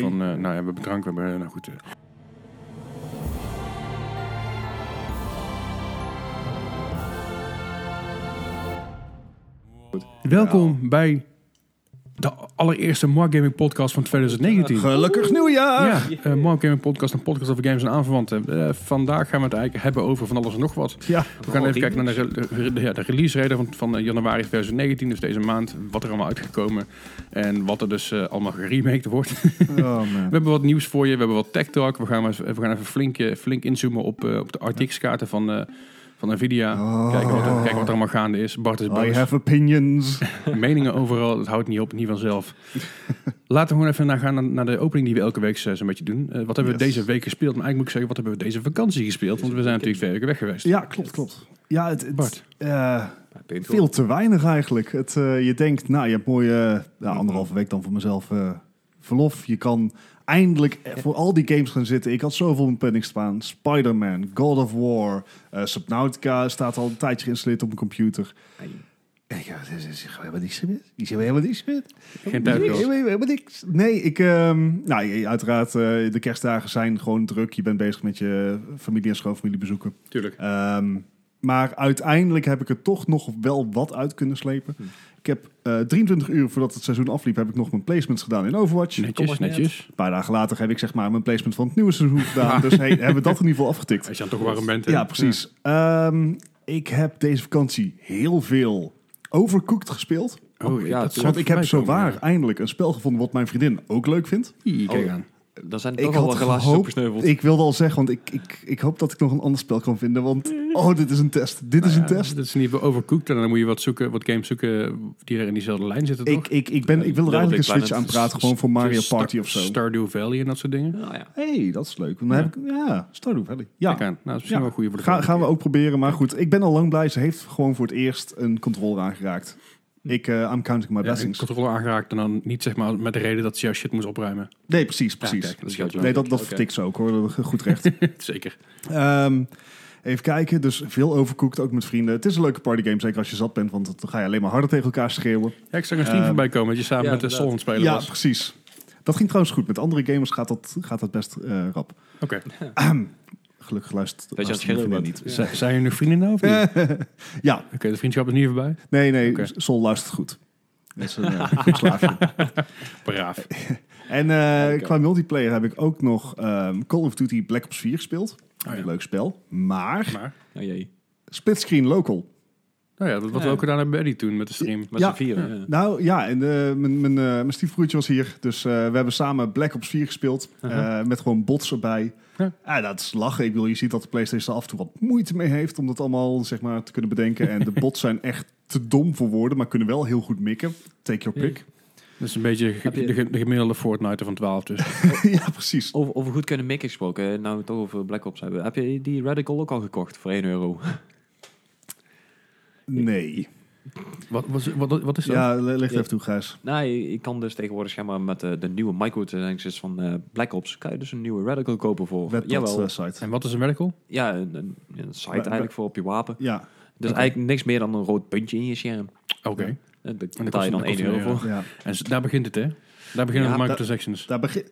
Van, eh, nou ja, we hebben drank, we hebben, nou goed. eh. Welkom bij de allereerste Mark Gaming Podcast van 2019. Gelukkig nieuwjaar! Ja, eh Mark Gaming Podcast, een podcast over games en aanverwanten. Eh, vandaag gaan we het eigenlijk hebben over van alles en nog wat. Ja. We gaan even kijken naar de, re- de- ja, de release reden van, van eh, januari 2019, dus deze maand. Wat er allemaal uitgekomen en wat er dus eh, allemaal geremaked wordt. Oh man. We hebben wat nieuws voor je, we hebben wat tech talk. We gaan, maar eens- we gaan even flink, eh, flink inzoomen op, eh, op de RTX-kaarten van, eh, van Nvidia. Oh. Kijken, wat er, kijken wat er allemaal gaande is. Bart is I boos. have opinions. Meningen overal, het houdt niet op, niet vanzelf. Laten we gewoon even naar gaan naar- naar de opening die we elke week zo- zo'n beetje doen. Eh, wat hebben we Yes. deze week gespeeld? Maar eigenlijk moet ik zeggen, wat hebben we deze vakantie gespeeld? Want we zijn natuurlijk twee weken weg geweest. Ja, klopt, klopt. Ja, het, het, Bart. eh, Paint veel te weinig eigenlijk. Het, eh, je denkt, nou, je hebt mooie eh, nou, anderhalve week dan voor mezelf eh, verlof. Je kan eindelijk eh, voor al die games gaan zitten. Ik had zoveel op mijn planning staan. Spider-Man, God of War, eh, Subnautica staat al een tijdje geïnstalleerd op mijn computer. En ik dacht, dit is helemaal niks meer. Hier zien we helemaal niks meer. Geen tijd Nee, gehad. helemaal- helemaal niks. Nee, ik, ehm, nou, je- uiteraard, eh, de kerstdagen zijn gewoon druk. Je bent bezig met je familie en schoonfamilie bezoeken. Tuurlijk. Ehm, maar uiteindelijk heb ik er toch nog wel wat uit kunnen slepen. Ik heb eh, 23 uur voordat het seizoen afliep, heb ik nog mijn placements gedaan in Overwatch. Netjes, netjes. Een paar dagen later heb ik zeg maar mijn placement van het nieuwe seizoen gedaan. Dus hey, hebben we dat in ieder geval afgetikt. Als je dan toch warm bent. hè? Ja, precies. Ehm, ik heb deze vakantie heel veel Overcooked gespeeld. Ja. Oh, ja, Ja, dat Want ik heb zo waar zowaar. eindelijk een spel gevonden wat mijn vriendin ook leuk vindt. Kijk Oh. aan. Dan zijn er Ik toch al had wat relaties gehoopt- opgesneuveld. Ik wilde al zeggen, want ik, ik, ik hoop dat ik nog een ander spel kan vinden. Want, oh, dit is een test. Dit is een Nou Ja, test. Dat is niet overcooked. En dan moet je wat zoeken, wat games zoeken die er in diezelfde lijn zitten, toch? Ik, ik, ik, ben, ik wil er Little eigenlijk Big een Switch Planet. aan praten, gewoon voor Mario Party of zo. Stardew Valley en dat soort dingen. Nou ja. hey, dat is leuk. Dan heb ik, ja, Stardew Valley. Kijk Ja, aan. Nou, dat is misschien Ja. wel een goede voor de Ga, volgende gaan we ook proberen. Maar goed, ik ben al lang blij. Ze heeft gewoon voor het eerst een controller aangeraakt. Ik, eh I'm counting my keer. Ja, een blessings. controller aangeraakt en dan niet zeg maar met de reden dat ze jouw shit moest opruimen. Nee, precies, precies. kijk, dat scheelt wel. nee, dat, dat Oké. vertikt ze ook hoor. Goed recht. Zeker. Ehm, even kijken, dus veel overkoekt, ook met vrienden. Het is een leuke partygame, zeker als je zat bent, want dan ga je alleen maar harder tegen elkaar schreeuwen. Ja, ik zag een stream Ehm, voorbij komen dat je samen ja, met de Sol aan inderdaad. het spelen Ja, was. precies. Dat ging trouwens goed. Met andere gamers gaat dat, gaat dat best eh, rap. Oké. Gelukkig luistert Dat je aan het luistert mijn schreeuwen vriendin Z- Zijn jullie nu vrienden nou of niet? Oké, niet. Ja, de vriendschap is niet voorbij. nee, nee, Oké. Sol luistert goed. Dat is een eh, goed slaafje. Braaf. En eh, Oké. qua multiplayer heb ik ook nog ehm, Call of Duty Black Ops 4 gespeeld. Oh ja. Leuk spel. Maar Maar, Oh jee. splitscreen local. nou ja, dat- wat we Ja. ook gedaan hebben bij Eddie toen met de stream. Met Ja. z'n vieren. ja. Nou ja, en, eh, mijn, mijn, eh, mijn stiefbroertje was hier. Dus eh, we hebben samen Black Ops 4 gespeeld. Uh-huh. eh, met gewoon bots erbij. Ja. Ah, dat is lachen. Ik wil, je ziet dat de PlayStation er af en toe wat moeite mee heeft om dat allemaal zeg maar, te kunnen bedenken. en de bots zijn echt te dom voor woorden, maar kunnen wel heel goed mikken. Take your pick. Dat is een beetje ge- Heb je- de, ge- de gemiddelde Fortnite van 12 dus. ja, precies. Over, over goed kunnen mikken gesproken. eh, Nou, we het toch over Black Ops hebben. Heb je die Radical ook al gekocht voor 1 euro? Nee. wat, wat, wat, wat is dat? Ja, le- leg het even toe, Gijs. Nee, je kan dus tegenwoordig zeg maar, met de, de nieuwe microtransactions van eh, Black Ops... kan je dus een nieuwe Radical kopen voor... Web jawel. eh, site. En wat is een radical? ja, een, een, een site Wa- wa- eigenlijk voor op je wapen. Ja, Dus Oké. eigenlijk niks meer dan een rood puntje in je scherm. Oké. Ja. En daar kost- betaal je dan dat kost 1 een euro euro. voor. ja. En s- daar begint het hè? Daar beginnen Ja, de microtransactions. Daar begin...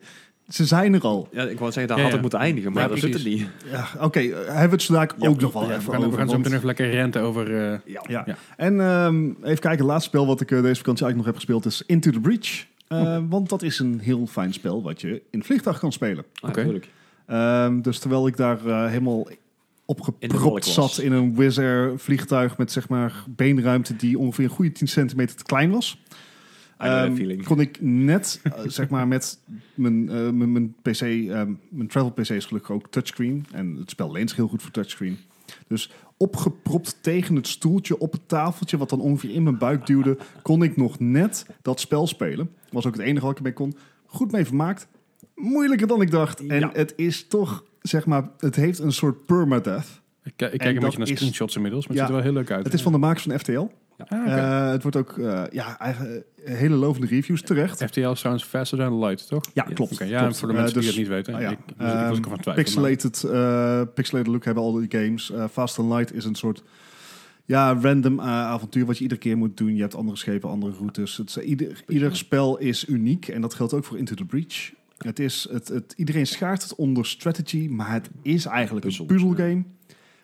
Ze zijn er al. Ja, ik wou zeggen, daar Ja, had ja. ik moeten eindigen, maar Ja, dat zit precies. er niet. Ja, Oké, eh, hebben we het zo dadelijk ook nog wel Ja, we even gaan, we over. gaan zo want- meteen even lekker renten over... eh, Ja. Ja. En ehm, even kijken, het laatste spel wat ik eh, deze vakantie eigenlijk nog heb gespeeld is Into the Breach. Eh, Want dat is een heel fijn spel wat je in het vliegtuig kan spelen. Ah, Oké. tuurlijk. Ehm, dus terwijl ik daar eh, helemaal wolk opgepropt was. zat in een Wizz Air vliegtuig met zeg maar beenruimte die ongeveer een goede 10 centimeter te klein was. I know that ehm, feeling. kon ik net, eh, zeg maar, met mijn, eh, mijn, mijn PC, ehm, mijn travel PC is gelukkig ook touchscreen. En het spel leent zich heel goed voor touchscreen. Dus opgepropt tegen het stoeltje op het tafeltje, wat dan ongeveer in mijn buik duwde, kon ik nog net dat spel spelen. Was ook het enige wat ik ermee kon. Goed mee vermaakt. Moeilijker dan ik dacht. En Ja. het is toch, zeg maar, het heeft een soort permadeath. Ik, kijk- ik En kijk een dat beetje naar is- screenshots inmiddels, maar Ja. het ziet er wel heel leuk uit. Het is van de makers van FTL. Ah, oké. Eh, het wordt ook, eh, ja, eigen, eh, hele lovende reviews terecht. FTL is trouwens faster than light, toch? Ja, Ja. klopt. Oké, ja, klopt. voor de Eh, mensen dus- die dat niet weten. ah, ja. ik, ik was- ik was ook van twijfel. Pixelated, eh, pixelated look hebben al die games. Eh, Fast and Light is een soort ja, random eh, avontuur wat je iedere keer moet doen. Je eh, hebt andere schepen, andere routes. Het, is- ieder, ieder spel is uniek en dat geldt ook voor Into the Breach. Het is, het, het, iedereen schaart het onder strategy, maar het is eigenlijk Puzzel. een puzzelgame.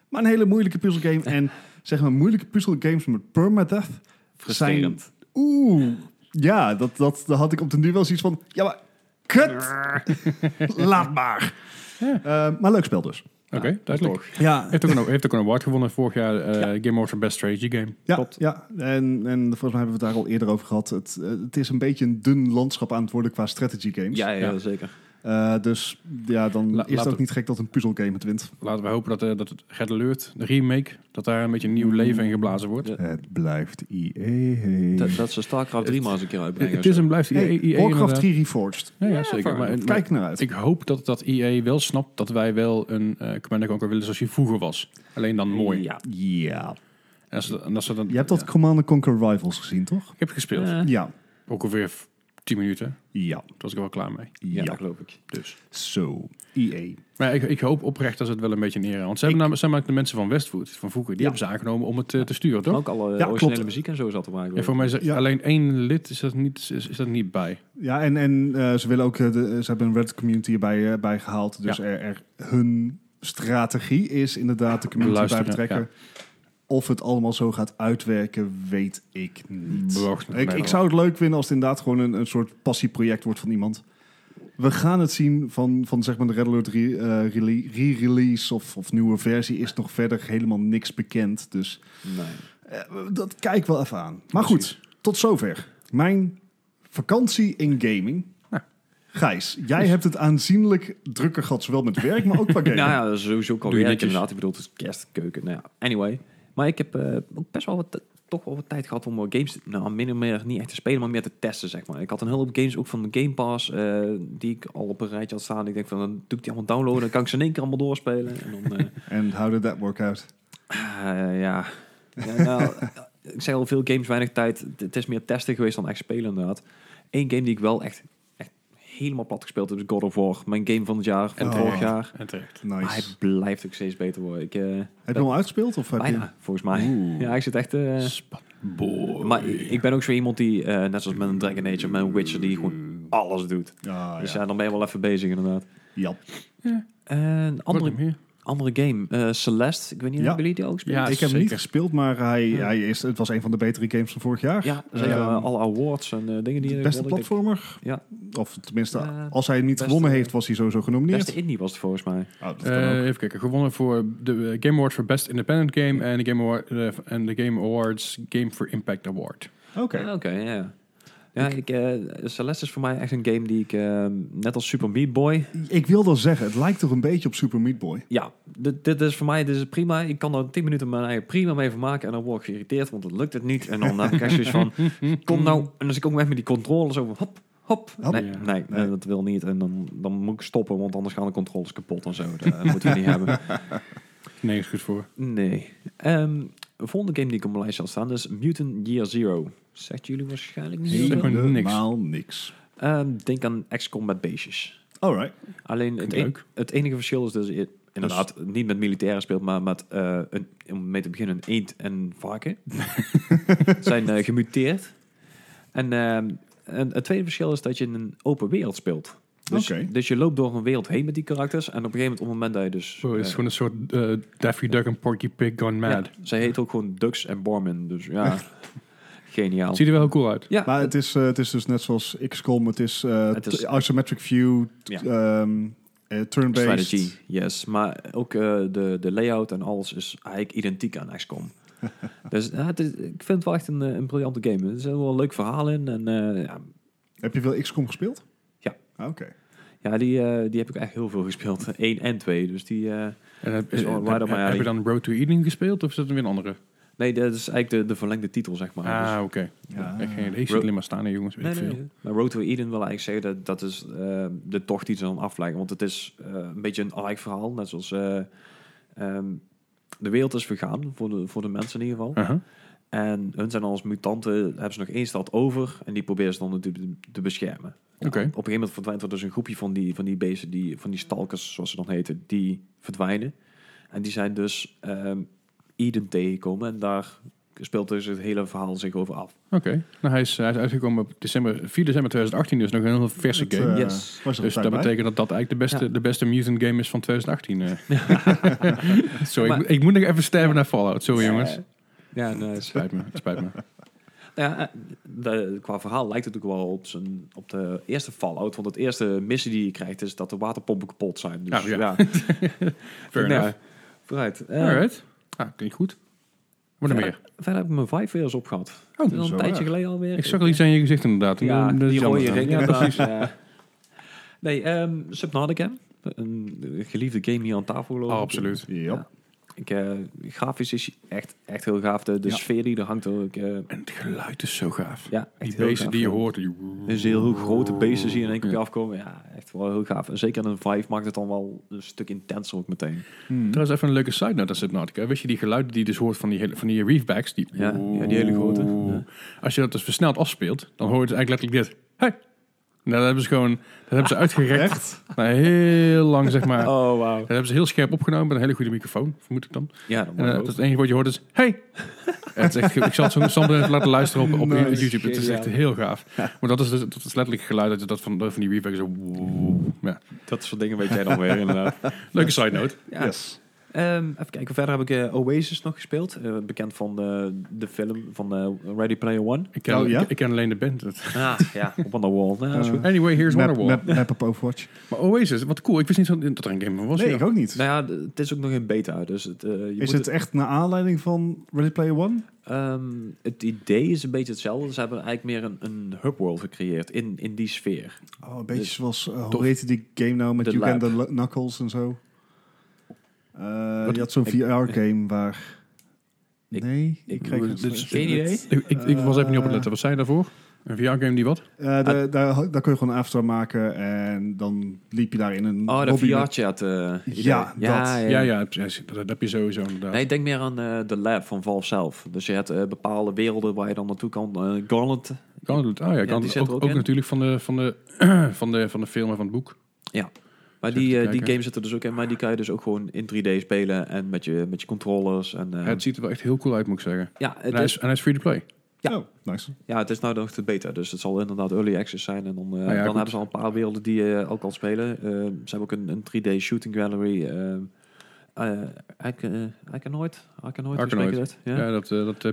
Maar een hele moeilijke puzzelgame. en zeg maar, moeilijke puzzelgames met permadeath. Frustrerend. Oeh, ja, dat, dat, daar had ik op de nu wel zoiets van... Ja, maar kut, laat maar. Ja. Eh, maar leuk spel dus. Oké, duidelijk. Toch. Ja, Heeft ook, een, heeft ook een award gewonnen vorig jaar. eh, Game Over Best Strategy Game. Ja, Klopt. ja. En, en volgens mij hebben we het daar al eerder over gehad. Het, eh, het is een beetje een dun landschap aan het worden qua strategy games. Ja, ja, Ja. zeker. Eh, dus ja, dan La- is het laten ook we- niet gek dat een puzzelgame het wint. Laten we hopen dat, eh, dat het Red Alert, de remake, dat daar een beetje een nieuw leven in geblazen wordt. Ja. Het blijft Dat, EA. dat ze StarCraft 3 maar eens een keer Het, uitbrengen. het is en blijft EA. Hey, EA Warcraft E, inderdaad. 3 Reforged. Ja, ja, Ja, zeker. fijn. Maar, maar Kijk naar uit. ik hoop dat, dat EA wel snapt dat wij wel een eh Commander Conquer willen zoals hij vroeger was. Alleen dan mooi. Ja. Ja. En als, en als ze dan, Je hebt dat ja. Commander Conquer Rivals gezien, toch? Ik heb gespeeld. Eh, Ja. Ongeveer v- 10 minuten. Ja. Toen was ik er wel klaar mee. ja, Ja. dat geloof ik. Dus. Zo. E EA. Maar ik, ik hoop oprecht dat ze het wel een beetje in ere. Want ze Ik- hebben namelijk, zijn namelijk de mensen van Westwood van vroeger. Die Ja. hebben ze aangenomen om het eh, te sturen, Maar toch? ook alle klopt. originele muziek en zo zat te maken. En voor mij is er Ja. alleen één lid is dat niet, is, is dat niet bij. Ja, en, en eh, ze, willen ook, eh, de, ze hebben een Reddit community erbij eh, bij gehaald. Dus Ja. er, er- hun strategie is inderdaad de community Luisteren, bij betrekken. Of het allemaal zo gaat uitwerken, weet ik niet. Bewacht, ik, ik zou het leuk vinden als het inderdaad gewoon een, een soort passieproject wordt van iemand. We gaan het zien van, van zeg maar de Red Alert re- eh, rele- re-release of, of nieuwe versie is nog verder helemaal niks bekend. Dus Nee. eh, dat kijk wel even aan. Maar Precies. goed, tot zover. Mijn vakantie in gaming. Ja. Gijs, jij hebt het aanzienlijk drukker gehad, zowel met werk, maar ook qua gaming. Nou Dus- ja, dat is sowieso ook al Doe je werk netjes. inderdaad. Ik bedoel, het is kerst, keuken, nou ja. Anyway. Maar ik heb eh, ook best wel wat, toch wel wat tijd gehad om eh, games, te- nou, min of meer niet echt te spelen, maar meer te testen, zeg maar. Ik had een hele hoop games ook van de Game Pass, eh, die ik al op een rijtje had staan. Ik denk van, dan doe ik die allemaal downloaden, dan kan ik ze in één keer allemaal doorspelen. En dan, eh, And how did that work out? eh, ja. ja nou, ik zei al, veel games, weinig tijd. Het- Het is meer testen geweest dan echt spelen, inderdaad. Eén game die ik wel echt, echt helemaal plat gespeeld heb, is God of War. Mijn game van het jaar, van En vorig terecht. jaar. En terecht. Oh, Nice. Maar hij blijft ook steeds beter worden. Ik, eh, heb je hem al uitgespeeld? Of heb Bijna, volgens mij. Oeh. Ja, ik zit echt... eh, Boy. maar ik ben ook zo iemand die, eh, net zoals met een Dragon Age of met een Witcher, die gewoon alles doet. je... Ah, Dus ja. ja, dan ben je wel even bezig inderdaad. Ja. Eh, Een andere, Andere hier. andere game, eh, Celeste. Ik weet niet of Ja. jullie die ook spelen. Ja, ik heb hem zeker. niet gespeeld, maar hij, hij is, het was een van de betere games van vorig jaar. Ja, zeker. Ehm, Eh, alle awards en eh, dingen die... De je beste won, ik denk- platformer. Ja. Of tenminste, Eh, als hij hem niet beste- gewonnen heeft, was hij sowieso genomineerd. Beste indie was het volgens mij. Oh, dat kan Eh, ook. even kijken. Gewonnen voor de eh, Game Award voor Best Independent Game en de Game, Award, eh, en de Game Awards Game for Impact Award. Oké. Ah, Oké, ja. Ja, ik, eh, Celeste is voor mij echt een game die ik, eh, net als Super Meat Boy, Ik wil wel zeggen, het lijkt toch een beetje op Super Meat Boy. Ja, dit, dit is voor mij dit is prima. Ik kan er 10 minuten mijn eigen prima mee vermaken. En dan word ik geïrriteerd, want dan lukt het niet. En dan heb ik echt zoiets van, kom nou. En dus ik ook echt met die controles over, hop, hop. Hop. nee, Ja. nee, Nee. nee, dat wil niet. En dan, dan moet ik stoppen, want anders gaan de controles kapot en zo. Dat eh, moeten we niet hebben. Nee, is goed voor. Nee. Ehm, de volgende game die ik op mijn lijst had staan is Mutant Year Zero. Zegt jullie waarschijnlijk niet Zeg zoveel. maar niks. Helemaal niks. Ehm, Denk aan XCOM met beestjes. Alright. Alleen het, Klinkt en- leuk. het enige verschil is dus i- inderdaad niet met militairen speelt, maar met eh, een, om mee te beginnen een eend en varken zijn eh, gemuteerd. En, ehm, en het tweede verschil is dat je in een open wereld speelt. Dus, Oké. dus je loopt door een wereld heen met die karakters en op een gegeven moment, op het moment dat je dus... Zo, het is eh, gewoon een soort eh, Daffy Duck en Porky Pig gone ja, mad. zij heet ook gewoon Ducks en Barman, dus ja, geniaal. Ziet er wel heel cool uit. Ja, Maar het is, eh, het is dus net zoals XCOM. Het is, eh, Het is- t- isometric view, t- Ja. ehm, eh, turn-based. strategy, yes. Maar ook eh, de, de layout en alles is eigenlijk identiek aan XCOM. dus ja, het is- ik vind het wel echt een, eh, een briljante game. Er zit wel een leuk verhaal in. En, eh, ja, Heb je veel XCOM gespeeld? Ja. Ah, Oké. ja, die, eh, die heb ik echt heel veel gespeeld. 1 en 2. Dus die... eh, En heb, Is wel heb- right up my eh, heb- heb alley. je dan Road to Eden gespeeld of is dat weer een andere? nee, dat is eigenlijk de, de verlengde titel, zeg maar. Dus- Ah, oké. Ja. Ik, ging- ik zie Road- alleen maar staan hè, jongens. Weet Nee, ik nee, veel. nee. Maar Road to Eden wil eigenlijk zeggen dat dat is eh, de tocht die ze dan afleggen. Want het is eh, een beetje een alrijk verhaal. Net zoals eh, ehm, de wereld is vergaan, voor de, voor de mensen in ieder geval. Aha. En hun zijn dan als mutanten, hebben ze nog één stad over en die proberen ze dan natuurlijk te beschermen. Oké. Op een gegeven moment verdwijnt er dus een groepje van die, van die beesten, die, van die stalkers, zoals ze dan heten, die verdwijnen. En die zijn dus ehm Eden tegengekomen en daar speelt dus het hele verhaal zich over af. Oké. Nou, hij is, hij is uitgekomen op december, 4 december 2018, dus nog een heel verse Het, game. eh, Yes. was er dus een dat tijd bij. betekent dat dat eigenlijk de beste, Ja. de beste mutant game is van 2018. eh. Sorry, Maar- ik, ik moet nog even sterven naar Fallout. Sorry jongens. Eh, ja, nice. Spijt me, spijt me. Ja, eh, de- qua verhaal lijkt het ook wel op, zijn, op de eerste Fallout. Want het eerste missie die je krijgt is dat de waterpompen kapot zijn. Dus, Nou, ja, ja. Fair Nou, enough. vooruit. Eh, Alright. Ah, klinkt goed. Wat nog meer? verder, verder heb ik mijn Vive weer eens opgehad. Oh, Het is al zo een tijdje erg. geleden alweer. Ik zag al iets aan je gezicht inderdaad. Ja, Dat is die jammer rode dan. ringen. Ja, daar, precies. ja. Nee, ehm, Subnautica. Een geliefde game hier aan tafel geloof Oh, ik. absoluut. Ja. Ik, eh, grafisch is hij echt, echt heel gaaf. De, de Ja. sfeer die er hangt ook. eh, En het geluid is zo gaaf. ja, echt die heel beesten gaaf. die je hoort. Die... Dus die heel grote beesten zie je in één keer Ja. afkomen. Ja, echt wel heel gaaf. En zeker in een Vive maakt het dan wel een stuk intenser ook meteen. Hmm. Trouwens, even een leuke side note aan Subnautica. Weet je die geluiden die je dus hoort van die, hele, van die reefbacks? Die... Ja, ja, die hele grote. Ja. Als je dat dus versneld afspeelt, dan hoor je dus eigenlijk letterlijk dit. Hey! Nou, dat hebben ze gewoon dat hebben ze uitgerekt. Echt? Nou, heel lang, zeg maar. Oh, wauw. Dat hebben ze heel scherp opgenomen met een hele goede microfoon, vermoed ik dan. Ja, dat En mag eh, ook. dat het enige wat je hoort is, hey! En het is echt, ik zal het zo soms even laten luisteren op, op Nice. YouTube. Het is echt Geniaal. heel gaaf. Maar dat is, dus, dat is letterlijk het geluid dat, dat van, van die reefbacks. Zo, ja. Dat soort dingen weet jij dan weer, inderdaad. Leuke side note. Ja. Yes. Ehm, even kijken, verder heb ik eh, Oasis nog gespeeld. Eh, bekend van de, de film van eh, Ready Player One. Ik ken, Oh, ja? ik, ik ken alleen de band. Dat- Ah, ja, op Wonderwall. Ja, dat is Eh, goed. Anyway, here's Map, Wonderwall. map, map op Overwatch. Maar Oasis, wat cool. Ik wist niet zo, dat er een game van was. Nee, ja. ik ook niet. Nou ja, d- het is ook nog in beta, dus het, eh, je Is moet het echt naar aanleiding van Ready Player One? Ehm, het idee is een beetje hetzelfde. Ze hebben eigenlijk meer een, een hubworld gecreëerd in, in die sfeer. Oh, een beetje Dus- zoals, eh, Tof. hoe heette die game nou met De You Can lab. the Knuckles en zo? Eh, Wat- je had zo'n ik- VR-game waar... Ik- nee, ik ik- kreeg dit het is- niet. Geen idee? Ik, ik, ik was even niet op het letten. Wat zei je daarvoor? Een VR-game die wat? Eh, de- Ah. daar, daar kun je gewoon een avatar maken en dan liep je daar in een Oh, de lobby met- VR-chat. Ja, dat. Ja, ja, precies. dat, dat heb je sowieso inderdaad. Nee, denk meer aan eh, de lab van Valve zelf. Dus je hebt eh, bepaalde werelden waar je dan naartoe kan. eh Gauntlet. Kan het Ah ja, kan die het zit er ook, ook ook in. natuurlijk van de, van, de, van, de, van de film en van het boek. Maar Even die, eh, die kijken. game zit er dus ook in. Maar die kan je dus ook gewoon in 3D spelen. En met je, met je controllers. En, eh, het nou, ziet er wel echt heel cool uit, moet ik zeggen. ja, het En hij, is, is, en hij is free to play. Ja. Oh, nice. ja, het is nou nog de beta. Dus het zal inderdaad early access zijn. En dan, eh, Nou ja, dan goed. hebben ze al een paar werelden die je al kan spelen. Eh, ze hebben ook een, een 3D shooting gallery. ehm eh Arc- eh, Arkanoid? Arkanoid, hoe spreek je dat? Ja, Ja, ja, dat, eh, dat eh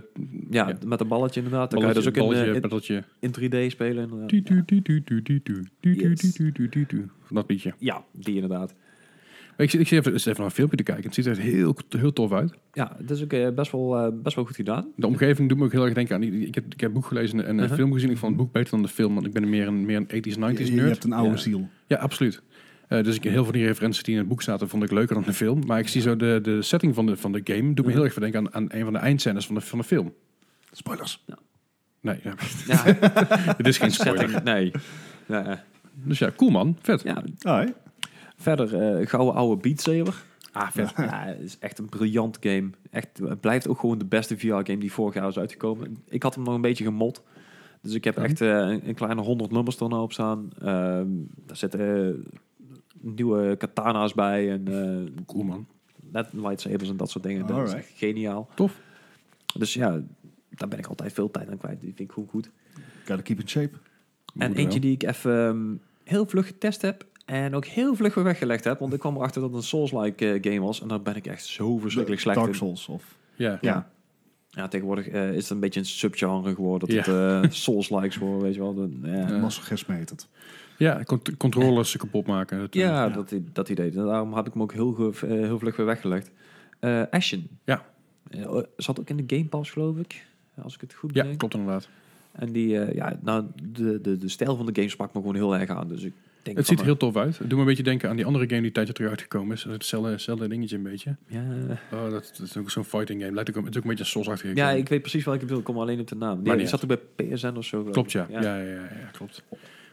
ja. met een balletje inderdaad. Dan kan je dus ook in, balletje, eh, in, peddeltje. in 3D spelen. inderdaad. Tu, tu, tu, tu, tu, tu, tu, tu, tu, Yes. tu, tu, tu, tu, tu. Van dat liedje. Ja, die inderdaad. Ik zit, ik zit even, zit even naar een filmpje te kijken. Het ziet er echt heel, heel tof uit. Ja, het is ook eh, best, wel, eh, best wel goed gedaan. De omgeving doet me ook heel erg denken aan... die- Ik heb, ik heb boek gelezen en een Uh-huh. film gezien. Ik vond het boek beter dan de film. Want ik ben meer een, meer een 80s, 90s nerd. Je, je hebt een oude Ja. ziel. Ja, absoluut. Eh, dus ik, heel veel van die referenties die in het boek zaten, vond ik leuker dan de film. Maar ik zie zo de, de setting van de, van de game. Doet me heel erg verdenken aan, aan een van de eindscènes van de, van de film. Spoilers. Nee, ja, Ja, het is geen spoiler. setting, nee. Ja, ja. Dus ja, cool man. Vet. ja, Ah, hè? verder eh gouden oude Beat Saber. Ah, vet. Ja, het is echt een briljant game. Echt, het blijft ook gewoon de beste VR-game die vorig jaar is uitgekomen. Ik had hem nog een beetje gemod. Dus ik heb Ja. echt eh, een, een kleine honderd nummers er nou op staan. Ehm, daar zitten eh, nieuwe katana's bij en eh, Cool man. LED lightsabers en dat soort dingen. Dat is Alright. echt geniaal. Tof. Dus ja, daar ben ik altijd veel tijd aan kwijt. Die vind ik gewoon goed. Gotta keep in shape. En Moet wel. eentje die ik even ehm, heel vlug getest heb. En ook heel vlug weer weggelegd heb. Want ik kwam erachter dat het een Souls-like eh, game was. En daar ben ik echt zo verschrikkelijk slecht Dark in. Souls of... Ja. Ja. Ja. Ja, tegenwoordig eh, is het een beetje een subgenre geworden. Ja. Dat het eh Souls-likes worden, weet je wel. Dan, ja. Ja. Massagisme heet het. Ja, cont- controllers kapot maken. Dat, eh, Ja, Dat, i- dat idee. Daarom heb ik hem ook heel, ge- eh, heel vlug weer weggelegd. Eh Ashen. Ja. Eh, zat ook in de Game Pass, geloof ik. Als ik het goed ja, denk. klopt inderdaad. En die, eh, ja, nou, de, de, de stijl van de game sprak me gewoon heel erg aan. Dus ik Het denk van, ziet er heel tof uit. Het doet me een beetje denken aan die andere game die een tijdje terug uitgekomen is. Hetzelfde, hetzelfde dingetje een beetje. eh, ja, Oh, dat, dat is ook zo'n fighting game. Lijkt ook, het is ook een beetje een Souls-achtige Ja, game. ik weet precies welke ik bedoel. Ik kom alleen op de naam. Maar Die, niet die zat ook bij PSN of zo. geloof Klopt, ja. ik. Ja, ja, ja, ja, klopt.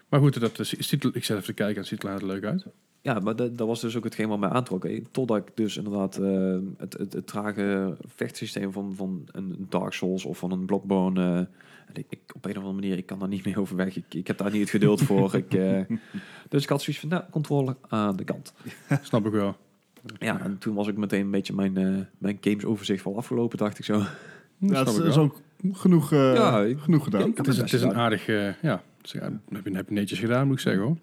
Maar goed, dat, is- ziet, er- ik zet even te kijken. Het ziet er later leuk uit. Ja, maar dat, dat was dus ook hetgeen wat mij aantrok. Eh, Totdat ik dus inderdaad eh, het, het, het trage vechtsysteem van, van een Dark Souls of van een Bloodborne... eh, en ik, ik- op een of andere manier, ik kan daar niet meer over weg. Ik, ik heb daar niet het geduld voor. Ik, eh, dus ik had zoiets van, nou, controle aan de kant. Snap ik wel. Ja, en toen was ik meteen een beetje mijn, eh, mijn gamesoverzicht wel afgelopen, dacht ik zo. Ja, snap dat ik is wel. ook genoeg, eh, Ja, ik- genoeg gedaan. ik- Het is, het is een Ja. aardig... eh, ja, dus, ja, heb, je, heb je netjes gedaan, moet ik zeggen hoor.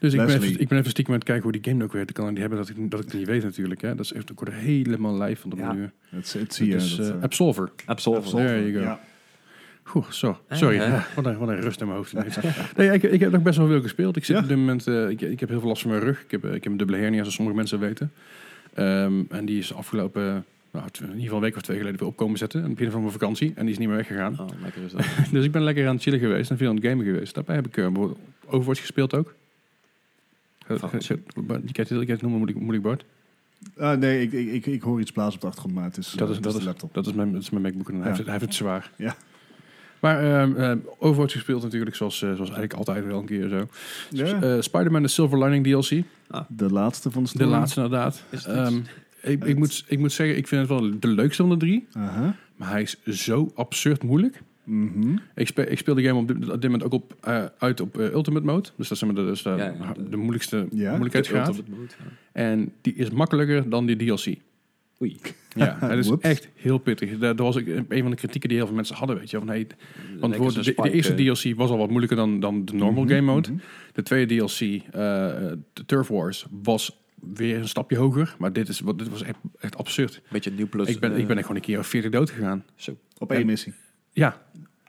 Dus ik ben, Leslie. even, ik ben even stiekem aan het kijken hoe die game ook weer kan die hebben dat ik, dat ik het niet weet natuurlijk. Hè. Dat is echt, ik word er helemaal lijf van de Ja, manier. Het, het zie Het je. is dat, eh, eh, Absolver. Absolver. absoluut. There you go. Ja. Goed, zo. Eh, Sorry, eh. ja, wat, een, wat een rust in mijn hoofd. ineens. nee, ik, ik heb nog best wel veel gespeeld. Ik zit Ja? op dit moment, eh, ik, ik heb heel veel last van mijn rug. Ik heb, eh, ik heb een dubbele hernia, zoals sommige mensen weten. Ehm, en die is afgelopen, nou, tw- in ieder geval een week of twee geleden weer opkomen zetten. Aan het begin van mijn vakantie. En die is niet meer weggegaan. Oh, lekker is dat. Dus ik ben lekker aan het chillen geweest en veel aan het gamen geweest. Daarbij heb ik eh, bijvoorbeeld Overwatch gespeeld ook. Eh, Je Fuck. kijkt het kijkt noemen, moet ik, moet ik Bart? Ah, nee, ik, ik, ik, ik hoor iets blazen op de achtergrond, maar het is, Dat eh, is- het dat de laptop. Dat is mijn, dat is mijn MacBook en hij, Ja. heeft het, hij heeft het zwaar. Ja. Maar ehm, ehm, Overwatch gespeeld natuurlijk, zoals, eh, zoals eigenlijk altijd wel een keer zo. Ja, Eh, Spider-Man de Silver Lining DLC, de laatste van de de storm. laatste inderdaad. Is het Ehm, ik, ik, Het- moet, ik moet zeggen, ik vind het wel de leukste van de drie. Aha. Maar hij is zo absurd moeilijk. Mhm. Ik speel, ik speel de game op dit, op dit moment ook op, eh, uit op eh, Ultimate Mode. Dus dat is zeg maar de, dus de, Ja, ja, de- de moeilijkste Ja. moeilijkheidsgraad. Ultimate Mode, ja. En die is makkelijker dan die DLC. Oei. Ja, het is Whoops. echt heel pittig. Daar, daar was ik een van de kritieken die heel veel mensen hadden. Weet je, wel, van, hey, want Lekker voor zo'n de, de spike, eerste eh. DLC was al wat moeilijker dan, dan de normal Mhm, game mode. mhm. De tweede DLC, eh, eh, de Turf Wars, was weer een stapje hoger. Maar dit, is, wat- dit was echt, echt absurd. Beetje nieuw plus. ik, ben, eh, ik ben echt gewoon een keer of 40 dood gegaan. Zo. Op één En- missie. Ja,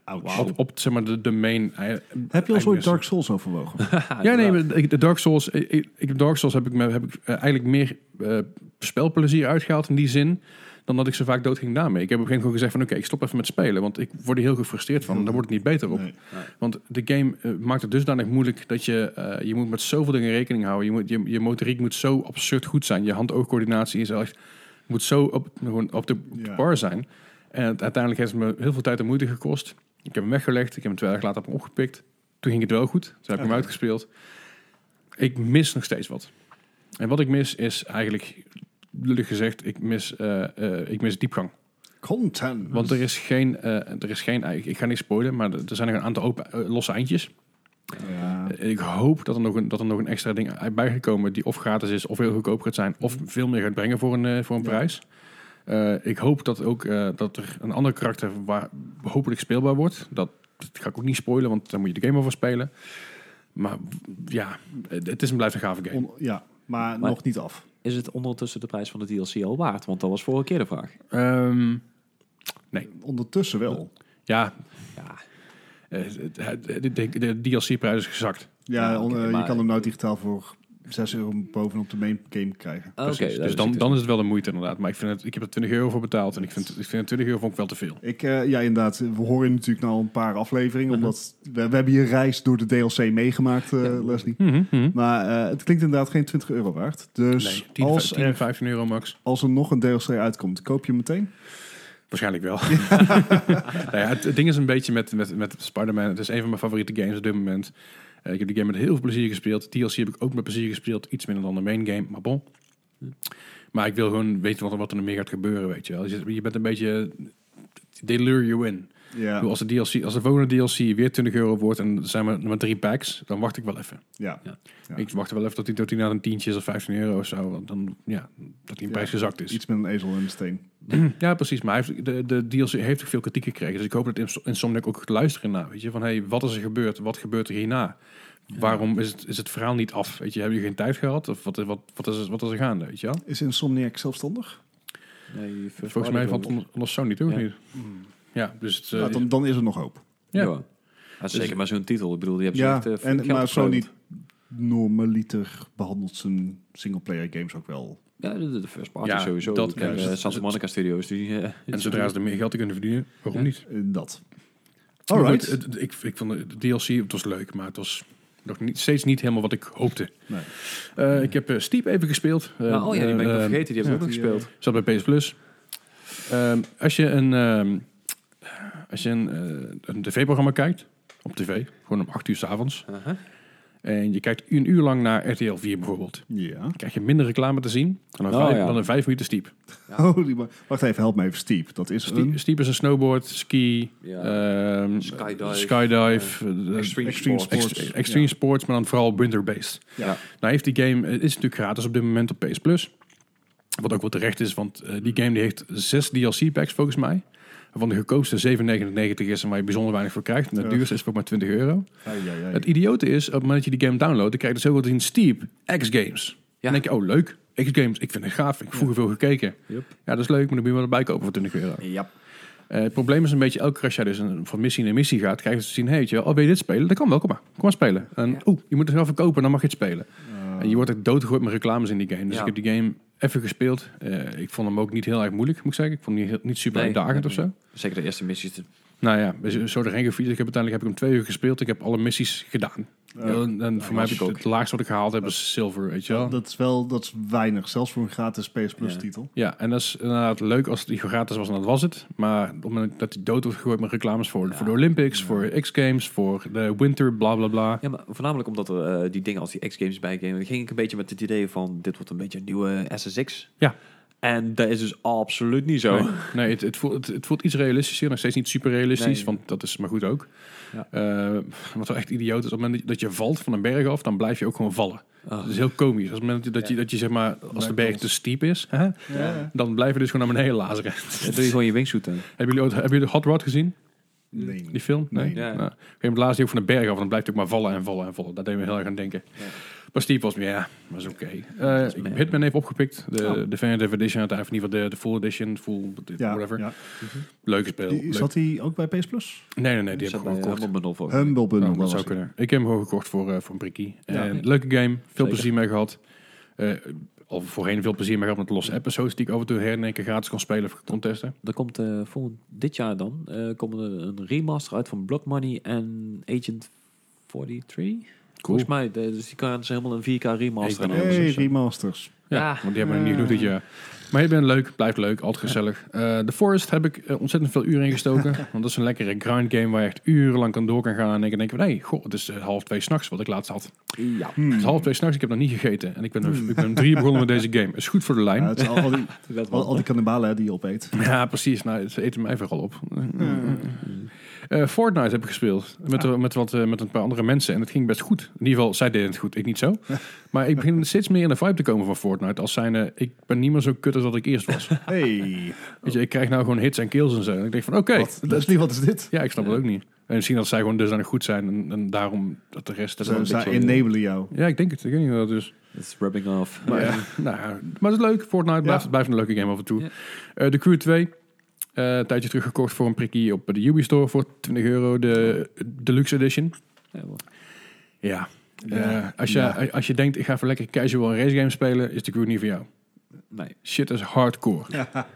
Ouch. op, op zeg maar de, de main. eh, Heb je al ooit eindmissie. Dark Souls overwogen? Ja, nee, maar ik- de Dark Souls, ik- ik, ik- Dark Souls heb ik, me- heb ik eh, eigenlijk meer eh, spelplezier uitgehaald in die zin dan dat ik zo vaak dood ging daarmee. Ik heb op een gegeven moment gewoon gezegd van oké, ik stop even met spelen, want ik word er heel gefrustreerd van. Daar word ik niet beter op. Nee. Want de game eh, maakt het dusdanig moeilijk dat je, eh, je moet met zoveel dingen rekening houden. Je, moet, je, je motoriek moet zo absurd goed zijn. Je hand-oogcoördinatie is echt, moet zo op, gewoon op de, op de Ja. bar zijn. En het- uiteindelijk heeft het me heel veel tijd en moeite gekost. Ik heb hem weggelegd. Ik heb hem twee dagen later op hem opgepikt. Toen ging het wel goed. Toen heb ik hem Oké. uitgespeeld. Ik mis nog steeds wat. En wat ik mis is eigenlijk, lullig gezegd, ik mis, eh, eh, ik mis diepgang. Content. Want er is geen, eh, er is geen ik, ik ga niet spoilen, maar er er zijn nog een aantal open, eh, losse eindjes. Ja. Ik hoop dat er nog een, dat er nog een extra ding uit bij gaat komen die of gratis is, of heel goedkoop gaat zijn, Mhm. of veel meer gaat brengen voor een, eh, voor een Ja. prijs. Eh, ik hoop dat, ook, eh, dat er een ander karakter waar hopelijk speelbaar wordt. Dat, dat ga ik ook niet spoilen, want daar moet je de game over spelen. Maar w- ja, het het is een blijft een gave game. On- ja, maar, Maar- nog niet af. Is het ondertussen de prijs van de DLC al waard? Want dat was vorige keer de vraag. Ehm, Ondertussen wel. ja, Ja, eh, het- het- de, de, de DLC-prijs is gezakt. Ja, Ja, on- oké, eh, je maar- kan hem nou digitaal voor 6 euro bovenop de main game krijgen. Ah, oké. Precies. dat dus is dan, het dan is het wel de moeite inderdaad. Maar ik, vind het, ik heb er 20 euro voor betaald en ik vind, ik vind 20 euro vond ik wel te veel. Ik, eh, ja, inderdaad. We horen natuurlijk nou een paar afleveringen. Omdat we, we hebben hier reis door de DLC meegemaakt, eh, Ja. Leslie. Mhm, mhm. Maar eh, het klinkt inderdaad geen 20 euro waard. Dus Nee, 10, als, 10, er, 15 euro max. als er nog een DLC uitkomt, koop je hem meteen? Waarschijnlijk wel. nou ja, het, het ding is een beetje met, met, met Spider-Man. Het is een van mijn favoriete games op dit moment. Eh, ik heb die game met heel veel plezier gespeeld. DLC heb ik ook met plezier gespeeld. Iets minder dan de main game, maar bon. Maar ik wil gewoon weten wat, er- wat er nog meer gaat gebeuren, weet je wel. Je, je bent een beetje... They lure you in. Ik bedoel, Ja. Als, de DLC, als de volgende DLC weer 20 euro wordt en er zijn maar, maar drie packs, dan wacht ik wel even. ja. Ja. Ik wacht wel even tot die, tot die naar een tientje is of 15 euro of zo. want Dan, ja, dat die in Ja, prijs gezakt is. Iets met een ezel en een steen. Ja, precies. Maar hij heeft, de, de DLC heeft ook veel kritiek gekregen. Dus ik hoop dat Ins- Insomniac ook gaat luisteren naar. Weet je, van hey, wat is er gebeurd? Wat gebeurt er hierna? Waarom is het, is het verhaal niet af? Weet je, hebben jullie geen tijd gehad? Of wat, wat, wat, is, wat is er gaande? Weet je wel? Is Insomniac zelfstandig? Nee, First Volgens mij Party valt wel. onder, onder Sony toch? Ja. Niet? Ja, dus het, eh, Nou, dan, dan is er nog hoop. Ja. Dus- Ja. Dat is zeker maar zo'n titel. Ik bedoel, die hebben ze Ja, echt, eh, voor en, geld maar Sony verkocht. normaliter behandelt zijn singleplayer games ook wel. Ja, de, de first party Ja, sowieso. dat- Dat, Kijk, ja, eh, dus- Santa Monica Studios. Die, eh, en zodra ze er meer geld in kunnen verdienen, waarom Ja. niet? In dat. Maar Alright. goed, het- het- ik, ik vond de DLC, het was leuk, maar het was nog niet, steeds niet helemaal wat ik hoopte. Nee. Eh, Ik heb eh, Steep even gespeeld. Nou, oh ja, die ben ik nog vergeten. vergeten. Die hebben we ja, ook nog gespeeld. Zat bij PS Plus. Ehm, als je een, ehm, als je een, eh, een tv-programma kijkt, op tv, gewoon om 8 uur s avonds, Aha. en je kijkt een uur lang naar RTL 4 bijvoorbeeld, Ja. dan krijg je minder reclame te zien dan een, Oh, vijf, ja. dan een vijf minuten steep. Holy ma- Wacht even, help me even. Steep, dat is Steep, een... steep is een snowboard, ski, Hm. Ja. ehm, Skydive. skydive, eh, Extreme, Extreme Sport. Sports. ext- extreme Ja. sports, maar dan vooral winter-based. Ja. eh, Nou heeft die game, het is natuurlijk gratis op dit moment op PS Plus. Wat ook wel terecht is, want eh, die game die heeft zes DLC-packs volgens mij. Waarvan de goedkoopste 7,99 is en waar je bijzonder weinig voor krijgt. En de Ja. duurste is voor maar 20 euro. Ai, ai, ai. Het idiote is, op het moment dat je die game downloadt, dan krijg je dus ook wat in Steep X-Games. Dan denk je, oh leuk, X-Games, ik vind het gaaf, ik heb vroeger veel gekeken. Yup. Ja, dat is leuk, maar dan moet je wel erbij kopen voor 20 euro. Ja. Eh, het probleem is een beetje, elke keer als jij dus een, van missie naar missie gaat, krijg je te zien, hey, weet je wel, oh, wil je dit spelen? Dat kan wel, kom maar. Kom maar spelen. En Ja. oeh, je moet het wel verkopen, dan mag je het spelen. Eh, En je wordt echt doodgegooid met reclames in die game. Dus Ja. ik heb die game even gespeeld. Eh, ik vond hem ook niet heel erg moeilijk, moet ik zeggen. Ik vond hem niet, heel- niet super Nee, uitdagend nee, of zo. Zeker de eerste missie. te- Nou ja, we zijn zo doorheen gefietst. Ik heb uiteindelijk heb ik hem twee uur gespeeld. Ik heb alle missies gedaan. Eh, en en voor mij heb was ik ik ook. het laagste wat ik gehaald heb is silver, weet je wel. dat is wel dat is weinig, zelfs voor een gratis PS Plus Ja. titel. Ja, en dat is inderdaad leuk als die gratis was en dat was het. Maar omdat hij dood wordt gegooid met reclames voor, Ja. voor de Olympics, voor X-Games, voor de Winter, bla bla bla. Ja, maar voornamelijk omdat er eh, die dingen als die X-Games bij kwamen, ging ik een beetje met het idee van, dit wordt een beetje een nieuwe SSX. Ja. En dat is dus absoluut niet zo. Nee, nee, het, het, voelt, het, het voelt iets realistischer. Nog steeds niet super realistisch, Nee. want dat is maar goed ook. Ja. Eh, wat wel echt idioot is, op het moment dat je valt van een berg af, dan blijf je ook gewoon vallen. Ah. Dat is heel komisch. Als het moment dat je, dat je, dat je zeg maar, als de berg te steep is, hè, Ja. dan blijf je dus gewoon naar beneden lazeren. Dan doe je gewoon je wingsuit aan. hebben, jullie ooit, hebben jullie Hot Rod gezien, Nee. die film? Nee. Ja. Nou, op een gegeven moment laatst die ook van de berg af en dan blijft hij ook maar vallen en vallen en vallen. Daar deden we heel erg aan denken. Maar Steep was, ja, was oké. Eh, is meer- Hitman heeft opgepikt, de, Oh. de Definitive Edition uiteindelijk, of in ieder geval de, de Full Edition, full Ja, whatever. ja. Leuke speel. Die, leuk zat die ook bij PS Plus? Nee, nee, nee, die Dus heb ik gewoon dat bij gekocht. Humble Bundle volgens mij. Humble Bundle. Oh, dat was zou het. kunnen. Ik heb hem gewoon gekocht voor, eh, voor een prikkie. Ja. En Leuke game, veel Zeker. plezier mee gehad. Eh, al voorheen veel plezier mee gehad met losse episodes die ik af en toe her en een keer gratis kon spelen of kon testen. Er komt eh, volgend dit jaar dan eh, komt er een remaster uit van Blood Money en Agent 43. Volgens mij, de- dus die kan ze helemaal een 4K remaster Ik ben hebben. Hey, remasters. Ja, Ja. want die hebben we niet genoeg dit jaar. Maar je bent leuk, blijft leuk, altijd gezellig. Eh The Forest heb ik eh, ontzettend veel uren in gestoken. want dat is een lekkere grind game waar je echt urenlang kan door kan gaan. En ik denk, van, nee, goh, het is eh, half twee s'nachts wat ik laatst had. Ja. Het Hmm. is half twee s'nachts, ik heb nog niet gegeten. En ik ben, ik ben om drie uur begonnen met deze game. Is goed voor de lijn. Ja, het zijn al, al die, Dat al, al die kannibalen hè, die je opeet. Ja, precies. Nou, ze eten mij vooral op. Eh, Fortnite heb ik gespeeld met, met, wat, eh, met een paar andere mensen en het ging best goed. In ieder geval, zij deden het goed, ik niet zo. Maar ik begin steeds meer in de vibe te komen van Fortnite als zijn ik ben niet meer zo kut als dat ik eerst was. Hey, Weet je, ik krijg nou gewoon hits en kills en zo. En ik denk van, oké. wat, dat is niet, wat is dit? Ja, ik snap het ook niet. En misschien dat zij gewoon dusdanig goed zijn en, en daarom dat de rest... Dat Ze, wel ze een beetje- enabelen jou. Ja, ik denk het. Ik weet niet wat het is. is rubbing off. Maar, Ja. eh, nou, ja, maar het is leuk. Fortnite blijft, Ja. blijft een leuke game af en toe. Ja. Eh, de Crew 2. eh, een tijdje terug gekocht voor een prikkie op de Ubi Store voor 20 euro. De Deluxe Edition. Ja, wel. Ja. Ja. als, je, Ja. als je denkt, ik ga even lekker casual een race game spelen, is de Crew niet voor jou. Nee. Shit is hardcore.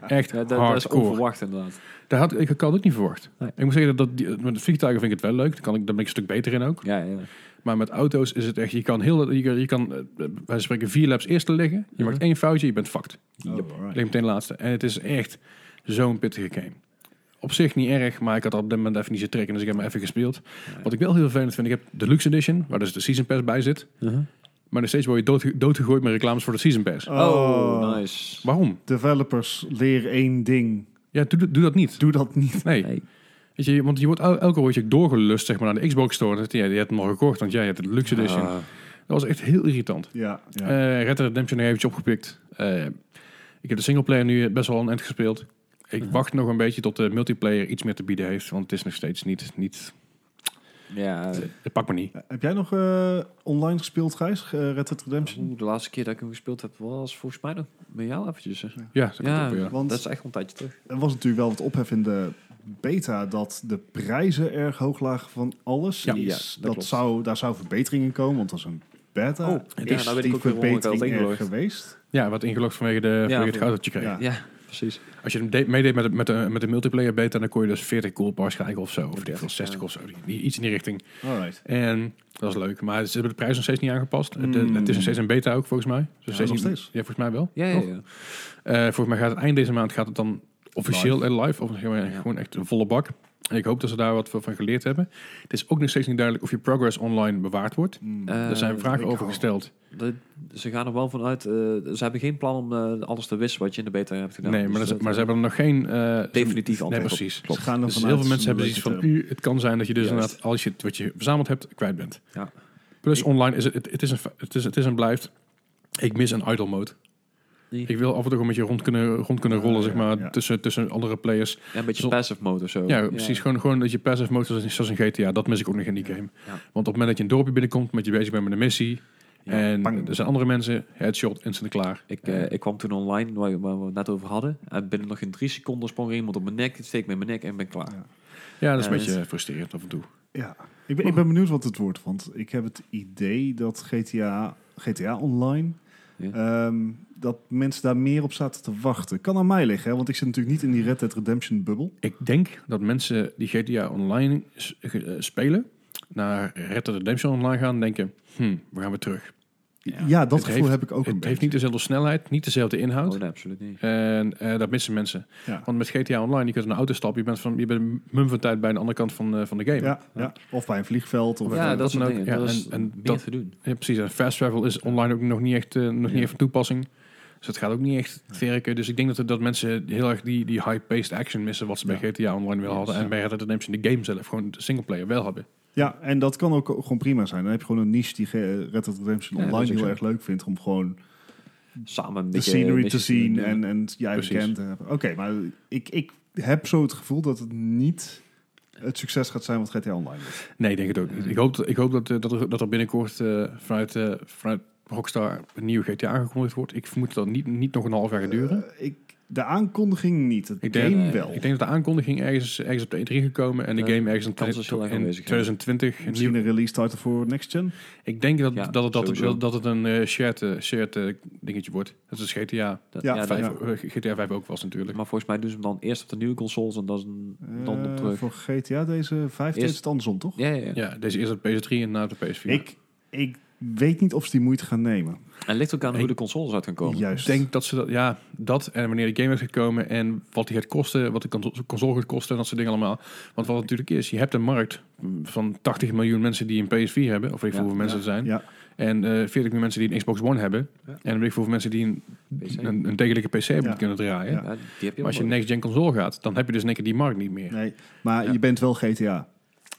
Echt Ja, dat, dat is hardcore. onverwacht inderdaad. Daar had, ik had het ook niet verwacht. Nee. Ik moet zeggen, dat, dat, die- eh, met vliegtuigen vind ik het wel leuk. Daar, kan ik, daar ben ik een stuk beter in ook. Ja, ja. Maar met auto's is het echt, je kan heel, je, kan- je kan, eh, bij wijze van spreken, vier laps eerste liggen. Je Mhm. maakt één foutje, je bent fucked. Oh, alright. Ik meteen de laatste. En het is echt zo'n pittige game. Op zich niet erg, maar ik had op dit moment even niet zo trekken, dus ik heb hem even gespeeld. Wat ik wel heel vervelend vind, ik heb de Luxe Edition, waar dus de Season Pass bij zit. Maar nog steeds word je dood, doodgegooid met reclames voor de Season Pass. Oh, nice. Waarom? Developers, leer één ding. Ja, doe, doe dat niet. Doe dat niet. Nee. Nee. Weet je, want je wordt el- elke keer word je doorgelust zeg maar, naar de Xbox Store. Dat, ja, je hebt hem al gekocht, want jij hebt de Luxe Edition. Ah. Dat was echt heel irritant. Ja, ja. Eh, Red Dead Redemption nog eventjes opgepikt. Eh, ik heb de singleplayer nu best wel een eind gespeeld. Ik wacht nog een beetje tot de multiplayer iets meer te bieden heeft. Want het is nog steeds niet... niet Ja, eh, het pakt me niet. Heb jij nog eh, online gespeeld, Gijs? Eh, Red Dead Redemption? oeh, de laatste keer dat ik hem gespeeld heb was volgens mij nog met jou eventjes. hè. Ja, dat Ja, komt ook, ja. Want- dat is echt al een tijdje terug. Er was natuurlijk wel wat ophef in de beta dat de prijzen erg hoog lagen van alles. Ja, is. ja, dat dat klopt. zou, daar zou verbetering in komen, want dat is een beta. Oh, ja, is nou weet ik die ook weer waarom ik dat verbetering ding er geloof. geweest? ja, wat ingelogd vanwege, de, vanwege het voor- goud dat je kreeg. Ja. Ja, precies. Als je hem deed- meedeed met, de- met, de, met de multiplayer beta, dan kon je dus 40 cool bars krijgen of zo. Of in ieder geval 60 ja. of zo. Die- Iets in die richting. Alright. En dat is leuk. Maar ze hebben de prijs nog steeds niet aangepast. Het, eh, Mm. Hmm. het is nog steeds een beta ook, volgens mij. Dus nog niet- steeds. Ja, volgens mij wel. Ja, ja, Toch? ja. Eh, volgens mij gaat het eind deze maand gaat het dan officieel live, live of gewoon, Ja. gewoon echt een volle bak. En ik hoop dat ze daar wat van geleerd hebben. Het is ook nog steeds niet duidelijk of je progress online bewaard wordt. Mm. Eh, Daar zijn vragen ik over ook. gesteld. Dat- ze gaan er wel vanuit. eh, ze hebben geen plan om eh, alles te wissen wat je in de beta hebt gedaan. nee, maar, Dus dat- dat- maar ze hebben er nog geen... eh, Definitief Nee, antwoord op. precies. Ze gaan er Dus heel vanuit veel mensen hebben dat zoiets van, het, u, het kan zijn dat je dus Juist. inderdaad alles je, wat je verzameld hebt kwijt bent. Ja. Plus online, is het, het, het is een, fa- het, is, het is en blijft, ik mis een idle mode. eh, Die, Ik wil af en toe gewoon met je rond kunnen, rond kunnen rollen, Ja, zeg maar, ja. tussen, tussen andere players. ja, een beetje zo- passive mode of zo. Ja, precies. Gewoon, gewoon dat je passive motor is zoals in GTA. Dat mis ik ook nog in die game. Ja. Want op het moment dat je een dorpje binnenkomt, met je bezig bent met een missie. Ja, en bang. er zijn andere mensen, headshot, instant klaar. Ik, eh, ik kwam toen online, waar, waar we het net over hadden. En binnen nog in drie seconden sprong er iemand op mijn nek. Steek me in mijn nek en ben klaar. Ja. Ja, dat is Ja, een dat beetje frustrerend af en toe. Ja, ik ben, ik ben benieuwd wat het wordt. Want ik heb het idee dat GTA, GTA Online... Ja. ehm, dat mensen daar meer op zaten te wachten. Kan aan mij liggen, hè, want ik zit natuurlijk niet in die Red Dead Redemption bubbel. Ik denk dat mensen die GTA Online s- ge- eh, spelen, naar Red Dead Redemption Online gaan en denken, hm, we gaan weer terug. Ja, dat Het gevoel heeft- heb ik ook het een heeft beetje. niet dezelfde snelheid, niet dezelfde Oh, inhoud. nee, absoluut niet. En eh, dat missen mensen. Ja. Want met GTA Online, je kunt in een auto stappen, je bent, van, je bent mum van tijd bij een andere kant van, eh, van de game. Ja, ja. Of bij een vliegveld. Of Ja, dat dat soort dan ook. dingen. Ja, dat is en- en meer dat- te doen. Ja, precies. En fast travel is online ook nog niet echt, eh, nog Ja. niet echt van toepassing. Dus het gaat ook niet echt werken. Dus ik denk dat, dat mensen heel erg die, die high-paced action missen... wat ze bij Ja. GTA Online wel Yes. hadden. En bij Red Dead Redemption de game zelf, gewoon de singleplayer wel hebben. Ja, en dat kan ook gewoon prima zijn. Dan heb je gewoon een niche die ge- eh, Red Dead Redemption Ja, dat Online is ook heel zo. erg leuk vindt. Om gewoon Samen een de beetje scenery te missies zien doen. en, en jij Precies. bekend te hebben. Oké, maar ik, ik heb zo het gevoel dat het niet het succes gaat zijn wat GTA Online is. Nee, ik denk het ook niet. Ik hoop, dat- ik hoop dat, eh, dat, er, dat er binnenkort eh, vanuit, eh, vanuit Rockstar een nieuwe GTA aangekondigd wordt. Ik vermoed dat het niet, niet nog een half jaar gaat duren. Eh, ik, de aankondiging niet, het Ik denk- game eh, wel. ik denk dat de aankondiging ergens, ergens op de E3 gekomen... en de Ja, game ergens in, kans is heel erg in aanwezig, ja. 2020... een nieuw- Misschien een release title voor Next Gen. Ik denk dat, Ja, dat, het- dat, het- sowieso. dat, het een eh, shared, eh, shared eh, dingetje wordt. Dat is GTA Dat- Ja, ja, vijf, dat- eh, GTA 5 ook was natuurlijk. Maar volgens mij doen ze hem dan eerst op de nieuwe consoles en dan, dan Eh, op terug. Voor GTA deze 5 Eerst- is het andersom, toch? Ja, ja, ja. Ja, deze is op PS3 en na op PS4. Ik, ik weet niet of ze die moeite gaan nemen. En ligt ook aan hoe Ik- de consoles uit gaan komen. Juist. denk dat ze dat, ja, dat en wanneer de game is gekomen en wat die gaat kosten, wat de console- console gaat kosten en dat soort dingen allemaal. Want wat het natuurlijk is, je hebt een markt van 80 miljoen mensen die een PS4 hebben, of weet ik Ja, veel hoeveel mensen ja, er zijn, ja. en eh 40 miljoen mensen die een Xbox One hebben, Ja. en weet ik veel hoeveel mensen die een, PC. een, een degelijke PC hebben Ja. die kunnen draaien. Ja. Ja, die heb je wel Maar als je nodig. next-gen console gaat, dan heb je dus in één keer die markt niet meer. Nee, maar Ja. je bent wel GTA.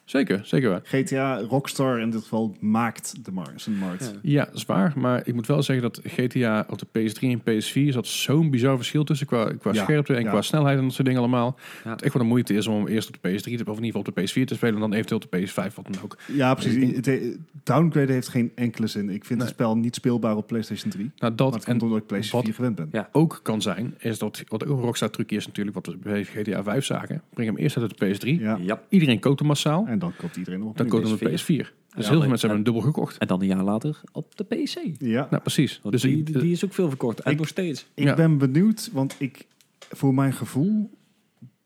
Zeker, zeker waar. GTA, Rockstar in dit geval, maakt de markt. Zijn markt. Ja. Ja, dat is waar. Maar ik moet wel zeggen dat GTA op de PS3 en PS4 zat zo'n bizar verschil tussen qua, qua Ja, scherpte en ja. qua snelheid en dat soort dingen allemaal. Ja. Dat echt wel de moeite is om eerst op de PS3 te, of in ieder geval op de PS4 te spelen en dan eventueel op de PS5 wat dan ook. Ja, precies. Het, eh, downgraden heeft geen enkele zin. Ik vind het spel niet speelbaar op PlayStation 3. Nou, Maar dat dat en komt omdat ik PlayStation wat- 4 gewend ben. Ja. ook kan zijn, is dat wat ook een Rockstar trucje is natuurlijk, wat we bij GTA 5 zagen. Breng hem eerst uit de PS3. Ja. Ja. Iedereen koopt hem massaal. En dan koopt iedereen op. Dan koopt hem op de PS4. Dus heel veel maar- mensen hebben hem dubbel gekocht. En dan een jaar later op de PC. Ja, Nou, precies. Want Dus die, ik- die, die is ook veel verkort. En Ik- nog steeds. ik ja. ben benieuwd, want ik, voor mijn gevoel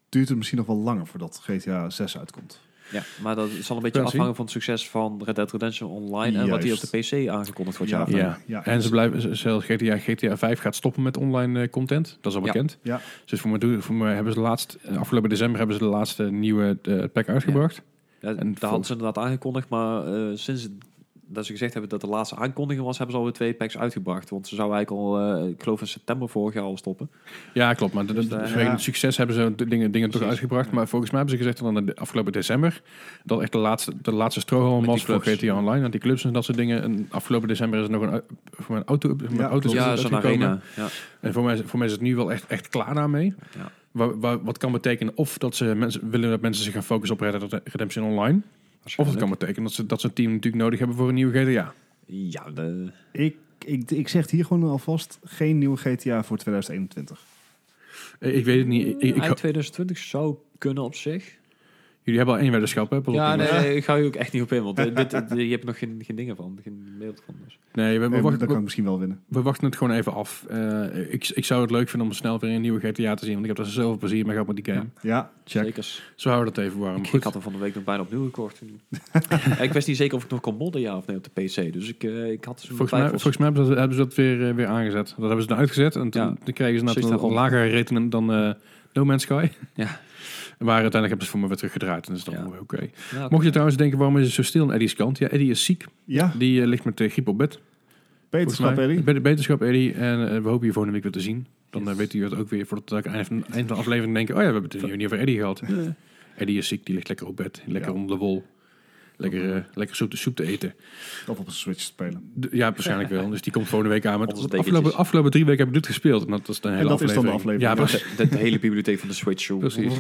duurt het misschien nog wel langer voordat GTA 6 uitkomt. Ja, maar dat zal een beetje gaan afhangen van het succes van Red Dead Redemption Online en wat die op Juist. de PC aangekondigd wordt. Ja, Ja. ja. ja. Ja. en ze blijven, zelfs GTA, GTA 5 gaat stoppen met online eh, content. Dat is al Ja. bekend. Ja, Dus voor me, doe- voor me hebben ze de laatste, eh, afgelopen december hebben ze de laatste nieuwe eh, pack uitgebracht. daar hadden ze inderdaad aangekondigd, maar eh, sinds het- dat ze gezegd hebben dat de laatste aankondiging was, hebben ze alweer twee packs uitgebracht. Want ze zouden eigenlijk al, eh, ik geloof in september vorig jaar al stoppen. Ja, klopt. Maar dat- dat- eh, vanwege ja. het succes hebben ze de dingen, dingen toch Precies. uitgebracht. Maar volgens mij hebben ze gezegd dat dan de afgelopen december dat echt de laatste, de laatste strohalm Met die was voor clubs. GTA Online. Want die clubs en dat soort dingen. En afgelopen december is er nog een, au- voor mijn auto, voor mijn Ja, auto's klopt. ja, Dus uitgekomen. zo'n arena. Ja. En voor mij, is- voor mij is het nu wel echt, echt klaar daarmee. Ja. Wa- wa- wat kan betekenen of dat ze mensen, willen dat mensen zich gaan focussen op Red Dead Redemption Online. Of het kan betekenen dat ze, dat ze een team natuurlijk nodig hebben voor een nieuwe GTA. Ja, de, ik, ik, ik zeg het hier gewoon alvast, geen nieuwe GTA voor 2021. Eh, Ik weet het niet. Ik, ik, ik- eind 2020 zou kunnen op zich. jullie hebben al één weddenschap, hè? Pas op, Ja, jongens. nee, nee, ik ga je ook echt niet op in, want eh, dit, dit- je hebt nog geen, geen dingen van, geen beeld van. Dus. Nee, we, we, Nee, wachten, Eh, dan kan ik we, misschien wel winnen. we wachten het gewoon even af. Eh, ik, ik zou het leuk vinden om snel weer een nieuwe GTA te zien. Want ik heb er zoveel plezier mee gehad met die game. Ja, check. Zeker. Zo houden we dat even warm. Ik, Goed. ik had hem van de week nog bijna opnieuw gekocht. En ik wist niet zeker of ik nog kon modden, ja of nee, op de PC. Dus ik, eh, ik had zo'n Volgens mij, twijfels. volgens mij hebben ze dat, hebben ze dat weer, eh, weer aangezet. Dat hebben ze dan uitgezet. En toen, Ja. toen kregen ze Zoiets natuurlijk een daarvan. lager rating dan eh, No Man's Sky. Ja. Maar uiteindelijk hebben ze voor me weer teruggedraaid. En dat is dan Ja. wel weer oké. Ja, Mocht je trouwens denken, waarom is het zo stil aan Eddie's kant? Ja, Eddie is ziek. Ja, Die eh, ligt met de griep op bed. Volgens beterschap, mij. Ellie. Bet- Beterschap, Eddie. En eh, we hopen je volgende week weer te zien. Dan eh, weet u het ook weer voordat we aan het eind van- eind van de aflevering denken... oh ja, we hebben het in juni over Eddie gehad. Eddie is ziek, die ligt lekker op bed. Lekker Ja. onder de wol. lekker, eh, lekker soep, soep te eten. Of op een Switch spelen. D- ja, waarschijnlijk wel. Dus die komt volgende week aan. Maar Onze de dekentjes. afgelopen, afgelopen drie weken heb ik dit gespeeld. En dat was dan hele dat is dan de aflevering. aflevering, Ja, ja. precies. De, de hele bibliotheek van de Switch Show. precies.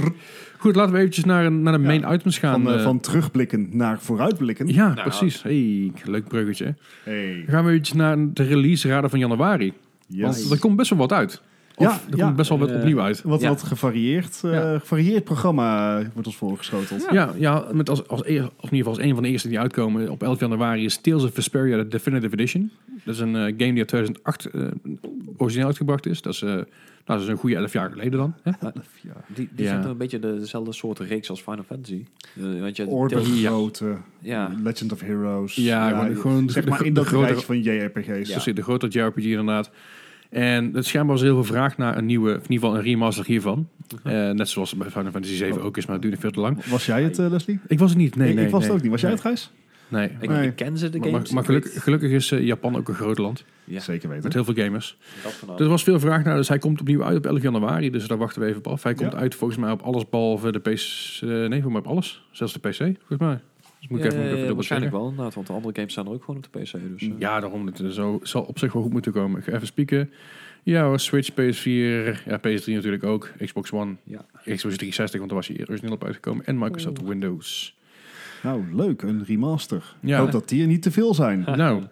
Goed, laten we eventjes naar, naar de main Ja, items gaan. Van, eh, eh. van terugblikken naar vooruitblikken. ja, ja. precies. Hey, leuk bruggetje. hè. Hey. Dan gaan we eventjes naar de release raden van januari. Yes. Want er komt best wel wat uit. Ja, Of er ja. komt best wel wat Eh, opnieuw uit. Wat, Ja. wat gevarieerd, eh, Ja. gevarieerd programma eh, wordt ons voorgeschoteld. Ja, ja, met als, als, eer- of in ieder geval als een van de eerste die uitkomen op 11 januari is Tales of Vesperia de Definitive Edition. Dat is een eh, game die uit 2008 eh, origineel uitgebracht is. Dat is, eh, nou, dat is een goede 11 jaar geleden dan. Hè? Ja. Die, die Ja. zijn toch een beetje de- dezelfde soort reeks als Final Fantasy. Eh, want je Orde Tales- Ja. grote, ja, Legend of Heroes. Ja, gewoon- gewoon de- zeg de- maar in de dat grote- rijtje van JRPG's. Dus de grote JRPG inderdaad. En het schijnbaar was heel veel vraag naar een nieuwe, of in ieder geval een remaster hiervan. Mhm. Eh, net zoals het bij Final Fantasy 7 ook is, maar het duurde veel te lang. Was jij het, eh, Leslie? Ik was het niet, nee. Oh. Ik- nee ik was nee. het ook niet. Was jij Nee, het, Gijs? Nee. ik, Nee. ik ken ze de Maar, games. maar, maar ik geluk- weet gelukkig is eh, Japan ook een groot land Ja. Zeker weten. met heel veel gamers. dat vanaf. Dus er was veel vraag naar, dus hij komt opnieuw uit op 11 januari, dus daar wachten we even op af. Hij komt Ja. uit volgens mij op alles behalve de PC, eh, nee, volgens mij op alles, zelfs de PC, volgens mij. Dus moet ik even, moet ik even Eh, dubbel waarschijnlijk checken. wel inderdaad, want de andere games staan er ook gewoon op de PC. Dus, eh. Ja, daarom, het eh, zo, zal op zich wel goed moeten komen. Ik ga even spieken. Ja hoor, Switch, PS4, ja, PS3 natuurlijk ook, Xbox One, Ja. Xbox 360, want daar was hij origineel op uitgekomen, en Microsoft Windows. Nou, leuk. Een remaster. Ja. Ik hoop dat die er niet te veel zijn. Ah. Nou,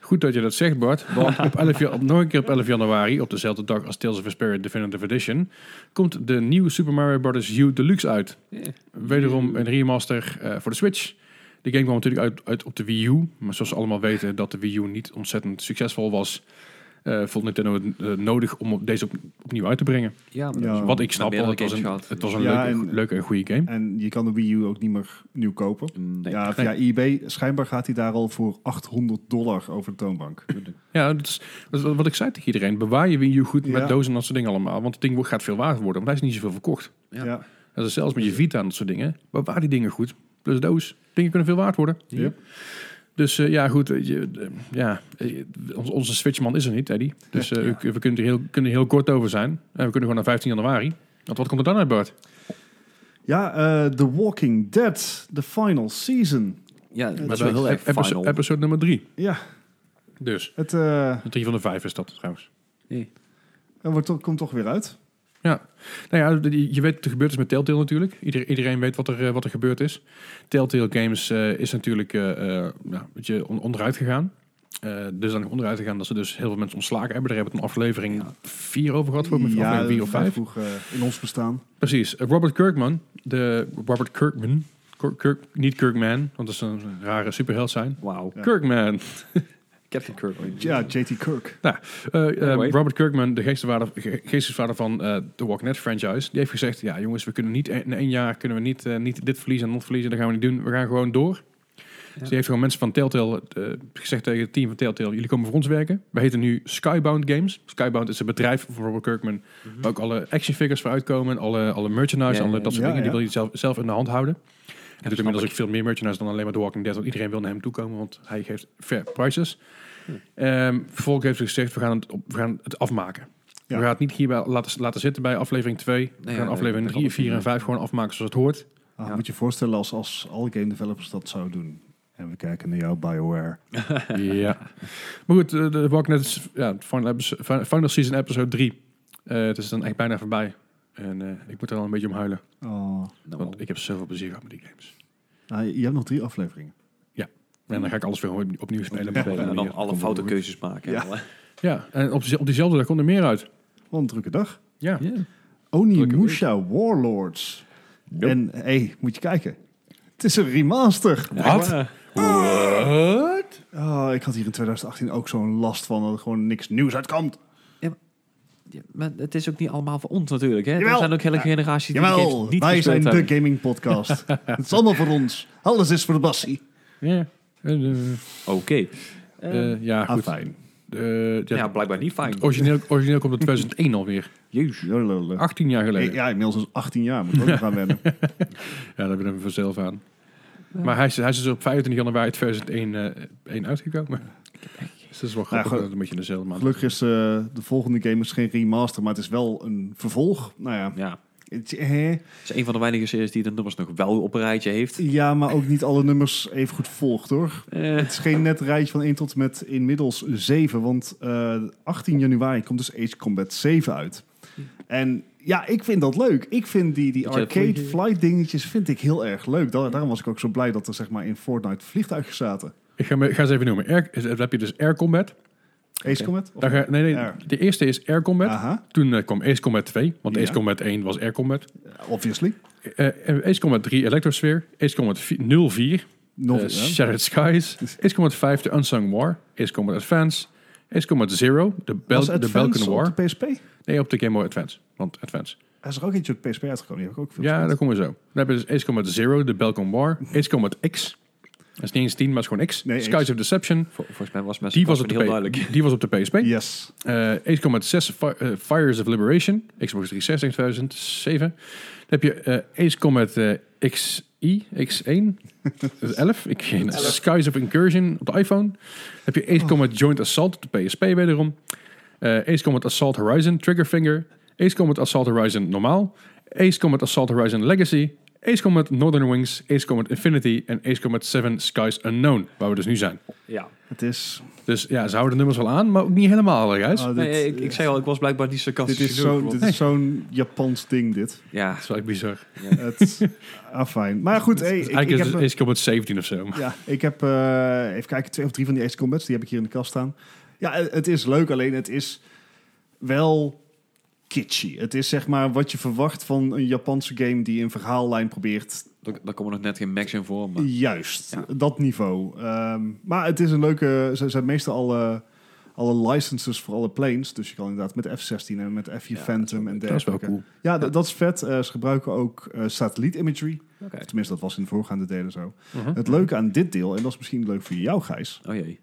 goed dat je dat zegt, Bart. Want op 11, ja- op, nog een keer op 11 januari, op dezelfde dag als Tales of Vesperia Definitive Edition, komt de nieuwe Super Mario Bros. U Deluxe uit. Ja. Wederom een remaster eh, voor de Switch. De game kwam natuurlijk uit, uit op de Wii U, maar zoals we allemaal weten dat de Wii U niet ontzettend succesvol was, eh, vond Nintendo het eh, nodig om op deze op- opnieuw uit te brengen. Ja, Ja. dus- Wat ik snap, meerdere want het was games een, gehad. het was een Ja, leuke, en- go- leuke en goede game. En je kan de Wii U ook niet meer nieuw kopen. Nee. ja, via eBay. Schijnbaar gaat hij daar al voor 800 dollar over de toonbank. Ja, dat is, dat is wat ik zei tegen iedereen. Bewaar je Wii U goed Ja. met dozen en dat soort dingen allemaal. Want het ding wordt- gaat veel waard worden, want hij is niet zoveel verkocht. Ja. Ja. Dat is zelfs met je Vita en dat soort dingen. Bewaar die dingen goed. Plus doos. Dingen kunnen veel waard worden. Yep. Dus eh, ja, goed. eh, je- eh, ja, eh, ons- onze Switchman is er niet, Eddie. Dus eh, we, we kunnen er heel, kunnen er heel kort over zijn. En we kunnen gewoon naar 15 januari. Want wat komt er dan uit, Bart? Ja, eh, The Walking Dead. The final season. Ja, dat Maar is wel heel erg episode, final. episode nummer 3. Ja, Dus. het eh, Drie van de vijf is dat trouwens. Nee. er wordt, toch- komt toch weer uit. Ja, nou ja, je- je weet wat er gebeurd is met Telltale natuurlijk. Ieder- iedereen weet wat er, eh, wat er gebeurd is. Telltale Games eh, is natuurlijk eh eh, nou, een beetje on- onderuit gegaan. Eh dus dan onderuit gegaan dat ze dus heel veel mensen ontslagen hebben. Daar hebben we het een aflevering 4 over gehad, voor me aflevering 4 of 5. vroeg eh, in ons bestaan. Precies. Eh, Robert Kirkman, de Robert Kirkman, Kirk, Kirk- niet Kirkman, want dat is een rare superheld zijn. Wauw. Ja. Kirkman. Captain Kirk. oh, Ja, J.T. Kirk. Nou, eh, eh, Anyway. Robert Kirkman, de geestesvader, ge- geestesvader van eh de Walking Dead franchise, die heeft gezegd: ja, jongens, we kunnen niet e- in één jaar kunnen we niet, eh, niet dit verliezen en dat verliezen. Dat gaan we niet doen. We gaan gewoon door. Dus die heeft gewoon mensen van Telltale eh, gezegd tegen het team van Telltale: jullie komen voor ons werken. We heten nu Skybound Games. Skybound is een bedrijf van Robert Kirkman, waar ook alle action figures voor uitkomen, alle, alle merchandise, Mhm. Ja, ja, alle dat soort ja. dingen. Die Ja, wil je zelf, zelf in de hand houden. Hij doet snap inmiddels ik. ook veel meer merchandise dan alleen maar The Walking Dead. Want iedereen wil naar hem toe komen, want hij geeft fair prices. Ehm vervolgens heeft ze gezegd, we gaan het, op- we gaan het afmaken. Ja. We gaan het niet hierbij laten, laten zitten bij aflevering 2. we Nee, gaan ja, aflevering dat 3, kan 4 en ook. 5 gewoon afmaken zoals het hoort. Ah, Ja. Moet je je voorstellen als, als alle game developers dat zouden doen. En we kijken naar jou, BioWare. ja. Maar goed, eh, de Walking Dead is ja, het final, episode- fin- final season episode 3. Eh, het is dan echt bijna voorbij. En eh, ik moet er al een beetje om huilen. Oh. Nou Want ik heb zoveel plezier gehad met die games. Ah, je je hebt nog drie afleveringen. En dan ga ik alles weer opnieuw- opnieuw spelen. maar- En dan alle Komt wel foute goed. keuzes maken. Ja. en alle- Ja, en op, die- op diezelfde dag komt er meer uit. Wat een drukke dag. Ja. Ja. Onimusha Warlords. En hé, hey, moet je kijken. Het is een remaster. Wat? Ja. What? Oh, ik had hier in 2018 ook zo'n last van dat er gewoon niks nieuws uitkomt. Ja, maar het is ook niet allemaal voor ons natuurlijk. Hè? Er Jawel. zijn ook hele generaties die de games Jawel, niet wij zijn gespeeld hebben. de gaming podcast. Het is allemaal voor ons. Alles is voor de Bassie. Ja. Eh, eh, Oké. Eh, eh, ja, goed. Ah, fijn. Eh, ja, ja, blijkbaar niet fijn. Origineel, origineel komt het 2001 alweer. Jezus. Jolololo. 18 jaar geleden. Ja, Ja, inmiddels is 18 jaar. Moet ik ook nog gaan wennen. daar hebben we vanzelf aan. Maar hij is, hij is dus op 25 januari 2001 eh, één uitgekomen. Dus dat is wel grappig. goed. dat het een beetje dezelfde maand. Gelukkig is eh, de volgende game is geen remaster, maar het is wel een vervolg. Nou ja, Ja. Het- hè? Het is een van de weinige series die de nummers nog wel op een rijtje heeft. Ja, maar ook niet alle nummers even goed volgt hoor. Eh, Het is geen net rijtje van 1 tot en met inmiddels 7. Want eh, 18 januari komt dus Age Combat 7 uit. En ja, ik vind dat leuk. Ik vind die, die Dat je dat arcade vliegje- flight dingetjes vind ik heel erg leuk. Da- daarom was ik ook zo blij dat er zeg maar, in Fortnite vliegtuigen zaten. Ik ga, me, ik ga ze even noemen. Air, is- dan heb je dus Air Combat. Ace Combat? Of- Dan ga, nee, nee, Air. de eerste is Air Combat. Aha, Toen eh, kwam Ace Combat 2, want Ja. Ace Combat 1 was Air Combat. obviously. Eh, eh, Ace Combat 3 Electrosphere, Ace Combat 4, 04 Nog eh, eens, hè? Shattered Skies, Ace Combat 5 The Unsung War, Ace Combat Advance, Ace Combat 0 de, Bel Was de Advance Balkan op War. de PSP? Nee, op de Game Boy Advance. Want Advance. Er is er ook eentje op de PSP uitgekomen. Die heb ik ook veel Ja, gespeeld. daar komen we zo. Dan hebben we dus Ace Combat 0, de Belcom War, Ace Combat X. Dat is niet eens 10, maar het is gewoon X. Nee, Skies X. of Deception. vol- volgens mij was mijn Die was, op het de heel P- duidelijk. die was op de PSP. Yes. Eh, Ace Combat 6 Fi- eh, Fires of Liberation, Xbox 360 in 2007. Dan heb je eh, Ace Combat eh, XI, X1, dat is 11. Ik, geen- Skies of Incursion op de iPhone. Dan heb je Ace Combat Joint Assault op de PSP wederom. Eh, Ace Combat Assault Horizon, Triggerfinger. Ace Combat Assault Horizon normaal. Ace Combat Assault Horizon Legacy. Ace Combat Northern Wings, Ace Combat Infinity en Ace Combat 7 Skies Unknown, waar we dus nu zijn. ja. Het is... Dus ja, ze houden de nummers wel aan, maar ook niet helemaal, guys. ah, dit, Nee, ik, ik zei al, ik was blijkbaar niet sarcastisch dit is genoeg, zo'n want- dit is zo'n Japans ding, dit. Ja, Dat is wel echt bizar. Het, ah, fijn. Maar goed, hey, ik, ik Eigenlijk is, heb, is Combat 17 of zo. ja, ik heb eh, even kijken, twee of drie van die Ace Combats, die heb ik hier in de kast staan. Ja, eh, het is leuk, alleen het is wel kitschy. Het is zeg maar wat je verwacht van een Japanse game die een verhaallijn probeert. daar daar komen nog net geen max in voor. Maar Juist, Ja. dat niveau. Ehm, maar het is een leuke, ze zijn meestal alle, alle licenses voor alle planes. Dus je kan inderdaad met de F-16 en met de F-4 Ja, Phantom en dergelijke. Dat is wel cool. Ja, d- dat is vet. Eh, ze gebruiken ook eh satelliet imagery. oké. Tenminste, dat was in de voorgaande delen zo. Mhm. Het leuke aan dit deel, en dat is misschien leuk voor jou, Gijs, Oh jee.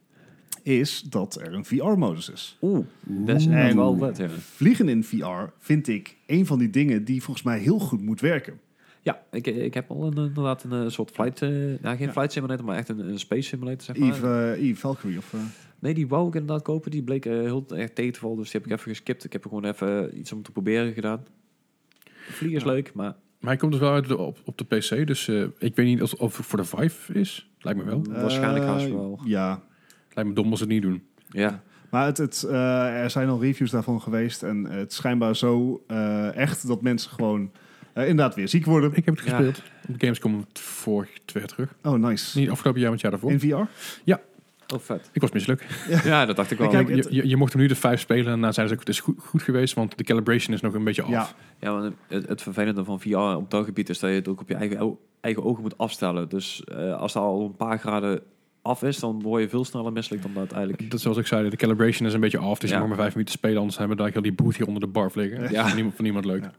is dat er een VR-modus is. Oeh, dat is echt En- wel vet, ja. Vliegen in VR vind ik een van die dingen die volgens mij heel goed moet werken. Ja, ik, ik heb al een, inderdaad een eh, soort flight... eh nou, geen Ja. flight simulator, maar echt een, een space simulator, zeg maar. Eve, eh, Eve Valkyrie of... eh, Nee, die wou ik inderdaad kopen. Die bleek eh, heel erg tegen te vallen, dus die heb ik even geskipt. Ik heb er gewoon even eh, iets om te proberen gedaan. Vliegen is leuk, maar... Maar hij komt dus wel uit de- op, op de PC, dus eh, ik weet niet of, of het voor de Vive is. Lijkt me wel. Mm, Waarschijnlijk eh, haast wel. Ja, Lijkt me dom als ze het niet doen. Ja, maar het, het, eh, er zijn al reviews daarvan geweest. En het is schijnbaar zo eh, echt dat mensen gewoon eh, inderdaad weer ziek worden. Ik heb het Ja. gespeeld. Op de Gamescom vorig twee jaar terug. Oh, nice. Niet afgelopen jaar, maar het jaar daarvoor. In VR? oh vet. Ik was misselijk. Ja, dat dacht ik wel. Kijk, Je, het- je, je mocht hem nu de 5 spelen en daarna zeiden ze ook, het is goed, goed geweest, want de calibration is nog een beetje af. Ja. Ja, want het, het vervelende van VR op dat gebied is dat je het ook op je eigen, o- eigen ogen moet afstellen. Dus eh, als het al een paar graden af is, dan word je veel sneller misselijk dan dat eigenlijk. Dat is zoals ik zei, de calibration is een beetje af, dus Ja. je mag maar 5 minuten spelen, anders hebben we daar heel die boot hier onder de bar vliegen. Dat is voor niemand, voor niemand leuk. Ja.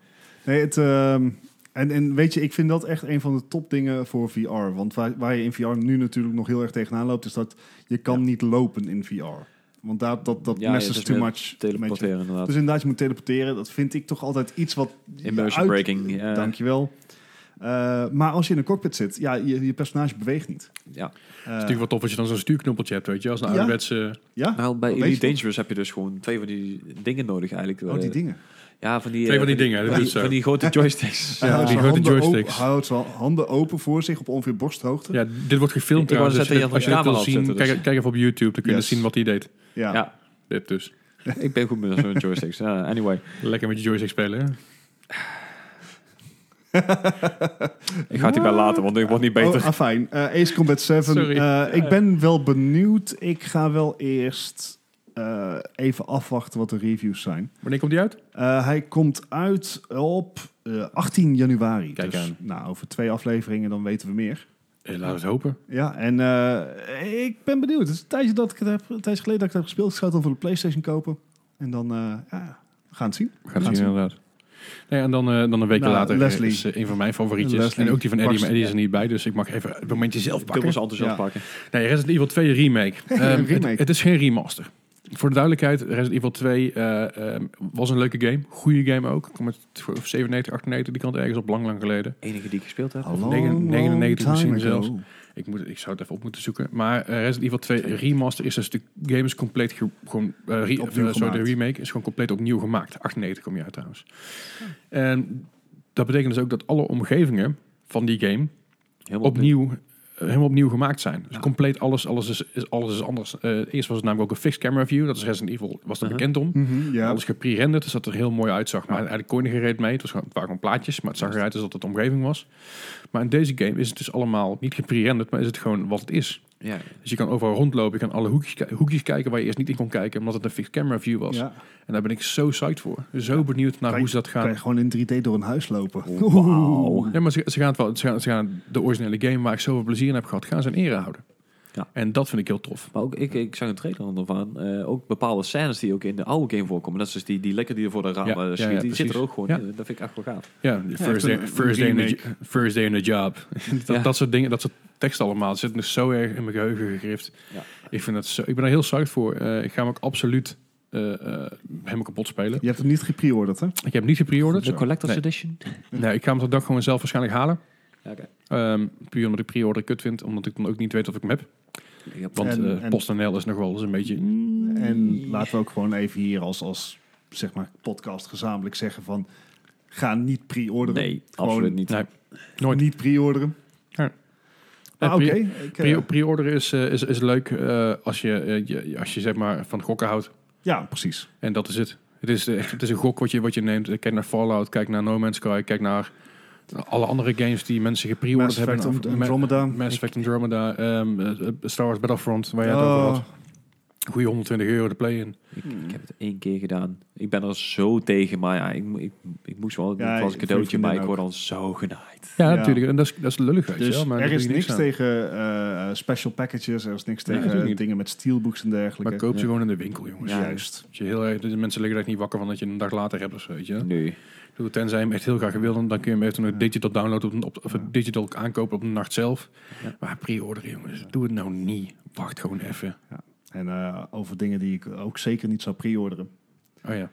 Nee, het, ehm, en, en weet je, ik vind dat echt een van de topdingen voor VR. Want waar, waar je in VR nu natuurlijk nog heel erg tegenaan loopt, is dat je kan niet lopen in VR. Want dat, dat, dat Ja, het messes is too meer much. met je. Teleporteren inderdaad. Dus inderdaad, je moet teleporteren. Dat vind ik toch altijd iets wat... je Immersion uit- breaking. eh. ja. Dankjewel. Eh maar als je in een cockpit zit, ja, je, je personage beweegt niet. Ja. Het is Eh natuurlijk wel tof als je dan zo'n stuurknoppeltje hebt, weet je. Als een Ja. ouderwetse... ja, Nou, bij Wat weet Elite je? Dangerous heb je dus gewoon twee van die dingen nodig eigenlijk. oh, die Eh, dingen. Ja, van die... Twee eh, van die dingen, dat Van die, is zo. van die grote joysticks. Hij houdt die zijn grote handen open- joysticks. hij houdt zijn handen open voor zich op ongeveer borsthoogte. Ja, dit wordt gefilmd Ik- ik wou trouwens. Als je, zeggen, dit- als je dit je had wil een camera zien, opzetten, kijk, kijk even op YouTube. Dan kun je Yes. zien wat hij deed. Ja. Ja. Dit dus. ik ben goed met zo'n joysticks. Ja, anyway. Lekker met je joystick spelen. hè? Ik ga het hierbij laten, want ik word niet beter. Oh, ah, fijn. Eh, Ace Combat 7. Sorry. Eh, ik ben wel benieuwd. Ik ga wel eerst eh, even afwachten wat de reviews zijn. Wanneer komt die uit? Eh, hij komt uit op eh, 18 januari. Kijk dus aan. nou, over twee afleveringen dan weten we meer. Eh, laten we het hopen. Ja, en eh, ik ben benieuwd. Het is een tijdje, dat ik het heb, een tijdje geleden dat ik het heb gespeeld. Ik zou het dan voor de Playstation kopen. En dan eh, ja, we gaan het zien. We gaan het het zien. zien, inderdaad. Nee, en dan, eh, dan een week Nou, later eh, Leslie. is eh, een van mijn favorietjes. Leslie. En ook die van Eddie, Barst. maar Eddie is er niet bij. Dus ik mag even het momentje zelf pakken. Dubbels enthousiast Ja. pakken. Nee, Resident Evil 2 Remake. Ehm, remake. Het, het is geen remaster. Voor de duidelijkheid, Resident Evil 2 eh, ehm, was een leuke game. Goede game ook. Ik kom uit 97, 98, die kant ergens op lang, lang geleden. Enige die ik gespeeld heb. Hallo. 99 misschien zelfs. Ik, moet, ik zou het even op moeten zoeken. Maar eh, Resident Evil 2 Remaster is dus de game is compleet ge- gewoon eh, re- Opnieuw eh, sorry, gemaakt. de remake is gewoon compleet opnieuw gemaakt. 98 kom je uit trouwens. En dat betekent dus ook dat alle omgevingen van die game Helemaal opnieuw, eh, helemaal opnieuw gemaakt zijn. Dus Ja. compleet alles, alles is, is, alles is anders. Eh, eerst was het namelijk ook een fixed camera view. Dat is Resident Evil, was er Uh-huh. bekend om. Mhm, ja. Alles gepre-renderd, dus dat er heel mooi uitzag. Maar eigenlijk kon je er geen reet mee. Het, was gewoon, het waren gewoon plaatjes, maar het zag eruit alsof het de omgeving was. Maar in deze game is het dus allemaal niet gepre-renderd, maar is het gewoon wat het is. Ja. Dus je kan overal rondlopen, je kan alle hoekjes, ki- hoekjes kijken waar je eerst niet in kon kijken, omdat het een fixed camera view was. Ja. En daar ben ik zo psyched voor. Zo benieuwd naar Kan hoe ze dat Oh, Kan gaan. je gewoon in 3D door een huis lopen. Wauw. Ja, maar ze, ze gaan het wel. Ze gaan, ze gaan de originele game waar ik zoveel plezier in heb gehad, gaan ze in ere houden. Ja. En dat vind ik heel tof. Maar ook, ik, ik zag een trailer ervan. eh, ook bepaalde scènes die ook in de oude game voorkomen. Dat is dus die, die lekker die er voor de ramen Ja, ja, schiet. ja, die zit precies. er ook gewoon Ja. in. Dat vind ik echt wel gaaf. Ja, die echt first, een- day, een first, day in the, remake. first day in the job. dat, Ja. dat soort dingen, dat soort teksten allemaal. Het zit nog zo erg in mijn geheugen gegrift. Ja. Ik, vind dat zo, ik ben er heel psyched voor. Eh, ik ga hem ook absoluut eh, eh, helemaal kapot spelen. Je hebt hem niet gepreorderd, hè? Ik heb hem niet gepreorderd. De Collector's Nee. Edition. Nee, ik ga hem op de dag gewoon zelf waarschijnlijk halen. Ja, oké. Ehm, puur omdat ik pre-order kut vind. Omdat ik dan ook niet weet of ik hem heb. Ik heb- Want En- eh, en- PostNL is nog wel eens een beetje... En laten we ook gewoon even hier als, als zeg maar, podcast gezamenlijk zeggen van... Ga niet pre-orderen. nee, Gewoon- absoluut niet. Nee, nooit. Niet pre-orderen. Ja. Maar Eh, oké. pre- ik, eh, Pre- Pre-orderen is, eh, is, is leuk eh, als, je, eh, je- als je zeg maar van gokken houdt. ja, precies. En dat is het. Het is, eh, echt, het is een gok wat je, wat je neemt. Kijk naar Fallout, kijk naar No Man's Sky, kijk naar alle andere games die mensen gepreorderd Mass hebben. Effect Of- Ma- Andromeda. Mass Effect Andromeda, ehm, eh, eh, Star Wars Battlefront, waar jij het over Oh, had. Goeie 120 euro de play in. Ik, ik heb het één keer gedaan. Ik ben er zo tegen, maar ja, ik, mo- ik, ik moest wel. Ja, het was een ik- cadeautje, vriendin maar ik ook. word dan zo genaaid. Ja, Ja. natuurlijk. En dat is, dat is lullig, weet je dus wel. Maar er daar is doe je niks aan. tegen eh, eh, special packages. Er is niks Nee, tegen natuurlijk niet. dingen met steelbooks en dergelijke. Maar koop ze Ja. gewoon in de winkel, jongens. Ja. Juist. Dat je heel, erg- de mensen liggen er echt niet wakker van dat je een dag later hebt of zo, weet je. Nee. Ik bedoel, Tenzij je hem echt heel graag wil, dan dan kun je hem eventueel nog digital downloaden op, op, of digital aankopen op de nacht zelf. Ja. Maar pre-orderen, jongens, doe het nou niet. Wacht gewoon even. En eh, over dingen die ik ook zeker niet zou pre-orderen. Oh ja.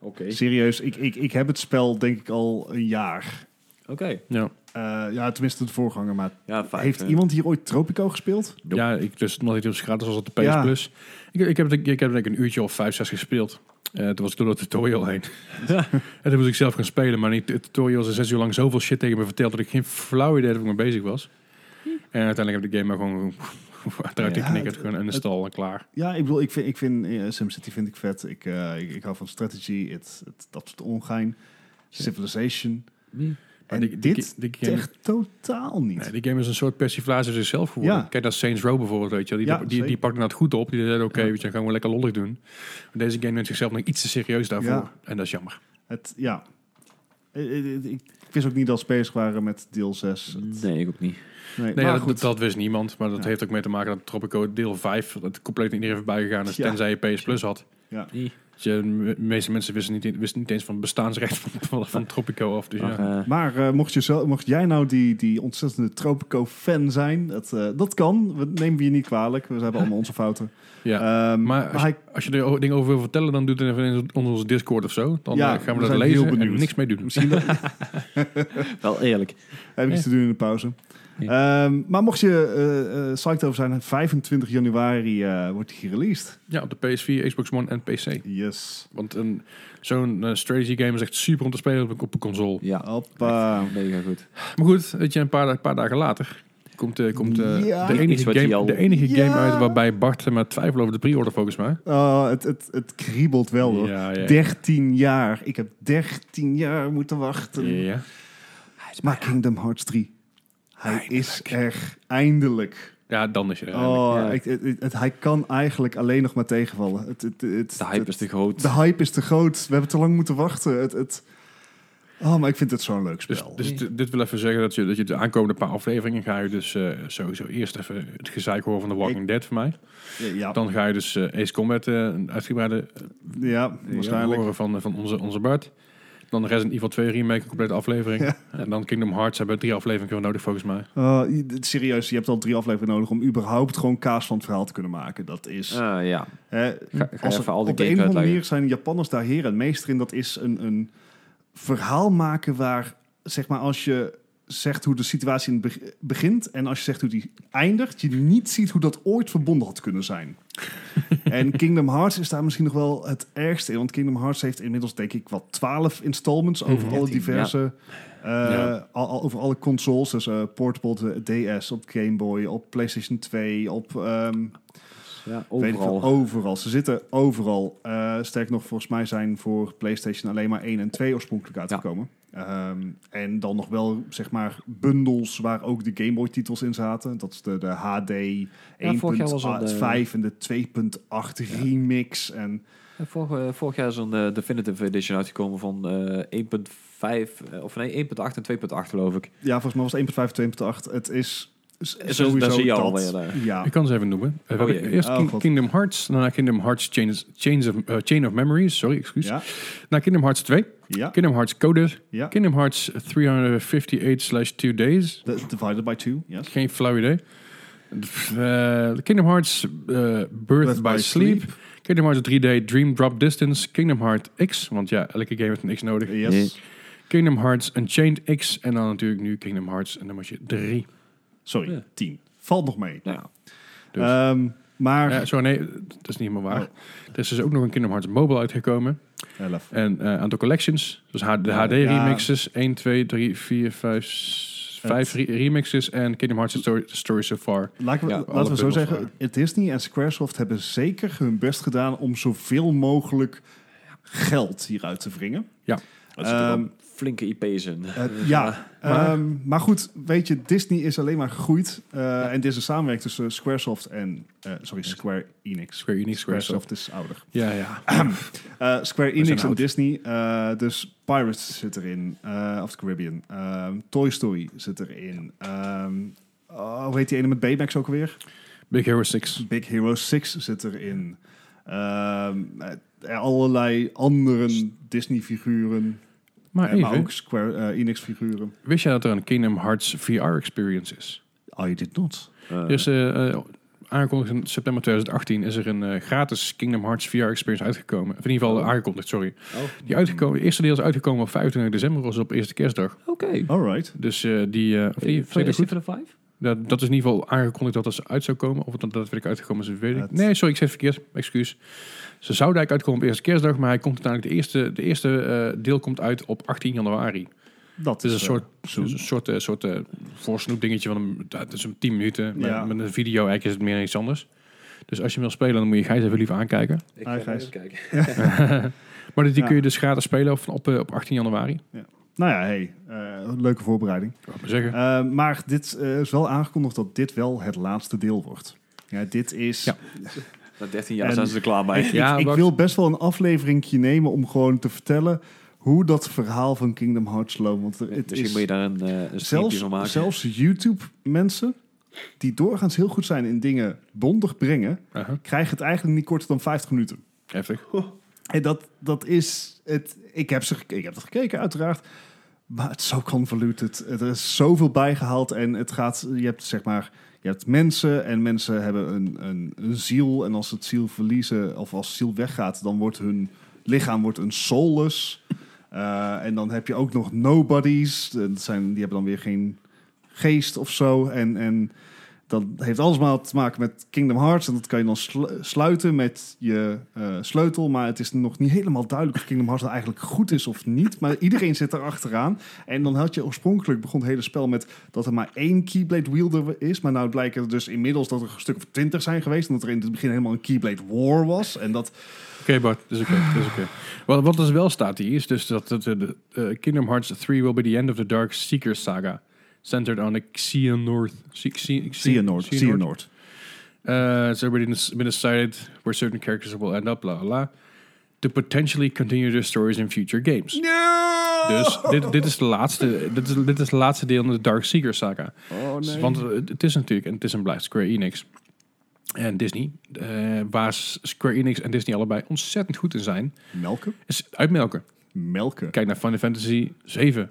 Oké. Serieus, ik, ik, ik heb het spel denk ik al een jaar. Oké. Ja, Eh, ja, tenminste de voorganger. Maar Ja, vijf, heeft eh, iemand hier ooit Tropico gespeeld? Nope. ja ik, dus nog niet op gratis als op de PS Ja. Plus. Ik, ik, heb, het- ik heb denk ik een uurtje of vijf, zes gespeeld. Eh toen was ik door dat tutorial heen. en toen moest ik zelf gaan spelen. Maar niet, het tutorial is er zes uur lang zoveel shit tegen me verteld... dat ik geen flauw idee had waar ik mee bezig was. En uiteindelijk heb ik de game maar gewoon... Uiteraard Hm. Ja, geknikkerd, het- gewoon in de het- stal en klaar. Ja, ik bedoel, ik vind, ik vind eh, SimCity vind ik vet. Ik, eh, ik, ik hou van strategy, het, het, dat soort ongein. Civilization. Hm. Maar En die- die- dit die game- echt totaal niet. Nee, die game is een soort persiflage van zichzelf geworden. Ja. Kijk naar Saints Row bijvoorbeeld, weet je. wel. Die, Ja, die, die, zeker. pakt het goed op. Die zei, oké, weet je, dan gaan we lekker lollig doen. Maar deze game neemt zichzelf nog iets te serieus daarvoor. Ja. En dat is jammer. Het, ja. Eh, eh, eh, Ik wist ook niet dat ze bezig waren met deel 6. Nee, ik ook niet. Nee, Nee, maar ja, dat, goed. dat wist niemand. Maar dat Ja. heeft ook mee te maken dat Tropico deel 5... dat compleet in iedereen voorbij gegaan is, Ja. tenzij je PS Plus had. Nee. Dus je- de meeste mensen wisten niet, wisten niet eens van het bestaansrecht van, van, van Tropico af. Dus ja. Maar, eh, Maar eh, mocht, je zo, mocht jij nou die, die ontzettende Tropico-fan zijn, dat, eh, dat kan. We nemen we je niet kwalijk. We hebben allemaal onze fouten. ja. Ehm, maar als, hij- je, als je er o- dingen over wil vertellen, dan doet het even in on- onze Discord of zo. Dan Ja, eh, gaan we we dat zijn heel lezen en benieuwd. niks mee doen. misschien dat, eh, wel eerlijk. Heb ik iets te doen in de pauze. Ehm, maar mocht je eh eh, psyched over zijn, 25 januari eh, wordt die gereleased. Ja, op de PS4, Xbox One en PC. Yes. Want een, zo'n eh, strategy game is echt super om te spelen op een, op een console. Ja, Hoppa. mega goed. Maar goed, weet je, een paar, da- paar dagen later komt, eh, komt eh, Ja. de Iets enige, wat hij game, al- de enige Ja. game uit waarbij Bart eh, maar twijfel over de pre-order volgens mij. Oh, het, het, het kriebelt wel hoor. Ja, ja. 13 jaar. Ik heb 13 jaar moeten wachten. Ja. Maar Kingdom Hearts 3. Hij is er eindelijk. ja, dan is eh, je er. eigenlijk. Oh, Ja. ik- het, het- het- hij kan eigenlijk alleen nog maar tegenvallen. Het, het, het, De hype is te groot. de hype is te groot. We hebben te lang moeten wachten. Het, het... Oh, maar ik vind het zo'n leuk Dus, spel. dus dit- dit wil even zeggen dat je, dat je de aankomende paar afleveringen ga je dus eh, sowieso eerst even het gezeik horen van The Walking Dead van mij. ja, Dan ga je dus eh, Ace Combat, eh, een uitgebreide ja, waarschijnlijk. horen van, eh, van onze, onze Bart. Dan Resident Evil 2 remake, een complete aflevering. En dan Kingdom Hearts hebben we drie afleveringen voor nodig volgens mij. Eh, je- dit- serieus, je hebt al drie afleveringen nodig om überhaupt gewoon kaas van het verhaal te kunnen maken. Dat is. Eh, ja, hè, ga, ga als er- even al die op de een of andere games uitleggen. manier zijn Japanners daar heer en meester in. Dat is een, een verhaal maken waar, zeg maar, als je zegt hoe de situatie in het beg- begint en als je zegt hoe die eindigt, je niet ziet hoe dat ooit verbonden had kunnen zijn. en Kingdom Hearts is daar misschien nog wel het ergste in, want Kingdom Hearts heeft inmiddels denk ik wat twaalf installments Mm, over alle 13, diverse, eh, Ja. al- al- over alle consoles, dus eh, portable, de DS, op Game Boy, op PlayStation 2, op ehm, Ja, Weet ik veel, overal. overal. Ze zitten overal. Eh sterk nog, volgens mij zijn voor PlayStation alleen maar 1 en 2 oorspronkelijk uitgekomen. Ehm, en dan nog wel, zeg maar, bundels waar ook de Game Boy titels in zaten. Dat is de, de HD 1.5 vorig jaar was eh, al de- en de 2.8 remix. En Ja, Eh, Vorig, vorig jaar is een eh, Definitive Edition uitgekomen van eh 1.5, eh, of nee, 1.8 en 2.8 geloof ik. ja, volgens mij was het 1.5, 2.8. Het is s- Dus sowieso daar zie je dat. alweer, eh. ja. Ik kan ze even noemen. Eh, we Oh, hebben jee. eerst Oh, King- God. Kingdom Hearts, daarna Kingdom Hearts Chains, Chains of, eh, Chain of Memories, sorry, excuus. Ja, Na Kingdom Hearts 2, ja, Kingdom Hearts Coders, ja. Kingdom Hearts 358/2 Days. The- divided by 2, yes. Geen flauw idee. Eh, Kingdom Hearts eh, Birth, by, sleep. Kingdom Hearts 3D Dream Drop Distance. Kingdom Hearts X, want ja, elke game heeft een X nodig. Yes. Kingdom Hearts Unchained X. En dan natuurlijk nu Kingdom Hearts en dan moet je 3. Sorry, Ja. 10. Valt nog mee. Nou Ja. Dus. Ehm, maar... Ja, Eh, sorry, nee, dat is niet helemaal waar. Oh. Er is dus ook nog een Kingdom Hearts Mobile uitgekomen. 11. En een aantal collections. Dus H- de Ja. HD remixes. 1, 2, 3, 4, 5, 5 remixes. En Kingdom Hearts Story, Story So Far. Laten we, Ja, alle laten we zo bundels zeggen, Disney en Squaresoft hebben zeker hun best gedaan om zoveel mogelijk geld hieruit te wringen. Er zitten Ehm, wel flinke IP's in. Eh, ja, maar, maar goed, weet je, Disney is alleen maar gegroeid. eh, En dit is een samenwerking tussen Squaresoft en, eh, sorry, Square Enix. Square Enix, Square Soft. Squaresoft is ouder. Ja, ja. Eh, Square zijn Enix en oud. Disney, eh, dus Pirates zit erin, eh, of the Caribbean. Ehm, Toy Story zit erin. Ehm oh, hoe heet die ene met Baymax ook alweer? Big Hero 6. Big Hero 6 zit erin. Ehm, eh, allerlei andere Disney-figuren. Maar eh, even, maar ook Square eh, Enix-figuren. wist jij dat er een Kingdom Hearts VR experience is? I did not. Eh, dus- Er is eh, eh, aangekondigd in september 2018 is er een eh, gratis Kingdom Hearts VR experience uitgekomen. Of in ieder geval eh, aangekondigd, sorry. oh, Die uitgekomen, het eerste deel is uitgekomen op 25 december, was op eerste kerstdag. Oké. Oh, Alright. Dus eh, die, eh, of die, Is zeg ik dat dit goed? voor de 5? Dat, dat is in ieder geval aangekondigd dat dat ze uit zou komen. Of het dan daadwerkelijk uitgekomen is, weet ik. Het- Nee, sorry, ik zeg het verkeerd. Excuus. Ze zouden eigenlijk uitkomen op eerste kerstdag, maar hij komt uiteindelijk de eerste, de eerste eh, deel komt uit op 18 januari. Dat Het is een soort, eh, dus een soort, eh, soort eh, voorsnoep dingetje van een, dat is een 10 minuten. Maar Ja. Met een video eigenlijk is het meer iets anders. Dus als je hem wil spelen, dan moet je Gijs even liever aankijken. Ik ga Ah, Gijs. even kijken. Maar die Ja. kun je dus gratis spelen op, op, eh, op 18 januari. Nou ja, hey, eh, een leuke voorbereiding. Laat maar zeggen. Eh, maar dit eh, is wel aangekondigd dat dit wel het laatste deel wordt. Ja, dit is... Ja. Na 13 jaar En- zijn ze er klaar mee. ja, ik wacht. wil best wel een afleveringje nemen om gewoon te vertellen hoe dat verhaal van Kingdom Hearts loopt. Want er- het Misschien is moet je daar een, eh een streepje van maken. Zelfs, zelfs YouTube-mensen, die doorgaans heel goed zijn in dingen bondig brengen, Aha. krijgen het eigenlijk niet korter dan 50 minuten. Heftig. En dat, dat is het. Ik heb, ze, gek- ik heb dat gekeken, uiteraard. Maar het is zo convoluted. Er is zoveel bijgehaald en het gaat. Je hebt zeg maar. Je hebt mensen en mensen hebben een, een, een ziel. En als het ziel verliezen of als ziel weggaat, dan wordt hun lichaam wordt een soulless. Eh, en dan heb je ook nog nobodies. Dat zijn, die hebben dan weer geen geest of zo. En, en dat heeft alles maar te maken met Kingdom Hearts. En dat kan je dan slu- sluiten met je eh, sleutel. Maar het is nog niet helemaal duidelijk of Kingdom Hearts nou eigenlijk goed is of niet. Maar iedereen zit er achteraan. En dan had je oorspronkelijk begon het hele spel met dat er maar één Keyblade wielder is. Maar nou blijkt er dus inmiddels dat er een stuk of twintig zijn geweest. En dat er in het begin helemaal een Keyblade War was. En dat Oké Bart, dat is oké. dat is oké. Wat, wat dus wel staat hier is dus dat dat, eh, de, eh, Kingdom Hearts 3 will be the end of the Dark Seeker saga. Centered on the Xehanort. Xe- Xe- Xe- Xehanort. Xehanort. Xehanort. Uh, it's already been decided where certain characters will end up, bla bla bla. To potentially continue their stories in future games. Dus dit, dit, is de laatste, dit, is, dit is het laatste deel in de Dark Seeker saga. Oh nee. Want het, het is natuurlijk, en het is en blijft Square Enix en Disney. eh, waar Square Enix en Disney allebei ontzettend goed in zijn, Melken? is uitmelken. Melken. Kijk naar Final Fantasy 7.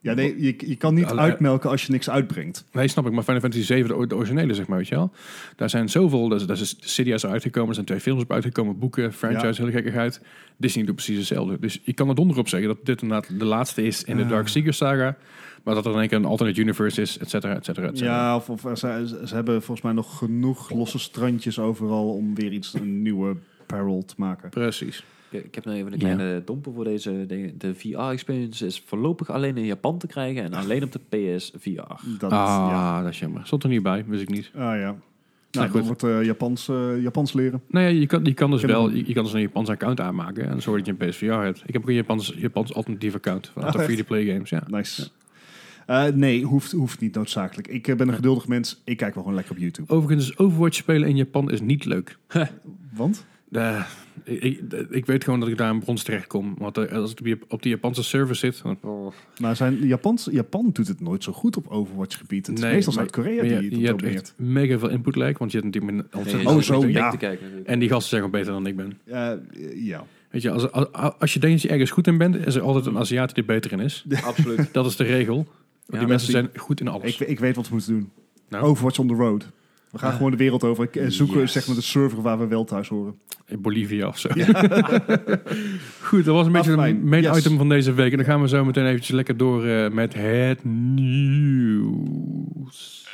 Ja, nee, je, je kan niet Alle- uitmelken als je niks uitbrengt. Nee, snap ik, maar Final Fantasy 7, de, o- de originele, zeg maar, weet je wel. Daar zijn zoveel, daar is, daar is Cydia zo uitgekomen, er zijn twee films op uitgekomen, boeken, franchise, hele gekkigheid. Disney doet precies hetzelfde. Dus je kan er donder op zeggen dat dit inderdaad de laatste is in de Dark Seeker saga. Maar dat er in één keer een alternate universe is, et cetera, et cetera, et cetera. Ja, of, of eh, ze, ze hebben volgens mij nog genoeg losse strandjes overal om weer iets, een nieuwe barrel te maken. Precies. Ik, ik heb nog even een Ja. kleine domper voor deze. De, de VR-experience is voorlopig alleen in Japan te krijgen en alleen op de PSVR. Dat, ah, ja. dat is jammer. Stond er niet bij, wist ik niet. Ah ja. Nou, Nou, goed. dat wordt eh, Japans, eh, Japans leren. Nou ja, je kan, je kan dus Ik heb wel hem- je, je kan dus een Japans account aanmaken en zorg dat je een PSVR hebt. Ik heb ook een Japans, Japans alternatief account van Ah, de echt? 3D-play games, ja. Nice. Eh, nee, hoeft, hoeft niet noodzakelijk. Ik eh, ben een geduldig mens. Ik kijk wel gewoon lekker op YouTube. Overigens, Overwatch spelen in Japan is niet leuk. Want? Eh, ik, ik, ik weet gewoon dat ik daar een brons terecht kom. Want eh, als ik op die- op die Japanse server zit... Dan, Oh, Maar Nou, zijn Japans, Japan doet het nooit zo goed op Overwatch-gebied. Het is Nee, meestal maar- Zuid-Korea maar die je, het je hebt domineert. echt mega veel input lag, want je hebt natuurlijk een ontzettend... Oh, je zo, zit er ja. niet te kijken natuurlijk. En die gasten zijn gewoon beter dan ik ben. Eh, eh, ja. Weet je, als, als, als je denkt dat je ergens goed in bent, is er altijd een Aziat die er beter in is. Absoluut. Dat is de regel. Want die mensen die- zijn goed in alles. Ik, we- ik weet wat we moeten doen. Nou? Ah. Overwatch on the road. We gaan gewoon de wereld over. Ik, eh, zoeken Yes. zeg maar de server waar we wel thuis horen. In Bolivia of zo. Goed, dat was een beetje het Afijn, main Ah, yes. item van deze week. En dan gaan we zo meteen eventjes lekker door eh, met het nieuws.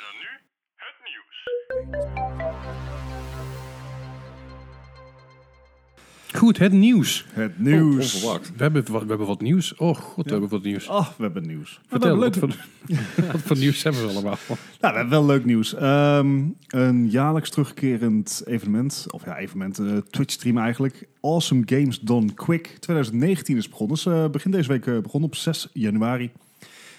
Goed, het nieuws. Het nieuws. onverwacht. We hebben, wat, we hebben wat nieuws. Oh god, we hebben wat nieuws. Ah, we hebben nieuws. Vertel, leuk. wat voor, wat voor nieuws hebben we allemaal? Nou, we hebben wel leuk nieuws. Ehm, een jaarlijks terugkerend evenement, of ja, evenement, eh, Twitch stream eigenlijk. Awesome Games Done Quick 2019 is begonnen. Dus eh, begin deze week eh, begonnen op 6 januari.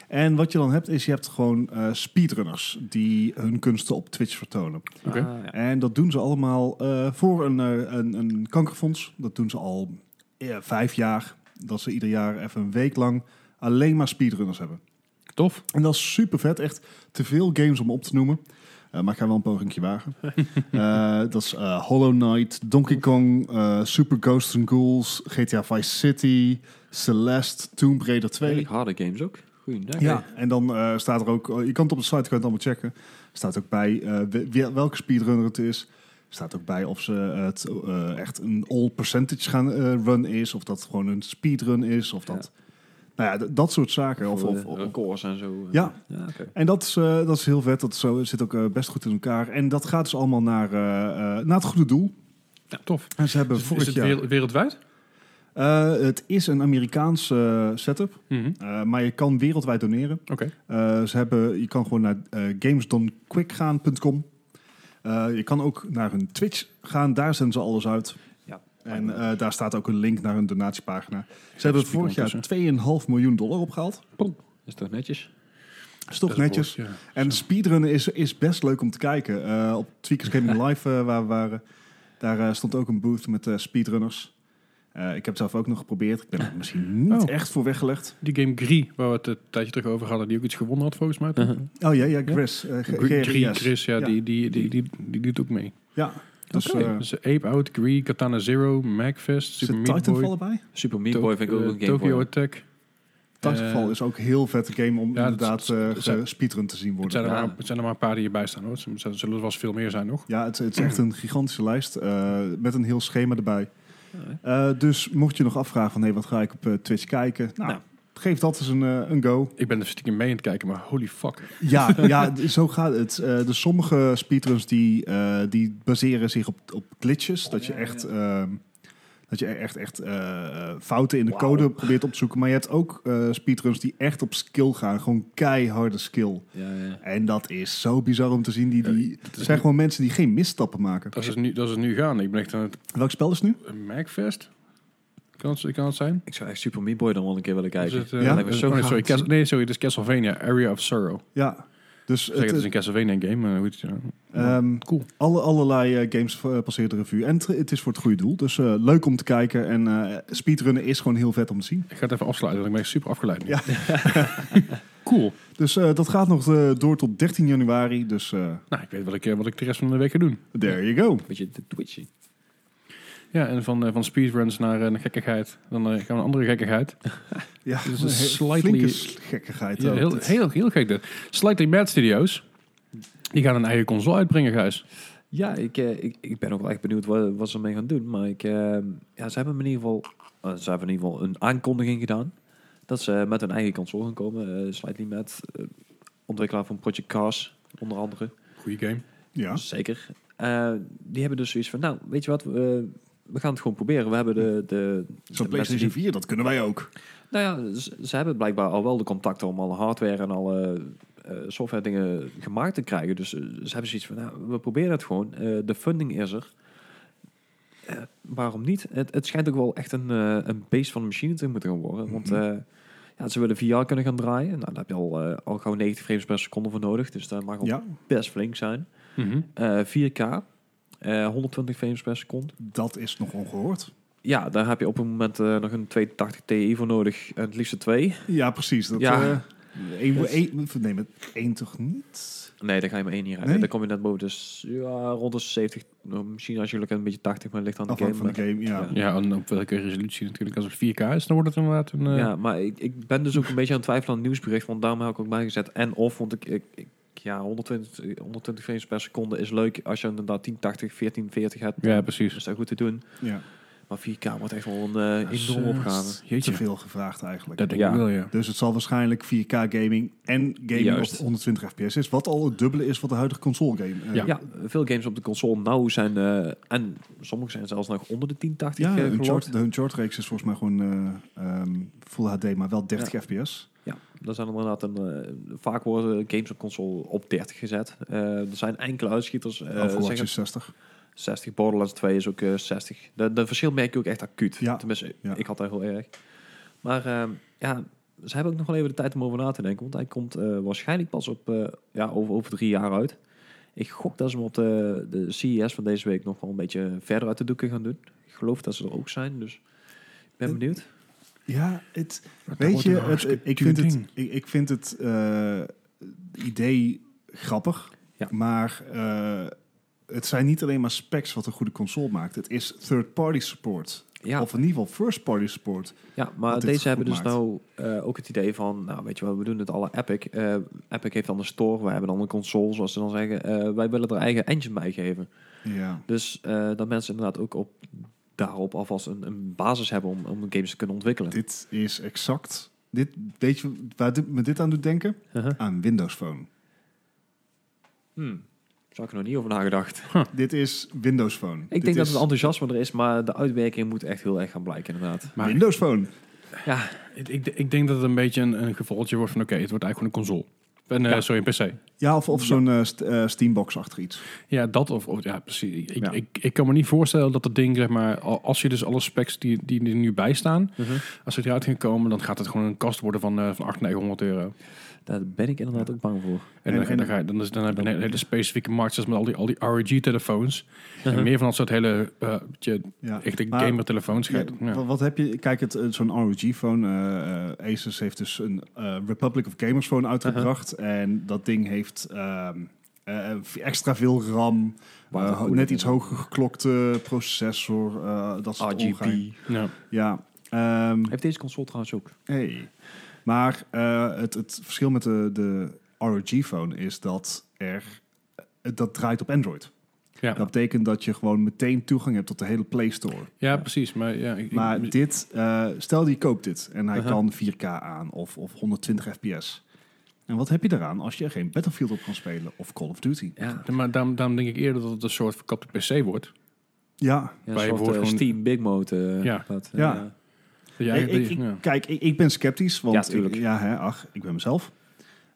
En wat je dan hebt, is je hebt gewoon eh, speedrunners die hun kunsten op Twitch vertonen. Oké. Ah, ja. En dat doen ze allemaal eh, voor een, eh, een, een kankerfonds. Dat doen ze al eh, vijf jaar. Dat ze ieder jaar even een week lang alleen maar speedrunners hebben. Tof. En dat is super vet. Echt te veel games om op te noemen. Eh, maar ik ga wel een pogingje wagen. Eh, dat is eh, Hollow Knight, Donkey Kong, eh, Super Ghosts and Ghouls, GTA Vice City, Celeste, Tomb Raider 2. Redelijk harde games ook. Goeiedag. Ja, en dan eh, staat er ook, je kan het op de site, je kan het allemaal checken. staat ook bij eh, we- wie- welke speedrunner het is. staat ook bij of ze het eh, echt een all percentage gaan eh, run is. Of dat gewoon een speedrun is. Of dat, nou ja, d- dat soort zaken. Of, of, of- records en zo. Ja. ja oké. en dat is, eh, dat is heel vet. Dat zo, zit ook eh, best goed in elkaar. En dat gaat dus allemaal naar, eh, eh, naar het goede doel. Ja, tof. En ze hebben Is, vorig is het jaar... wereld- wereldwijd? Eh, het is een Amerikaanse eh, setup. Mhm. eh, maar je kan wereldwijd doneren. Oké. Eh, ze hebben, je kan gewoon naar eh gamesdonquick gaan.com. Eh, je kan ook naar hun Twitch gaan, daar zenden ze alles uit. Ja. En eh, daar staat ook een link naar hun donatiepagina. Ze hebben spiegel vorig jaar 2,5 miljoen dollar opgehaald. Is toch netjes? is toch Dat is netjes. behoorlijk, En speedrunnen is, is best leuk om te kijken. Eh, op Tweakers Gaming Live, eh, waar we waren, daar eh, stond ook een booth met eh, speedrunners. Eh, ik heb het zelf ook nog geprobeerd. Ik ben er misschien niet Oh. echt voor weggelegd. Die game Gris, waar we het een tijdje terug over hadden, die ook iets gewonnen had volgens mij. Uh-huh. Oh ja, ja, Chris. eh, G- Gris, GRS. Chris, ja, Ja. Die, die, die, die, die doet ook mee. Ja, dus Oké, eh, dus Ape Out, Gree, Katana Zero, Magfest, Super zit Meat Titanfall Boy, erbij? Super Meat To- Boy vind ik ook eh, een game Tokyo voor. Attack. Titanfall Eh, is ook een heel vette game om ja, dat inderdaad is- eh, het zijn- ge- speedrun te zien Het worden. zijn, er Ja. maar, het zijn er maar een paar die hierbij staan hoor. Er zullen er wel eens veel meer zijn nog. Ja, het, het is echt een gigantische lijst eh, met een heel schema erbij. Ja, Eh, dus mocht je nog afvragen van, hé, wat ga ik op eh, Twitch kijken? Nou, Nou. geef dat eens een, eh, een go. Ik ben er stiekem mee aan het kijken, maar holy fuck. Ja, ja d- zo gaat het. Eh, dus sommige speedruns die, eh, die baseren zich op, op glitches. Dat je Oh, Ja, echt, ehm, dat je echt, echt eh, fouten in de code probeert op te zoeken. Maar je hebt ook eh, speedruns die echt op skill gaan. Gewoon keiharde skill. ja, ja. En dat is zo bizar om te zien. Die, die, dat is het zijn gewoon mensen die geen misstappen maken. Dat is nu, dat is nu gaan. Ik ben echt aan het Welk spel is het nu? Magfest. Kan het, kan het zijn? Ik zou echt Super Meat Boy dan wel een keer willen Is kijken. het, eh, Ja. oh, nee, sorry, gaaf. Cas- nee, sorry, het is Castlevania, Area of Sorrow. Ja. Dus Zeg, het, het is een Castlevania game, maar hoe heet het? ja. ehm, Cool. alle, allerlei eh, games eh, passeert de revue. En het, het is voor het goede doel. Dus eh, leuk om te kijken. En eh, speedrunnen is gewoon heel vet om te zien. Ik ga het even afsluiten, want ik ben super afgeleid. nu. Ja. cool. Dus eh, dat gaat nog eh, door tot 13 januari. Dus eh Nou, ik weet wat ik, eh, wat ik de rest van de week ga doen. there you go. Beetje de Twitchy. Ja, en van, eh, van speedruns naar eh, naar gekkigheid. Dan eh, gaan we naar andere gekkigheid. Ja, is een een slightly- flinke s- gekkigheid. Ja, ook. heel, Dat- heel, heel gek dit. Slightly Mad Studios. Die gaan een eigen console uitbrengen, Gijs. Ja, ik, eh, ik, ik ben ook wel echt benieuwd wat, wat ze ermee ehm, gaan doen. Maar ik, eh, ja, ze hebben in ieder geval, eh, ze hebben in ieder geval een aankondiging gedaan. Dat ze met hun eigen console gaan komen. eh slightly met eh, ontwikkelaar van Project Cars, onder andere. Goeie game. Ja. Zeker. Eh, die hebben dus zoiets van, nou, weet je wat, we, we gaan het gewoon proberen. We hebben de... de Zo'n de mensen PlayStation die- 4, dat kunnen wij ook. nou ja, ze, ze hebben blijkbaar al wel de contacten om alle hardware en alle eh, software dingen gemaakt te krijgen. Dus eh, ze hebben zoiets van, nou, we proberen het gewoon. Eh, de funding is er. Eh, waarom niet? Het, het schijnt ook wel echt een, eh, een beest van de machine te moeten gaan worden. Want eh, ja, ze willen VR kunnen gaan draaien. Nou, daar heb je al, eh, al gauw 90 frames per seconde voor nodig. Dus dat mag al Ja, best flink zijn. Mhm. Eh, 4K, eh, 120 frames per seconde. dat is nog ongehoord. Ja, daar heb je op een moment eh, nog een 280 Ti voor nodig. En het liefste twee. Ja, precies. Dat, eh, Ja. ja. één, één, nee, met één toch niet? Nee, daar ga je maar één hier rijden. Nee? Dan kom je net boven. Dus ja, rond de 70. nou, Misschien als je lukt een beetje 80, maar het ligt aan de game. Afhankelijk van de game, ja. Ja, en op welke resolutie natuurlijk. Als het 4K is, dan wordt het inderdaad een... eh, Maar- Ja, maar ik, ik ben dus ook een beetje aan het twijfelen aan het nieuwsbericht. Want daarom heb ik ook bijgezet. En of, want ik... ik, ik- ja, 120, 120 frames per seconde is leuk als je inderdaad 1080, 1440 hebt. ja, precies. is dat goed te doen. ja. Maar 4K wordt echt wel een eh, enorme eh, opgave. Te Jeetje, veel gevraagd eigenlijk. dat denk Ja. ik wel, ja. Dus het zal waarschijnlijk 4K gaming en gaming Juist. op 120 fps is. Wat al het dubbele is wat de huidige console game. eh, Ja. Ja, veel games op de console nou zijn... eh, en sommige zijn zelfs nog onder de 1080 ja eh, gelookt. Uncharted, de Uncharted-reeks is volgens mij gewoon eh, ehm, Full HD, maar wel 30 fps. Ja, er zijn inderdaad een, eh, vaak worden games op console op 30 gezet. Eh, er zijn enkele uitschieters. eh, Overwatch zeg het, is 60. 60, Borderlands 2 is ook eh, 60. Dat dat verschil merk je ook echt acuut. Ja, Tenminste, ja. ik had dat heel erg. Maar eh, ja, ze hebben ook nog wel even de tijd om over na te denken. Want hij komt eh, waarschijnlijk pas op, eh, ja, over, over drie jaar uit. Ik gok dat ze hem op de, de CES van deze week nog wel een beetje verder uit de doeken gaan doen. Ik geloof dat ze er ook zijn, dus ik ben Het- benieuwd. Ja, het, Maar dat Weet wordt je, een het- hartstikke ik, vind duur het, ding. ik, ik vind het eh, idee grappig, Ja. maar eh, het zijn niet alleen maar specs wat een goede console maakt. Het is third-party support, Ja. of in ieder geval first-party support. Ja, maar dat dit deze hebben goed dus maakt. nou eh, ook het idee van, nou weet je wel, we doen het alle Epic. Eh, Epic heeft dan een store, wij hebben dan een console, zoals ze dan zeggen. Eh, wij willen er eigen engine bij geven. Ja. Dus eh, dat mensen inderdaad ook op, daarop alvast een, een basis hebben om, om games te kunnen ontwikkelen. Dit is exact, dit, weet je waar dit, me dit aan doet denken? Uh-huh. Aan Windows Phone. Hmm. Daar had ik er nog niet over nagedacht. Dit is Windows Phone. Ik dit denk dat is het enthousiasme er is, maar de uitwerking moet echt heel erg gaan blijken inderdaad. Maar Windows Phone. Ja, ik, ik, ik denk dat het een beetje een, een gevolgje wordt van... Oké, het wordt eigenlijk gewoon een console. En, eh Ja. Sorry, een PC. Ja, of, of zo'n eh, st- eh, Steambox achter iets. Ja, dat of... of- ja, precies. Ik, Ja. Ik, ik kan me niet voorstellen dat dat ding, zeg maar... al- Als je dus alle specs die, die er nu bij staan... Mhm. Als ze eruit gaan komen, dan gaat het gewoon een kast worden van, eh van 800, 900 euro. daar ben ik inderdaad ook bang voor. En, En- dan, en- dan, ga je, dan, is, dan heb je een hele specifieke markt, zoals met al die, al die ROG-telefoons. En meer van dat soort hele eh, tje, Ja. echte Uh-huh. Maar- gamer-telefoons. ga Ja, je- Ja, wa- Wat heb je? Kijk, het, eh, zo'n ROG-phone. eh, eh, Asus heeft dus een eh, Republic of Gamers phone uitgebracht. Uh-huh. En dat ding heeft ehm, eh, eh, extra veel RAM. Wat eh, een ho- goede net iets ding. hoger geklokte processor. eh, dat soort ongein. RGB. ja. Ja. ehm, Heeft deze console trouwens ook. hey. Maar eh, het, het verschil met de, de ROG-phone is dat er... eh, Dat draait op Android. Ja. Dat betekent dat je gewoon meteen toegang hebt tot de hele Play Store. Ja, precies. Maar, ja, ik- Maar ik- dit, eh, stel die koopt dit en hij Aha. kan 4K aan of, of 120 fps. En wat heb je daaraan als je geen Battlefield op kan spelen of Call of Duty? Ja, maar daarom, daarom denk ik eerder dat het een soort verkapte PC wordt. Ja, ja een Bij soort wordt eh, gewoon- Steam Big Mode. eh, Ja. wat, eh, Ja. Dat je ik, eigenlijk- ik- ik- ja. kijk, ik, ik ben sceptisch, want Ja, ik- tuurlijk. ja, hè, ach, ik ben mezelf.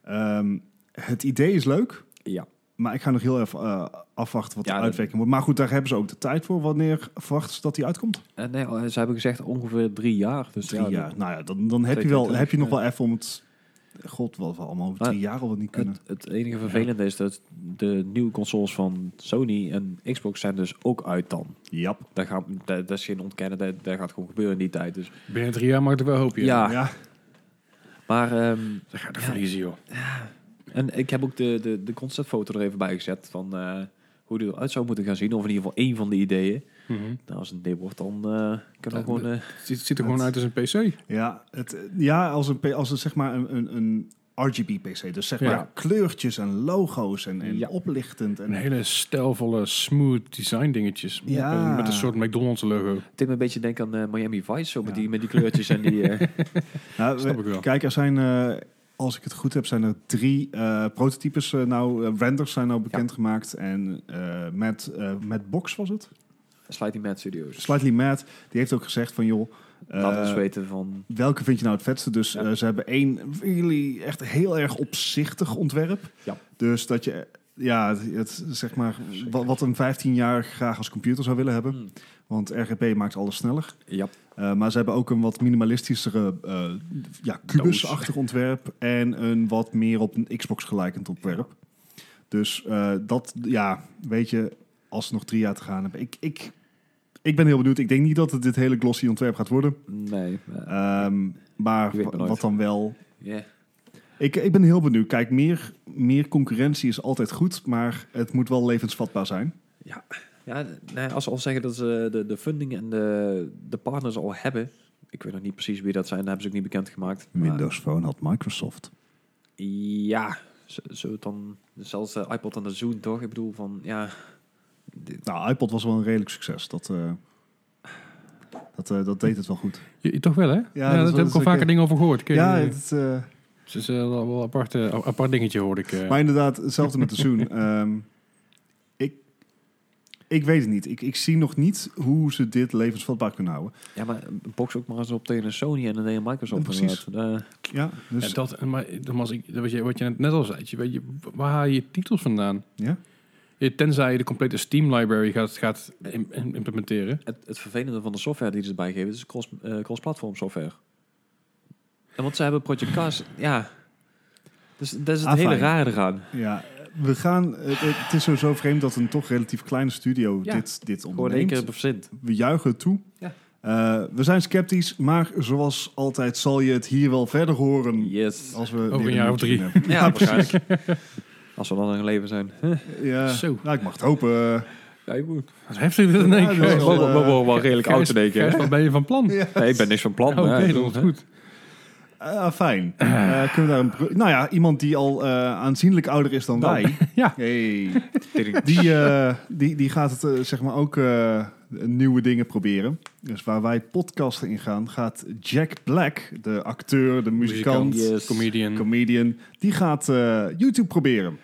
Ehm, het idee is leuk, ja. maar ik ga nog heel even eh, afwachten wat Ja, de dat- uitwerking wordt. Maar goed, daar hebben ze ook de tijd voor. Wanneer verwachten ze dat die uitkomt? Eh, nee, al- ze hebben gezegd ongeveer drie jaar. Dus Drie ja, dat- jaar. Nou ja, dan, dan heb, je wel, 22, heb je nog ja. wel even om het... God, wat we allemaal over Maar- drie jaar al wat niet kunnen. Het, het enige vervelende is dat de nieuwe consoles van Sony en Xbox zijn dus ook uit dan. Jap. Dat, gaat, dat, dat is geen ontkennen, dat, dat gaat gewoon gebeuren in die tijd. Dus. Binnen drie jaar mag ik er wel hoop in. Ja, Ah. Ja. maar ehm, Dat gaat er Ja. verliezen, joh. en ik heb ook de, de, de conceptfoto er even bij gezet van eh, hoe die eruit zou moeten gaan zien. Of in ieder geval één van de ideeën. Nou, als het dit wordt, dan eh, kunnen we Ja, gewoon... eh, Het ziet, ziet er gewoon uit als een PC. Ja, het, ja als, een, P- als het zeg maar een, een, een RGB-PC. Dus zeg Ja. maar kleurtjes en logo's en, en Ja. oplichtend. En, Een hele stijlvolle, smooth design dingetjes. Ja. Eh, Met een soort McDonald's logo. Het deed me een beetje denken aan eh, Miami Vice, zo met, Ja. die, met die kleurtjes en die... eh, Nou, we- Snap ik wel. Kijk, er zijn, eh, als ik het goed heb, zijn er drie eh, prototypes eh, nou, eh, renders zijn nou bekendgemaakt. En eh met, eh met Box was het? Sliding Mad Studios. Slightly Mad, die heeft ook gezegd van joh... eh, Laat ons weten van... Welke vind je nou het vetste? Dus Ja. eh, ze hebben één really echt heel erg opzichtig ontwerp. Ja. Dus dat je, eh, ja, het, het, zeg maar, wat, wat een 15-jarige graag als computer zou willen hebben. Mm. Want RGB maakt alles sneller. Ja, Eh, maar ze hebben ook een wat minimalistischere, eh ja, kubusachtig ontwerp. En een wat meer op een Xbox gelijkend ontwerp. Dus eh, dat, ja, weet je, als ze nog drie jaar te gaan hebben. Ik, ik, ik ben heel benieuwd. Ik denk niet dat het dit hele glossy ontwerp gaat worden. nee. eh, Ehm, maar Je weet maar wa- nooit. wat dan wel. ja. Ik, ik ben heel benieuwd. Kijk, meer, meer concurrentie is altijd goed, maar het moet wel levensvatbaar zijn. Ja, nee, als ze al zeggen dat ze de, de funding en de, de partners al hebben. Ik weet nog niet precies wie dat zijn, dat hebben ze ook niet bekendgemaakt. maar- Phone had Microsoft. Ja, zo, zo dan. Zelfs de iPod en de Zoom, toch? Ik bedoel, van ja. dit- Nou, iPod was wel een redelijk succes. Dat, eh, dat, eh, dat deed het wel goed. Je, je- toch wel, hè? Ja, dat is dat, wel- heb dat ik al is ook, vaker eh, dingen over gehoord. Kun je- Ja, het, eh, Het is eh, wel wel een apart, eh, apart dingetje, hoorde ik. eh. maar inderdaad, hetzelfde met de Zoom. Ehm, ik, ik weet het niet. Ik, ik zie nog niet hoe ze dit levensvatbaar kunnen houden. Ja, maar box ook maar eens op tegen een Sony en een tegen Microsoft. Ja, precies. inderdaad. Eh, Ja, dus, Ja, dat, maar nogmaals, ik- dat wat je, wat je net al zei, je weet je, waar haal je je titels vandaan? ja? Je- Tenzij je de complete Steam library gaat, gaat im- im- implementeren. het, het vervelende van de software die ze erbij geven, is cross, eh, cross-platform software. En want ze hebben Project Cars, ja. Dus dat is het Ah, hele fijn. rare eraan. Ja, we gaan. Het, het- het is sowieso vreemd dat een toch relatief kleine studio Ja, dit, dit Gewoon één keer onderneemt. verzint. We juichen het toe. Ja. Eh, we zijn sceptisch, maar zoals altijd zal je het hier wel verder horen. Yes. Als we een jaar of drie. Ja, ja, Ja, precies. waarschijnlijk. Als we dan in leven zijn. Ja. Zo. Nou, ik mag het hopen. Ja, ik moet. Wat heftig dit in één Ja, dat is keer. wel- Bobo- Bobo wel redelijk Gijs- oud in één keer. Gijs, Wat ben je van plan? Ja. Nee, ik ben niks van plan. Oké, hè. dat is goed. Ah, fijn. Eh, kunnen we daar een bru- nou ja, iemand die al eh, aanzienlijk ouder is dan Nou, wij. ja. Hey. Tering. Die, eh, die, die gaat het, eh, zeg maar ook eh, nieuwe dingen proberen. Dus waar wij podcasten in gaan, gaat Jack Black, de acteur, de muzikant, Yes. Comedian. comedian, die gaat eh, YouTube proberen.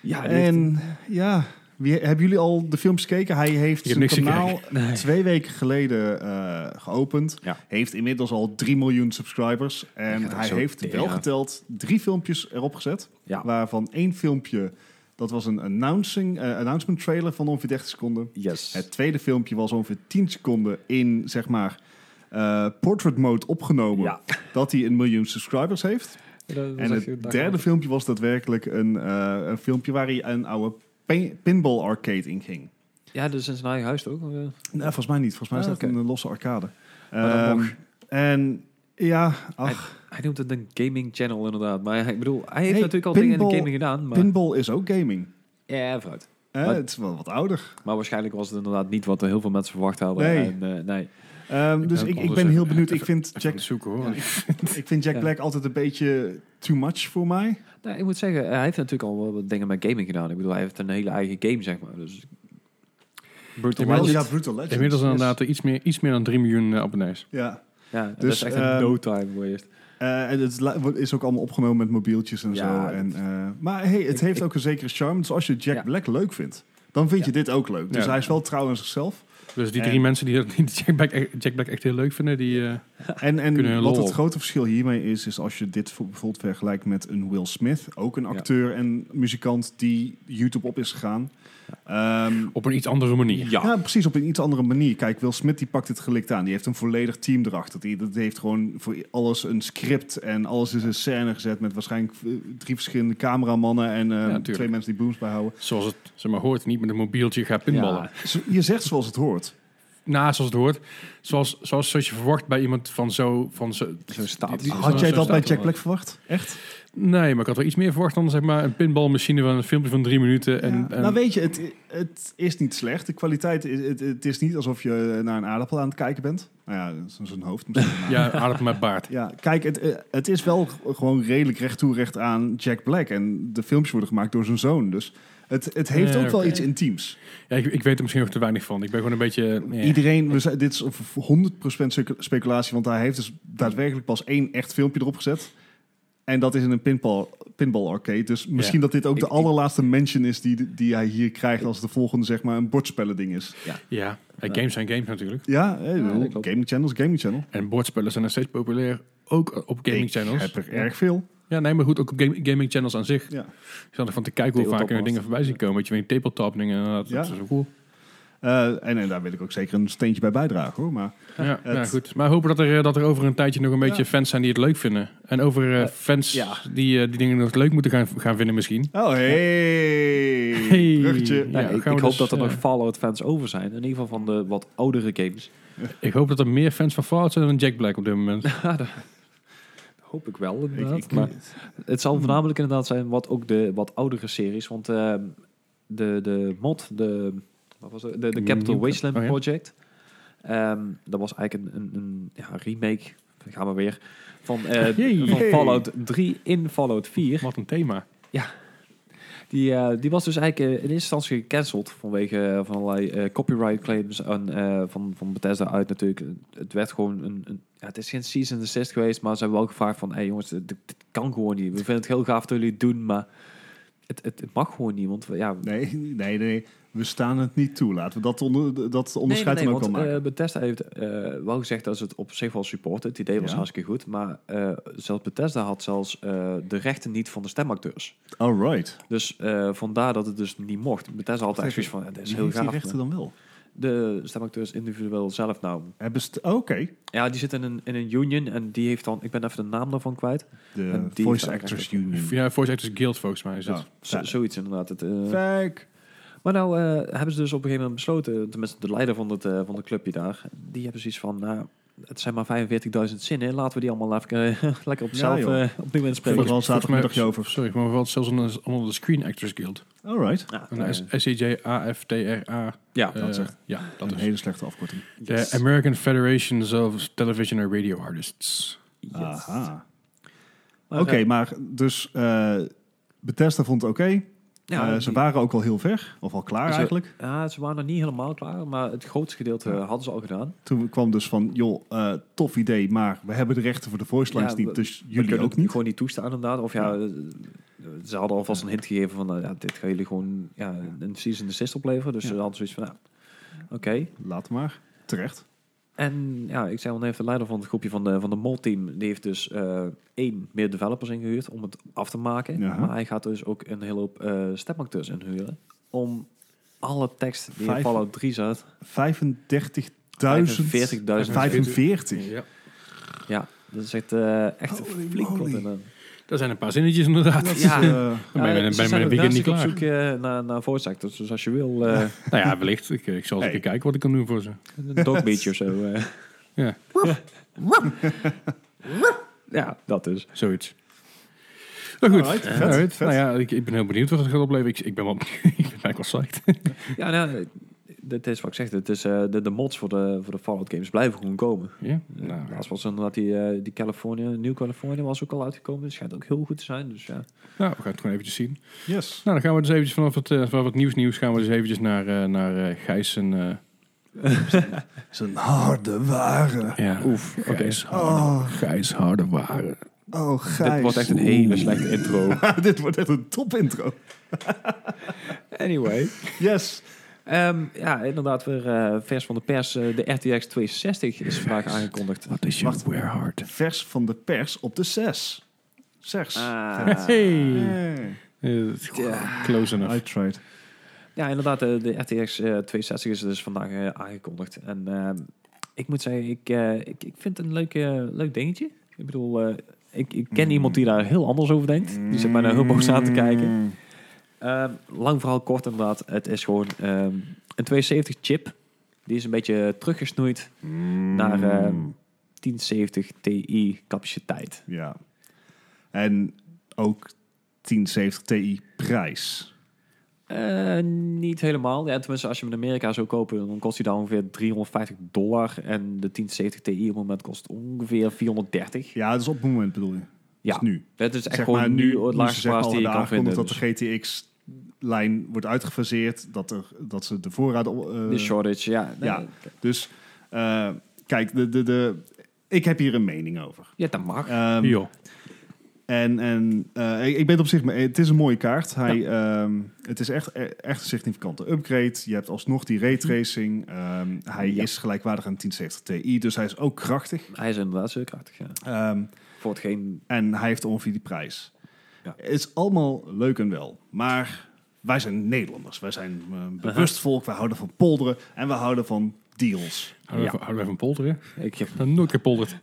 Ja, en... en ja, wie, hebben jullie al de films gekeken? Hij heeft Ik heb zijn niks kanaal twee weken geleden eh, geopend. Ja. Heeft inmiddels al 3 miljoen subscribers. En Ja, dat hij is ook heeft wel tering. geteld drie filmpjes erop gezet. Ja. Waarvan één filmpje, dat was een announcing, eh, announcement trailer van ongeveer 30 seconden. Yes. Het tweede filmpje was ongeveer 10 seconden in, zeg maar, eh, portrait mode opgenomen. Ja. Dat hij een miljoen subscribers heeft. En het derde filmpje was daadwerkelijk een, eh, een filmpje waar hij een oude pin- pinball arcade in ging. Ja, dus in zijn eigen huis ook. eh. Nou, volgens mij niet. Volgens mij is Ah, dat oké. een losse arcade. dan Ehm, nog. en ja, ach, Hij noemt het een gaming channel inderdaad. Maar hij- ik bedoel, hij heeft Nee, natuurlijk al dingen in de pinball- gaming gedaan. Maar... pinball is ook gaming. Ja, vooruit. Hè, Maar- het is wel wat ouder. Maar waarschijnlijk was het inderdaad niet wat heel veel mensen verwacht hadden. Nee. En, eh, nee. Ehm, dus ben ik, ik anders ben even- heel benieuwd. Ik vind Check Jack, zoeken hoor. ik vind Jack Ja. Black altijd een beetje too much voor mij. Nee, ik moet zeggen, hij heeft natuurlijk al wel wat dingen met gaming gedaan. Ik bedoel, hij heeft een hele eigen game, zeg maar. Dus... Brutal Inmiddels- ja, dus- Brutal Legends. Inmiddels yes. inderdaad iets meer, iets meer dan 3 miljoen eh, abonnees. Ja. Ja, dus, dat Dus, is echt ehm, een no time voor eerst. Eh, en het la- wordt- is ook allemaal opgenomen met mobieltjes en Ja, zo. En, eh, maar hey, het Ik- heeft ik- ook een zekere charme. Dus als je Jack Ja. Black leuk vindt, dan vind je dit ook leuk. Dus Ja. hij is wel trouw aan zichzelf. Dus die En- drie mensen die, dat- die Jack, Black, echt- Jack Black echt heel leuk vinden, die... eh, En, Kunnen en hun wat lol het op. grote verschil hiermee is, is als je dit voor- bijvoorbeeld vergelijkt met een Will Smith, ook een Ja. acteur en muzikant die YouTube op is gegaan. Ehm, op een iets andere manier. ja. precies op een iets andere manier. Kijk, Will Smith die pakt het gelikt aan. Die heeft een volledig team erachter. Die, dat heeft gewoon voor alles een script en alles is in scène gezet met waarschijnlijk eh, drie verschillende cameramannen en eh, tuurlijk. twee mensen die booms bijhouden. Zoals het zeg maar, hoort, niet met een mobieltje gaat pinballen. Ja. Zo- Je zegt zoals het hoort. na zoals het hoort. Zoals, zoals, zoals je verwacht bij iemand van zo... Van zo Zo'n status. die- die- Had jij zo'n dat bij status. Jack Black verwacht? Echt? Nee, maar ik had wel iets meer verwacht dan zeg maar, een pinbalmachine van een filmpje van drie minuten. En, Ja. en- Nou weet je, het, het is niet slecht. De kwaliteit, is, het, het is niet alsof je naar een aardappel aan het kijken bent. Nou ja, dat is een hoofd misschien. maar- ja, aardappel met baard. Ja, kijk, het, eh, het is wel g- gewoon redelijk recht toe recht aan Jack Black. En de filmpjes worden gemaakt door zijn zoon. Dus het, het heeft Ja, ook wel oké. iets intiems. Ja, ik, ik weet er misschien nog te weinig van. Ik ben gewoon een beetje... eh, Iedereen, we zijn, dit is v- 100% spe- speculatie, want hij heeft dus daadwerkelijk pas één echt filmpje erop gezet. En dat is in een pinball, pinball arcade. Dus misschien dat dit ook Ik- de ik- allerlaatste mention is die, die hij hier krijgt als de volgende, zeg maar, een bordspellen ding is. Ja, eh, games zijn games natuurlijk. Ja, eh, Ja, dat klopt. gaming channels, gaming channel. En bordspellen zijn nog steeds populair, ook op gaming Ik channels. heb er erg veel. Ja, nee, maar goed, ook op game- gaming channels aan zich. Ja. Ik zat ervan te kijken hoe vaak er Tabletop dingen voorbij zien komen. Weet je, van die tabletop dingen, inderdaad, dat Ja. is wel cool. Eh, en, en daar wil ik ook zeker een steentje bij bijdragen hoor. Maar Ja, ja, het- goed. Maar hopen dat er, eh, dat er over een tijdje nog een beetje Ja. fans zijn die het leuk vinden. En over eh, Eh, fans ja. die, eh, die dingen nog leuk moeten gaan, gaan vinden misschien. Oh, hey. Hey. Bruggetje. Ja, Nou, ik gaan ik we dus, hoop dat er eh, nog Fallout fans over zijn. In ieder geval van de wat oudere games. Ik hoop dat er meer fans van Fallout zijn dan Jack Black op dit moment. Ja, dat hoop ik wel Ik, inderdaad. ik, maar het zal voornamelijk inderdaad zijn wat ook de wat oudere series. Want eh, de, de mod, de, wat was het? de, de Capital Nieuw- Wasteland oh ja. Project. ehm, dat was eigenlijk een, een, een ja, remake, daar gaan we weer, van, eh, Jee. van Jee. Fallout 3 in Fallout 4. Wat een thema. Die, eh, die was dus eigenlijk eh, in eerste instantie gecanceld vanwege eh, van allerlei eh, copyright claims en, eh, van, van Bethesda uit natuurlijk. Het werd gewoon een, een ja, het is geen season assist geweest, maar ze hebben wel gevraagd van, hé hey, jongens, dit, dit kan gewoon niet. We vinden het heel gaaf dat jullie het doen, maar het, het, het mag gewoon niet, want we- ja... nee, nee, nee. We staan het niet toe. Laten we dat, onder, dat onderscheid nee, dan nee, ook want, al maken. eh, Bethesda heeft eh, wel gezegd dat ze het op zich wel supporten. Het idee was Ja. hartstikke goed, maar eh, zelfs Bethesda had zelfs eh, de rechten niet van de stemacteurs. All right. Dus eh, vandaar dat het dus niet mocht. Bethesda had eigenlijk zoiets van, eh, dit is Wie heel heeft die gaaf. rechten maar- dan wel? De stemacteurs individueel zelf nou. Hebben ze het- oh, Oké. Ja, die zitten in een, in een union en die heeft dan... Ik ben even de naam daarvan kwijt. De En die Voice vraag Actors eigenlijk. Union. Nou, Ja, Voice Actors Guild volgens mij is het. Ja. Z- zoiets inderdaad. Het, eh, Fuck. maar nou eh, hebben ze dus op een gegeven moment besloten... Tenminste, de leider van het, eh, van het clubje daar... Die hebben zoiets van... nou, het zijn maar 45.000 zinnen. Laten we die allemaal even, eh, lekker op Ja, zelf joh. eh, opnieuw Volgens inspreken. wel zaterdagmiddagje Volgens mij- over. Sorry, maar wel zelfs onder, onder de Screen Actors Guild. All right. Ja, Een nou, S- E S-E-J-A-F-T-R-A. ja. eh, dat zegt- Ja, dat Een is. hele slechte afkorting. De American Federation of Television and Radio Artists. Yes. Aha. Maar, Oké, eh, maar dus eh Bethesda vond het oké. ja, Eh, die- ze waren ook al heel ver. Of al klaar Ze- eigenlijk. ja, ze waren nog niet helemaal klaar, maar het grootste gedeelte eh, hadden ze al gedaan. Toen kwam dus van, joh, eh, tof idee, maar we hebben de rechten voor de voice lines Ja, we- niet, dus We jullie kunnen ook het niet. Gewoon niet toestaan inderdaad. Of ja, eh, ze hadden alvast een hint gegeven van, nou, ja, dit gaan jullie gewoon ja, een season assist opleveren. Dus Ja. ze hadden zoiets van, nou, oké. Laat maar. Terecht. En ja, ik zei al, heeft de leider van het groepje van de, van de mol-team, die heeft dus eh, één meer developers ingehuurd om het af te maken. Ja. Maar hij gaat dus ook een hele hoop eh stemacteurs inhuren om alle tekst die in Vijf- Fallout 3 zat, 35.000. 45.000. 45. Ja. Ja, dat is echt, eh, echt Holy flink wat moly. inderdaad. Dat zijn een paar zinnetjes inderdaad. Dat is, eh, Ja. Dan ben je met een- ze ben je zijn met een weekend niet op klaar. zoek eh, naar, naar voice actors, dus als je wil... eh, Nou ja, wellicht. Ik, ik zal eens Hey. even kijken wat ik kan doen voor ze. Een dogbeatje of zo. eh. Ja, Ja, dat dus. is. zoiets. Nou goed, Alright, vet, Alright. vet. Nou ja, ik, ik ben heel benieuwd wat het gaat opleveren. Ik, ik ben wel, ik ben eigenlijk wel psyched. Ja, nou, dat is wat ik zeg. Het is, eh, de, de mods voor de, voor de Fallout games blijven gewoon komen. Ja? Eh, Nou, Laatst was inderdaad die, eh, die California, New California was ook al uitgekomen. Dus schijnt ook heel goed te zijn. Dus ja. nou, we gaan het gewoon eventjes zien. yes. Nou, dan gaan we dus eventjes vanaf het, eh, vanaf het nieuws nieuws gaan we dus eventjes naar, eh, naar eh, Gijs en... eh, Het is een harde ware. ja, Oef, Gijs, harde, Oh, Gijs harde waren. oh Gijs. Dit wordt echt een hele slechte intro. Dit wordt echt een top intro. Anyway. Yes. Ehm, ja, inderdaad weer eh, vers van de pers. eh, de RTX 260 is vandaag aangekondigd. Wat is Wacht. wear hard? Vers van de pers op de 6. 6. Ah. Hey. Eh, Close enough. I tried. Ja, inderdaad, de, de RTX eh, 260 is dus vandaag eh, aangekondigd. En ehm, ik moet zeggen, ik, eh, ik, ik vind het een leuk, eh, leuk dingetje. Ik bedoel, eh, ik, ik ken Mm. iemand die daar heel anders over denkt. Die zit mij daar heel boos aan te kijken. Eh, Ehm, lang vooral kort inderdaad, het is gewoon ehm, een 270 chip. Die is een beetje teruggesnoeid Mm. naar eh, 1070 Ti capaciteit. Ja. En ook 1070 Ti prijs. Eh, niet helemaal. Ja, tenminste, als je hem in Amerika zou kopen, dan kost hij daar ongeveer 350 dollar. En de 1070 Ti op het moment kost ongeveer 430. Ja, dat is op het moment bedoel je. Ja. Dat is nu. Dat is echt Zeg gewoon maar nu nu het moeten ze laagste zeggen paas al die je inderdaad kan vinden. aangekondigd dat Dus de GTX-lijn wordt uitgefaseerd. Dat, er, dat ze de voorraad... op- eh, de shortage, ja. ja. Nee, dus eh, kijk, de, de, de, ik heb hier een mening over. Ja, dat mag. Ehm, Joh. En, en eh, ik, ik ben het op zich, mee- het is een mooie kaart. Hij, ehm, het is echt, e- echt een significante upgrade. Je hebt alsnog die raytracing. Ehm hij Ja. is gelijkwaardig aan 1070 Ti, dus hij is ook krachtig. Hij is inderdaad zeer krachtig, ja. Ehm, Voor hetgeen... en hij heeft ongeveer die prijs. Ja. Het is allemaal leuk en wel, maar wij zijn Nederlanders. Wij zijn een bewust volk, wij houden van polderen en we houden van deals. Houden, we, Ja. houden we van polderen? Ik, Ik heb nog Nou, nooit gepolderd.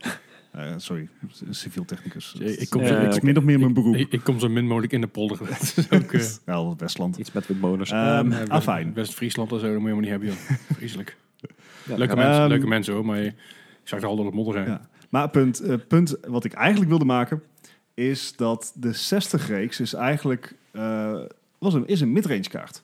Eh, sorry, c- civiel technicus. Ik- ik kom kom zo- het ik- is min of meer mijn beroep. Ik, ik kom zo min mogelijk in de polder. Dat is ook... eh, Wel, Westland. iets met windmolens. Ehm, eh, ah, fijn. West-Friesland en zo, dat moet je helemaal niet hebben, joh. Vreselijk. Ja, Leuke, ja, mensen, Ehm, leuke mensen hoor, maar je- ik zag er al door het modder zijn. Ja. Maar punt, eh, punt wat ik eigenlijk wilde maken is dat de 60 reeks is eigenlijk eh, was een, is een midrange kaart.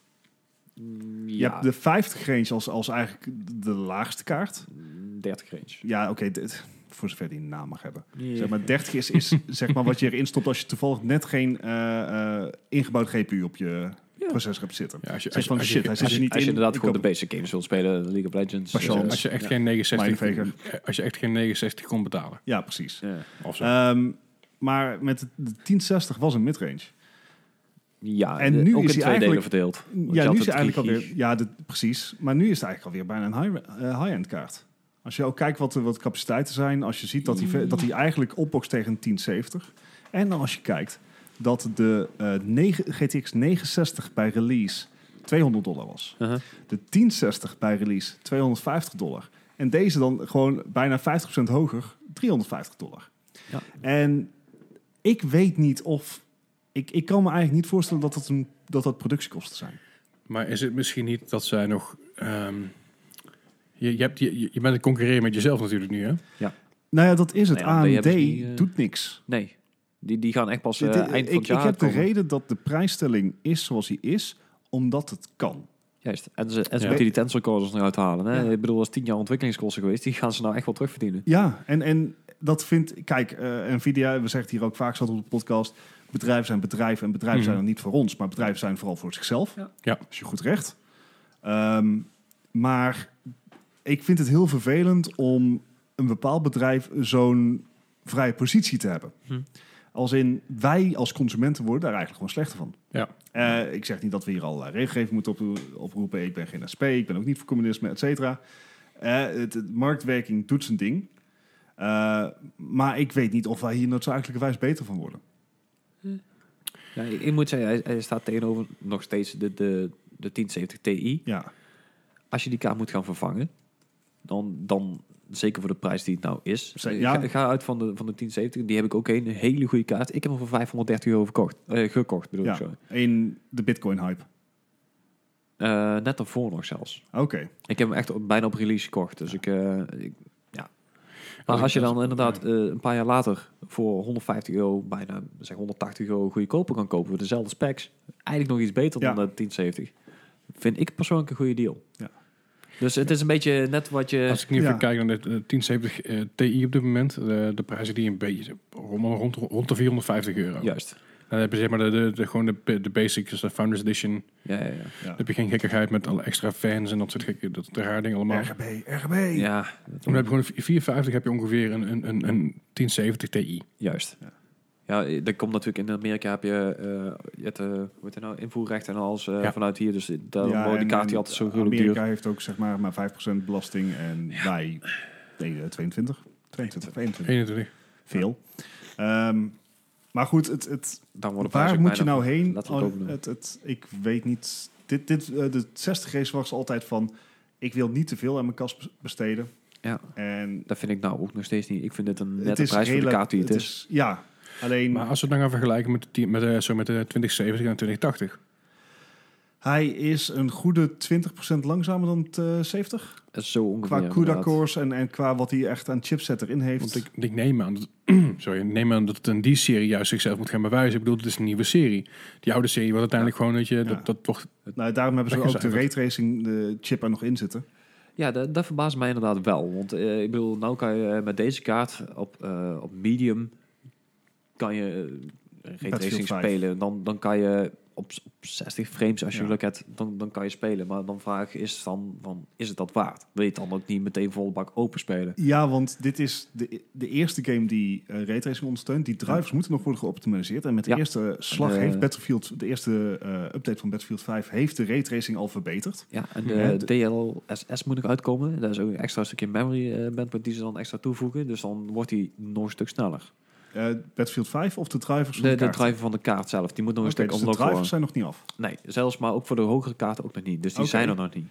mm, Je ja, hebt de 50 range als, als eigenlijk de laagste kaart. mm, 30 range. Ja, oké, dit- voor zover die een naam mag hebben. Ja. Zeg maar 30 is, is zeg maar wat je erin stopt als je toevallig net geen eh, eh, ingebouwd GPU op je Ja. processor hebt zitten. Ja, als je, Zeg van, shit, hij als zit er niet Als je in. inderdaad ik gewoon de koop basic games wilt spelen, League of Legends... als je, Patience. eh, als je echt ja. geen 69, Mijnveger. als je echt geen 69 kon betalen. het. Ja, precies. Ja. Of zo. Ehm, maar met de 1060 was een midrange. Ja, En de- nu ook is in hij twee delen eigenlijk- verdeeld. Want je Ja, had nu is de het eigenlijk drie alweer. Ja, dit- precies. Maar nu is het eigenlijk alweer bijna een high- eh, high-end kaart. Als je ook kijkt wat, de- wat de capaciteiten zijn, als je ziet dat hij, ve- Mm. dat hij eigenlijk opbokst tegen een 1070. En dan als je kijkt dat de eh, 9, GTX 69 bij release 200 dollar was. Uh-huh. De 1060 bij release 250 dollar. En deze dan gewoon bijna 50% hoger, 350 dollar. Ja. En ik weet niet of... Ik, ik kan me eigenlijk niet voorstellen dat dat, een, dat, dat productiekosten zijn. Maar is het misschien niet dat zij nog... ehm, je, je, hebt, je, je bent aan het concurreren met jezelf natuurlijk nu, hè? Nou ja, dat is het. Nou ja, dan ben je AMD dus niet, eh, doet niks. Nee, die, die gaan echt pas eh, Dit- eind van ik, het jaar ik heb de komen. reden dat de prijsstelling is zoals die is, omdat het kan. Juist. En ze, en ze Ja. moeten die tensor cores nog uithalen. Hè? Ja. Ik bedoel, dat is tien jaar ontwikkelingskosten geweest. Die gaan ze nou echt wel terugverdienen. Ja, en, en dat vindt... Kijk, eh, Nvidia, we zeggen het hier ook vaak zat op de podcast... bedrijven zijn bedrijven en bedrijven Mhm. zijn er niet voor ons... maar bedrijven zijn vooral voor zichzelf. Ja. Ja. Dat is je goed recht. Ehm, maar ik vind het heel vervelend om een bepaald bedrijf zo'n vrije positie te hebben. Mhm. Hm. Als in, wij als consumenten worden daar eigenlijk gewoon slechter van. Ja. Eh, ik zeg niet dat we hier allerlei regelgeving moeten op- oproepen. Ik ben geen SP, ik ben ook niet voor communisme, et cetera. Eh, het, het marktwerking doet zijn ding. Eh, maar ik weet niet of wij hier noodzakelijkerwijs beter van worden. Ja, ik, ik moet zeggen, hij, hij staat tegenover nog steeds de, de, de 1070 Ti. Ja, Als je die kaart moet gaan vervangen, dan, dan zeker voor de prijs die het nou is. Ze- Ik ja. Ga, ik ga uit van de, van de 1070. Die heb ik ook een, een hele goede kaart. Ik heb hem voor 530 euro verkocht, eh, gekocht. Bedoel ik ja. zo. in de Bitcoin-hype. Eh, net daarvoor nog zelfs. Oké. Ik heb hem echt op- bijna op release gekocht. Dus ik, eh, ik- ja. Oh, Maar ik als je dat- dan inderdaad eh, een paar jaar later voor 150 euro, bijna zeg 180 euro goedkoper kan kopen met dezelfde specs, eigenlijk nog iets beter Ja. dan de 1070, vind ik persoonlijk een goede deal. Ja. Dus het is een beetje net wat je. Als ik nu Ja. even kijk naar de eh, 1070 eh, Ti op dit moment, eh, de prijzen die een beetje rond, rond, rond de 450 euro. Juist. Dan heb je zeg maar de, de, de- gewoon de, de basics, dus de Founders Edition. Ja, ja, ja. Ja. Dan heb je geen gekkigheid met alle extra fans en dat soort gekke, dat raar ding allemaal. RGB, RGB. ja Dan heb je dat- gewoon een 450 heb je ongeveer een, een, een, een 1070 Ti. juist. Ja. Ja, eh, dat komt natuurlijk in Amerika heb je, eh je hebt, eh, hoe heet het nou, invoerrecht en alles eh, Ja. vanuit hier. Dus daarom Ja, worden die en- kaart en die altijd zo goed op Amerika duur. heeft ook zeg maar maar 5% belasting en wij nee, eh, 22. 22, 21. 21. Veel. Ehm, maar goed, het, het, Dan worden waar prijzen moet je bijna- nou heen? Laten we het Oh, ook doen. het, het, ik weet niet. Dit, dit, eh, de 60 race was altijd van... Ik wil niet te veel aan mijn kas bes- besteden. Ja. En Dat vind ik nou ook nog steeds niet. Ik vind dit een het nette is prijs voor de rela- kaart die het het is. Ja, alleen... Maar als we het dan gaan vergelijken met de, 10 met, eh, zo met de 2070 en 2080. Hij is een goede 20% langzamer dan het eh, 70. Eh, Zo ongeveer. Qua inderdaad. CUDA-cores en, en qua wat hij echt aan chipset erin heeft. Want ik, ik neem aan dat, sorry, ik neem aan dat het in die serie juist zichzelf moet gaan bewijzen. Ik bedoel, het is een nieuwe serie. Die oude serie was uiteindelijk gewoon dat je dat, dat wordt. nou, daarom hebben ze ook de weggecijferd. raytracing eh, chip er nog in zitten. Ja, dat, dat verbaast mij inderdaad wel. Want eh, ik bedoel, nou kan je eh, met deze kaart op, eh, op medium kan je eh, Battlefield raytracing 5. spelen. Dan, dan kan je op, s- op 60 frames, als je Ja. geluk hebt, dan, dan kan je spelen. Maar dan vraag is van, van, is het dat waard? Wil je het dan ook niet meteen volle bak open spelen? Ja, want dit is de, de eerste game die eh, raytracing ondersteunt. Die drivers moeten nog worden geoptimaliseerd. En met de Ja. eerste slag De- heeft Battlefield, de eerste eh, update van Battlefield 5, heeft de raytracing al verbeterd. Ja, en Ja, de DLSS moet nog uitkomen. Daar is ook een extra stukje memory eh, bandwidth die ze dan extra toevoegen. Dus dan wordt die nog een stuk sneller. Eh, Battlefield 5 of de drivers van De, de kaart? driver van de kaart zelf, die moet nog een Oké, stuk dus de unlocked drivers worden. zijn nog niet af. Nee, zelfs maar ook voor de hogere kaarten ook nog niet. Dus die Oké. zijn er nog niet.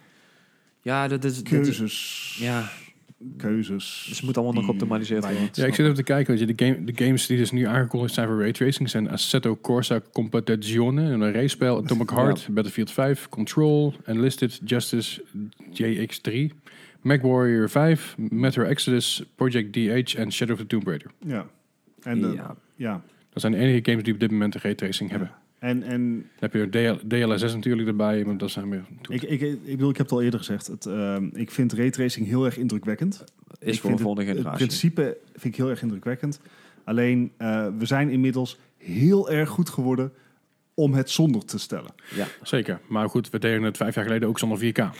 Ja, dat is... dat is- Keuzes. ja, Keuzes. dus het moet allemaal nog die geoptimaliseerd wij worden. niet Ja, ik zit even te kijken. Weet je, de, game, de games die dus nu aangekondigd zijn voor raytracing zijn Assetto Corsa Competizione, een race-spel, Atomic Heart, Battlefield 5, Control, Enlisted Justice JX3, MechWarrior 5, Metro Exodus, Project DH en Shadow of the Tomb Raider. Ja. En, de- ja. Ja. Dat zijn de enige games die op dit moment een raytracing hebben. en, en Dan heb je DL, DLSS natuurlijk erbij, maar dat zijn weer... ik, ik, ik bedoel, ik heb het al eerder gezegd. Het, ehm, ik vind raytracing heel erg indrukwekkend. Is Ik voor de vind volgende Het generatie. principe vind ik heel erg indrukwekkend. Alleen, eh, we zijn inmiddels heel erg goed geworden om het zonder te stellen. Ja, Zeker, maar goed, we deden het vijf jaar geleden ook zonder 4K.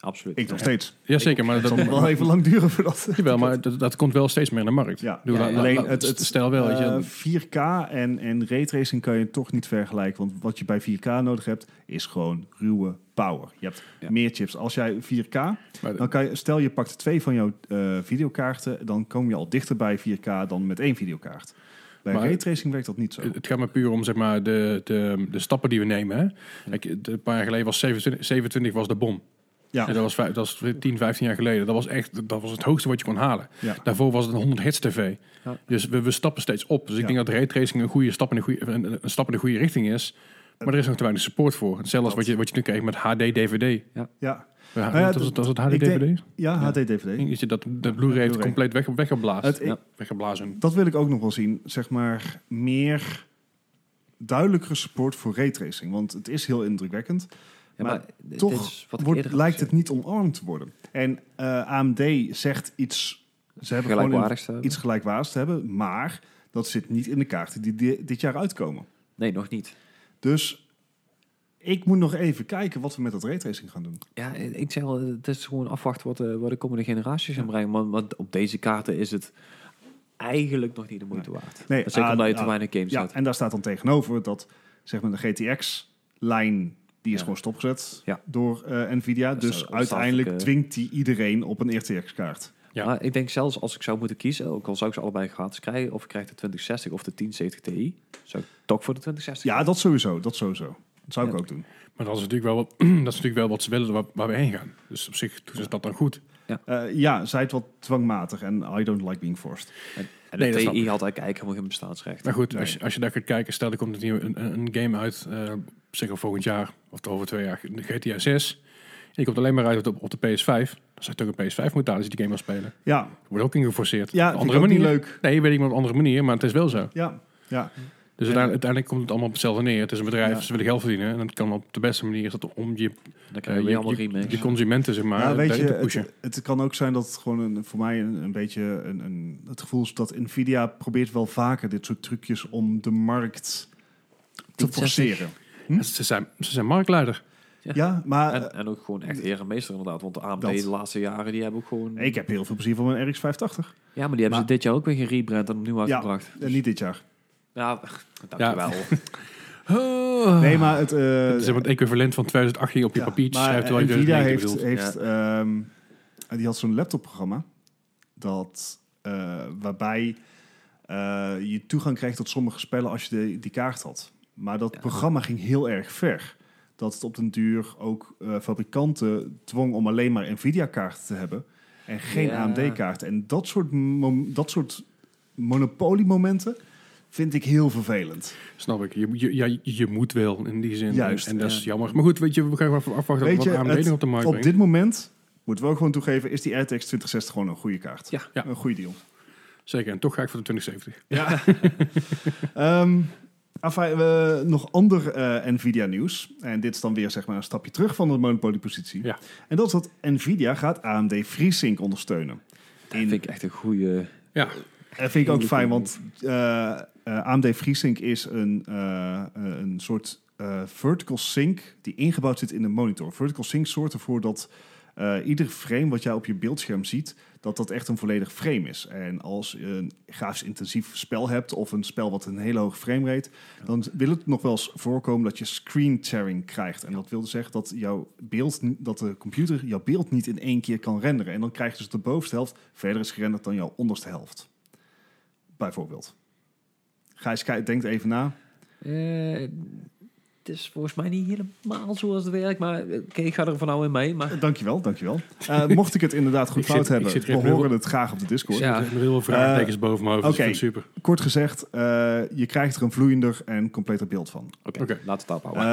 absoluut. Ik nog steeds. Jazeker, maar Het zal dat, nog wel even lang duren voordat... Jawel, maar dat, dat komt wel steeds meer in de markt. Ja. Doe, Ja, la- la- alleen la- het- het- stel wel, weet je, Eh, 4K en, en raytracing kan je toch niet vergelijken. Want wat je bij 4K nodig hebt, is gewoon ruwe power. Je hebt Ja. meer chips. Als jij 4K, maar- dan kan je, stel je pakt twee van jouw eh, videokaarten, dan kom je al dichter bij 4K dan met één videokaart. Bij Maar- Eh, raytracing werkt dat niet zo. Het het gaat maar puur om zeg maar, de, de, de stappen die we nemen. Hè? Kijk, de- een paar jaar geleden was 27, 27 was de bom. Ja, En dat, was, vijf- dat was 10, 15 jaar geleden. Dat was echt dat was het hoogste wat je kon halen. Ja. Daarvoor was het een 100 hertz tv. Ja. Dus we, we stappen steeds op. Dus ik Ja. denk dat raytracing een, goede stap in de goede, een, een- een stap in de goede richting is. Maar er is nog te weinig support voor. Hetzelfde als wat je, wat je nu kreeg met HD-DVD. ja. Ja, Nou ja, dat was, dat- dat was het ik denk- HD-DVD? ja HD-DVD. Is je dat, de Blu-ray heeft Blu-ray. compleet weg, weggeblazen. Het- ik- Ja. Weggeblazen. Dat wil ik ook nog wel zien. Zeg maar meer duidelijkere support voor raytracing. Want het is heel indrukwekkend. Ja, maar maar dit toch is wat wordt, ik eerder heb lijkt het gezegd. niet omarmd te worden. En eh, AMD zegt iets, ze hebben gewoon een- Gelijkwaardigste. iets gelijkwaardigs te hebben, maar dat zit niet in de kaarten die di- dit jaar uitkomen. Nee, nog niet. Dus ik moet nog even kijken wat we met dat raytracing gaan doen. Ja, eh, ik zeg al, het is gewoon afwachten wat, eh, wat de komende generaties gaan brengen. Want, want op deze kaarten is het eigenlijk nog niet de moeite waard. Nee, Zeker ah, omdat je ah, te weinig games Ja, hebt. en daar staat dan tegenover dat zeg maar de GTX-lijn die is Ja. gewoon stopgezet Ja. door eh, Nvidia. Dat is Dus een uiteindelijk ontzaglijke- dwingt die iedereen op een RTX-kaart. Ja. Maar ik denk zelfs als ik zou moeten kiezen, ook al zou ik ze allebei gratis krijgen, of ik krijg de 2060 of de 1070 Ti, zou ik toch voor de 2060 Ja, dat sowieso, dat sowieso. Dat zou ik Ja. ook doen. Maar dat is natuurlijk wel, wat- dat is natuurlijk wel wat ze willen, waar, waar we heen gaan. Dus op zich doen ze dat dan goed. Eh, ja, zij het wat dwangmatig en I don't like being forced. En de Nee, dat TI snap had ik. eigenlijk eigenlijk helemaal geen bestaansrecht. Maar goed, Nee. als, je- als je daar gaat kijken, stel er komt een, nieuwe- een, een game uit, eh zeker volgend jaar of over twee jaar, de GTA 6. En die komt alleen maar uit op, op de PS5. Dan zou je toch een PS5 moeten halen als je die game wil spelen. Ja, Wordt ook ingeforceerd. ja Op vind een ik ook niet leuk. Nee, weet ik maar op een andere manier, maar het is wel zo. Ja, ja. Dus Ja. uiteindelijk, uiteindelijk komt het allemaal op hetzelfde neer. Het is een bedrijf, Ja. ze willen geld verdienen. En dat kan op de beste manier is dat om je, Dan eh, krijg je je, weer allemaal je, remakes. je consumenten zeg maar, ja, Nou, weet je, daarin te pushen. het, het kan ook zijn dat het gewoon een, voor mij een, een beetje een, een, het gevoel is dat Nvidia probeert wel vaker dit soort trucjes om de markt te 1060. forceren. Ja, ze, zijn, ze zijn marktleider. Ja, maar en, en ook gewoon echt herenmeester inderdaad, want de AMD Dat. de laatste jaren, die hebben ook gewoon... eh, ik heb heel veel plezier van mijn RX 580. ja, maar die hebben Maar- ze dit jaar ook weer gerebrand en opnieuw uitgebracht. Eh, niet dit jaar. Ja, dankjewel. Nee, maar het... eh, Het is het equivalent van 2018 op je ja, papiertje maar eh, schrijft. terwijl je dus- Nvidia 2019 heeft, bedoelt. heeft ehm, die had zo'n laptopprogramma dat eh, waarbij eh, je toegang kreeg tot sommige spellen als je de, die kaart had. Maar dat Ja. programma ging heel erg ver. Dat het op den duur ook eh, fabrikanten dwong om alleen maar Nvidia-kaarten te hebben en geen Ja. AMD-kaarten. En dat soort, mom- dat soort monopoliemomenten Vind ik heel vervelend. Snap ik. Je, je, ja, je- je moet wel in die zin. Juist, en dat is ja. jammer. Maar goed, weet je, we gaan even afwachten Weet wat je, AMD het- nog op de markt Op brengt. dit moment, moeten we ook gewoon toegeven, is die AirTags 2060 gewoon een goede kaart. Ja. Ja. Een goede deal. Zeker, en toch ga ik voor de 2070. Ja. Ehm, enfin, we- nog ander eh, Nvidia-nieuws. En dit is dan weer zeg maar, een stapje terug van de monopoliepositie. Ja. En dat is dat Nvidia gaat AMD FreeSync ondersteunen. Dat vind ik echt een goede... Ja, Dat vind ik ook fijn, want eh, eh, AMD FreeSync is een, eh, een soort eh, vertical sync die ingebouwd zit in de monitor. Vertical sync zorgt ervoor dat eh, ieder frame wat jij op je beeldscherm ziet, dat dat echt een volledig frame is. En als je een grafisch intensief spel hebt of een spel wat een hele hoge frame rate, dan wil het nog wel eens voorkomen dat je screen tearing krijgt. En dat wil dus zeggen dat jouw beeld, ni- dat de computer jouw beeld niet in één keer kan renderen. En dan krijg je dus de bovenste helft verder is gerenderd dan jouw onderste helft bijvoorbeeld. Gijs kij- denkt even na. Eh, het is volgens mij niet helemaal zoals het werkt, maar eh, oké, ik ga er van nou in mee. Maar Eh, Dankjewel, dankjewel. Eh mocht ik het inderdaad goed Ik fout zit- ik hebben, zit we er even horen het graag op de Discord. Ja. ja. er zijn heel veel vraagtekens boven mijn hoofd. Eh, Oké. Dus ik vind het super. Kort gezegd, eh, je krijgt er een vloeiender en completer beeld van. oké, Oké. laat het Oh, ophouden.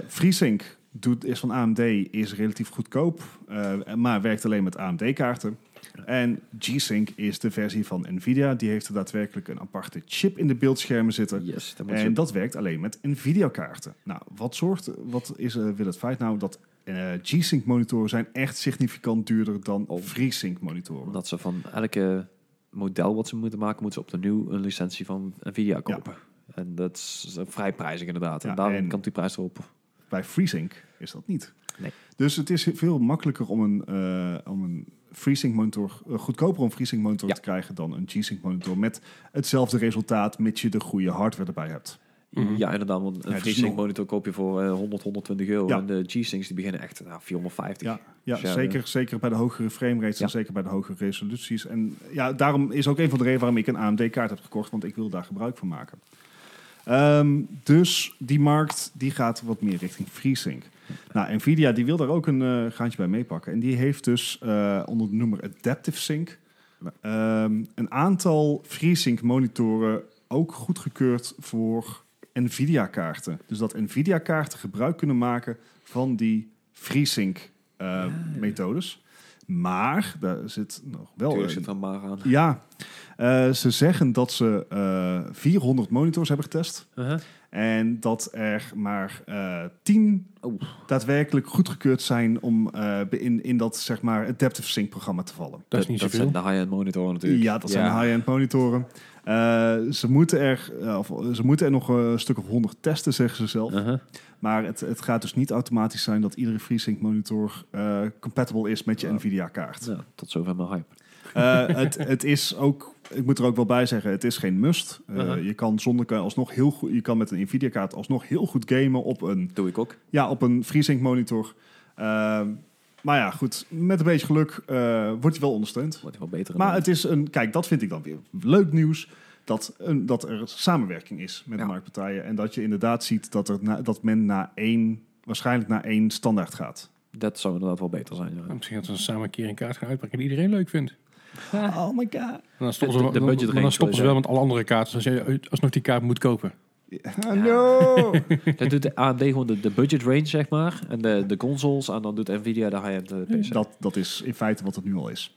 Eh FreeSync doet, is van AMD, is relatief goedkoop, eh, maar werkt alleen met AMD-kaarten. En G-Sync is de versie van Nvidia. Die heeft er daadwerkelijk een aparte chip in de beeldschermen zitten. yes, dat moet je En dat werkt alleen met Nvidia-kaarten. Nou, wat zorgt, wat is, eh, wil het feit nou dat eh, G-Sync monitoren zijn echt significant duurder dan Oh. FreeSync monitoren? Omdat ze van elke model wat ze moeten maken, moeten ze opnieuw een licentie van Nvidia kopen. En dat is eh, vrij prijzig inderdaad. Ja, en daarom en- kan die prijs erop. Bij FreeSync is dat niet. Nee. Dus het is veel makkelijker om een, eh, om een FreeSync monitor, eh, goedkoper om FreeSync monitor Ja. te krijgen dan een G-Sync monitor met hetzelfde resultaat, mits je de goede hardware erbij hebt. Mhm. Ja, inderdaad. Want een het is FreeSync nog- monitor koop je voor eh, 100, 120 euro. Ja. En de G-Syncs die beginnen echt nou, 450. Ja, ja, Dus ja, zeker, zeker bij de hogere frame rates en Ja. zeker bij de hogere resoluties. En ja, daarom is ook een van de redenen waarom ik een AMD-kaart heb gekocht, want ik wil daar gebruik van maken. Ehm, dus die markt die gaat wat meer richting FreeSync. Nou, Nvidia die wil daar ook een eh, gaantje bij meepakken. En die heeft dus eh, onder de noemer Adaptive Sync ehm, een aantal FreeSync monitoren ook goedgekeurd voor Nvidia kaarten. Dus dat Nvidia kaarten gebruik kunnen maken van die FreeSync eh, methodes. Maar daar zit nog wel Natuurlijk een- zit er maar aan. ja, eh, ze zeggen dat ze eh, 400 monitors hebben getest. Uh-huh. En dat er maar eh 10 Oh. daadwerkelijk goedgekeurd zijn om eh, in, in dat zeg maar, adaptive sync programma te vallen. Dat is niet dat zoveel. zijn de high-end monitoren natuurlijk. Ja, dat zijn high-end monitoren. Eh, ze, moeten er, eh, of, eh, ze moeten er nog een stuk of 100 testen, zeggen ze zelf. Uh-huh. Maar het, het gaat dus niet automatisch zijn dat iedere FreeSync monitor eh, compatible is met je Ja. NVIDIA-kaart. Ja, tot zover mijn hype. Eh, het, het is ook, ik moet er ook wel bij zeggen, het is geen must. Eh, Uh-huh. Je kan zonder kan alsnog heel goed, je kan met een Nvidia kaart alsnog heel goed gamen op een, Doe ik ook. ja, op een FreeSync monitor. Ehm, maar ja, goed, met een beetje geluk eh, wordt je wel ondersteund. Wordt wel beter. Maar inderdaad. het is een, kijk, dat vind ik dan weer leuk nieuws. Dat, een, dat er samenwerking is met Ja. de marktpartijen. En dat je inderdaad ziet dat, er na- dat men naar één, waarschijnlijk naar één standaard gaat. Dat zou inderdaad wel beter zijn. Ja. Nou, misschien dat ze samen een keer een kaart gaan uitbrengen die iedereen leuk vindt. Oh my god. En dan stoppen ze, De- de wel- budget dan, range dan stoppen ze wel met alle andere kaarten. Dus Als je alsnog die kaart moet kopen. no! Dat doet de AMD gewoon de, de budget range, zeg maar. En de, de consoles. En dan doet Nvidia de high-end eh, PC. dat, dat is in feite wat het nu al is.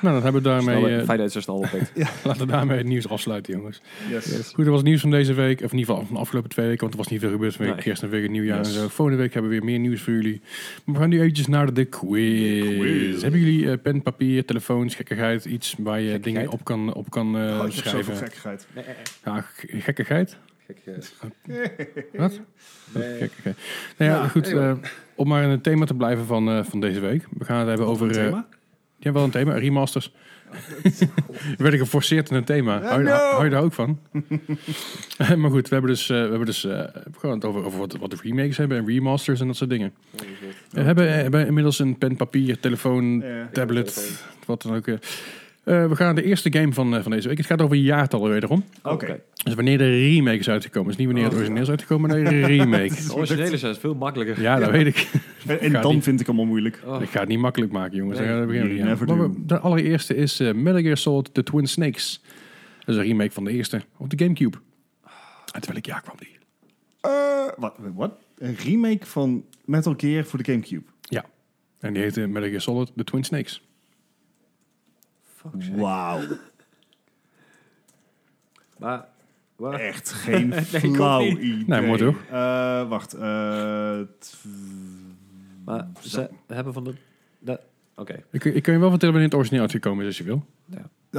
Nou, dan hebben we daarmee, Snel, eh, Feit zo snel oppikt. laten we daarmee het nieuws afsluiten, jongens. Yes. Goed, dat was het nieuws van deze week. Of in ieder geval van de afgelopen twee weken, want er was niet veel gebeurd vanwege Nee. kerst en week nieuwjaar Yes. en zo. Volgende week hebben we weer meer nieuws voor jullie. Maar we gaan nu eventjes naar de quiz. Quiz. Hebben jullie eh, pen, papier, telefoons, gekkigheid, iets waar je Gekkigheid? dingen op kan, op kan eh, Oh, ik heb zoveel schrijven? gekkigheid. Ja, g- gekkigheid? Gek, Wat? Gekkigheid. Nou ja, Ja, goed. nee, eh, om maar in het thema te blijven van, eh, van deze week. We gaan het hebben over... Een eh, thema? ja, wel een thema. Remasters. We werden geforceerd in een thema. Oh, hou, je, no. hou je daar ook van? Eh, maar goed, we hebben dus, eh, we hebben dus eh, gewoon het over, over wat, wat de remakes hebben en remasters en dat soort dingen. we hebben, eh, hebben inmiddels een pen, papier, telefoon, Eh, tablet, wat dan ook. eh. Eh, we gaan naar de eerste game van, eh, van deze week. Het gaat over jaartallen wederom. Oké. Dus wanneer de remake is uitgekomen. Dus niet wanneer het Oh. origineel is uitgekomen, maar de remake. De originele zijn veel makkelijker. Ja, dat weet ik. En, en Gaat dan niet. vind ik hem al moeilijk. Oh, Ik ga het niet makkelijk maken, jongens. Nee. Daar gaan we beginnen You niet aan. never Maar do. we- de allereerste is eh Metal Gear Solid The Twin Snakes. Dat is een remake van de eerste op de Gamecube. En terwijl ik ja kwam die. Eh, wat? Wat? Een remake van Metal Gear voor de Gamecube. Ja. En die heette Metal Gear Solid The Twin Snakes. Wauw. Maar, waar- Echt geen ik ook flauw niet. idee. Nee, mooi toch? Eh, wacht. eh, tw- maar ze hebben van de... de Oké, Ik, ik kan je wel vertellen wanneer het origineel uitgekomen is als je wil.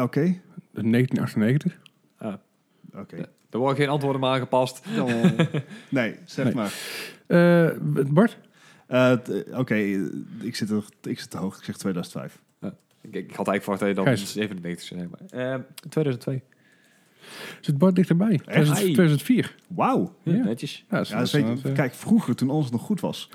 Oké. De 1998. Ah, Oké. er worden geen antwoorden maar aangepast. Nee, zeg Nee. maar. Eh, Bart? Eh, t- eh, Oké, eh, ik, zit er- ik zit te hoog. Ik zeg 2005. Ik, ik had eigenlijk verwacht dat je dan Gijs. 97 zou nemen. Eh, 2002. Zit Bart dichterbij? 2000- 2004. Wauw. Ja. Netjes. Ja, dat is- Ja, dat is weet je, inderdaad, eh, kijk, vroeger toen alles nog goed was.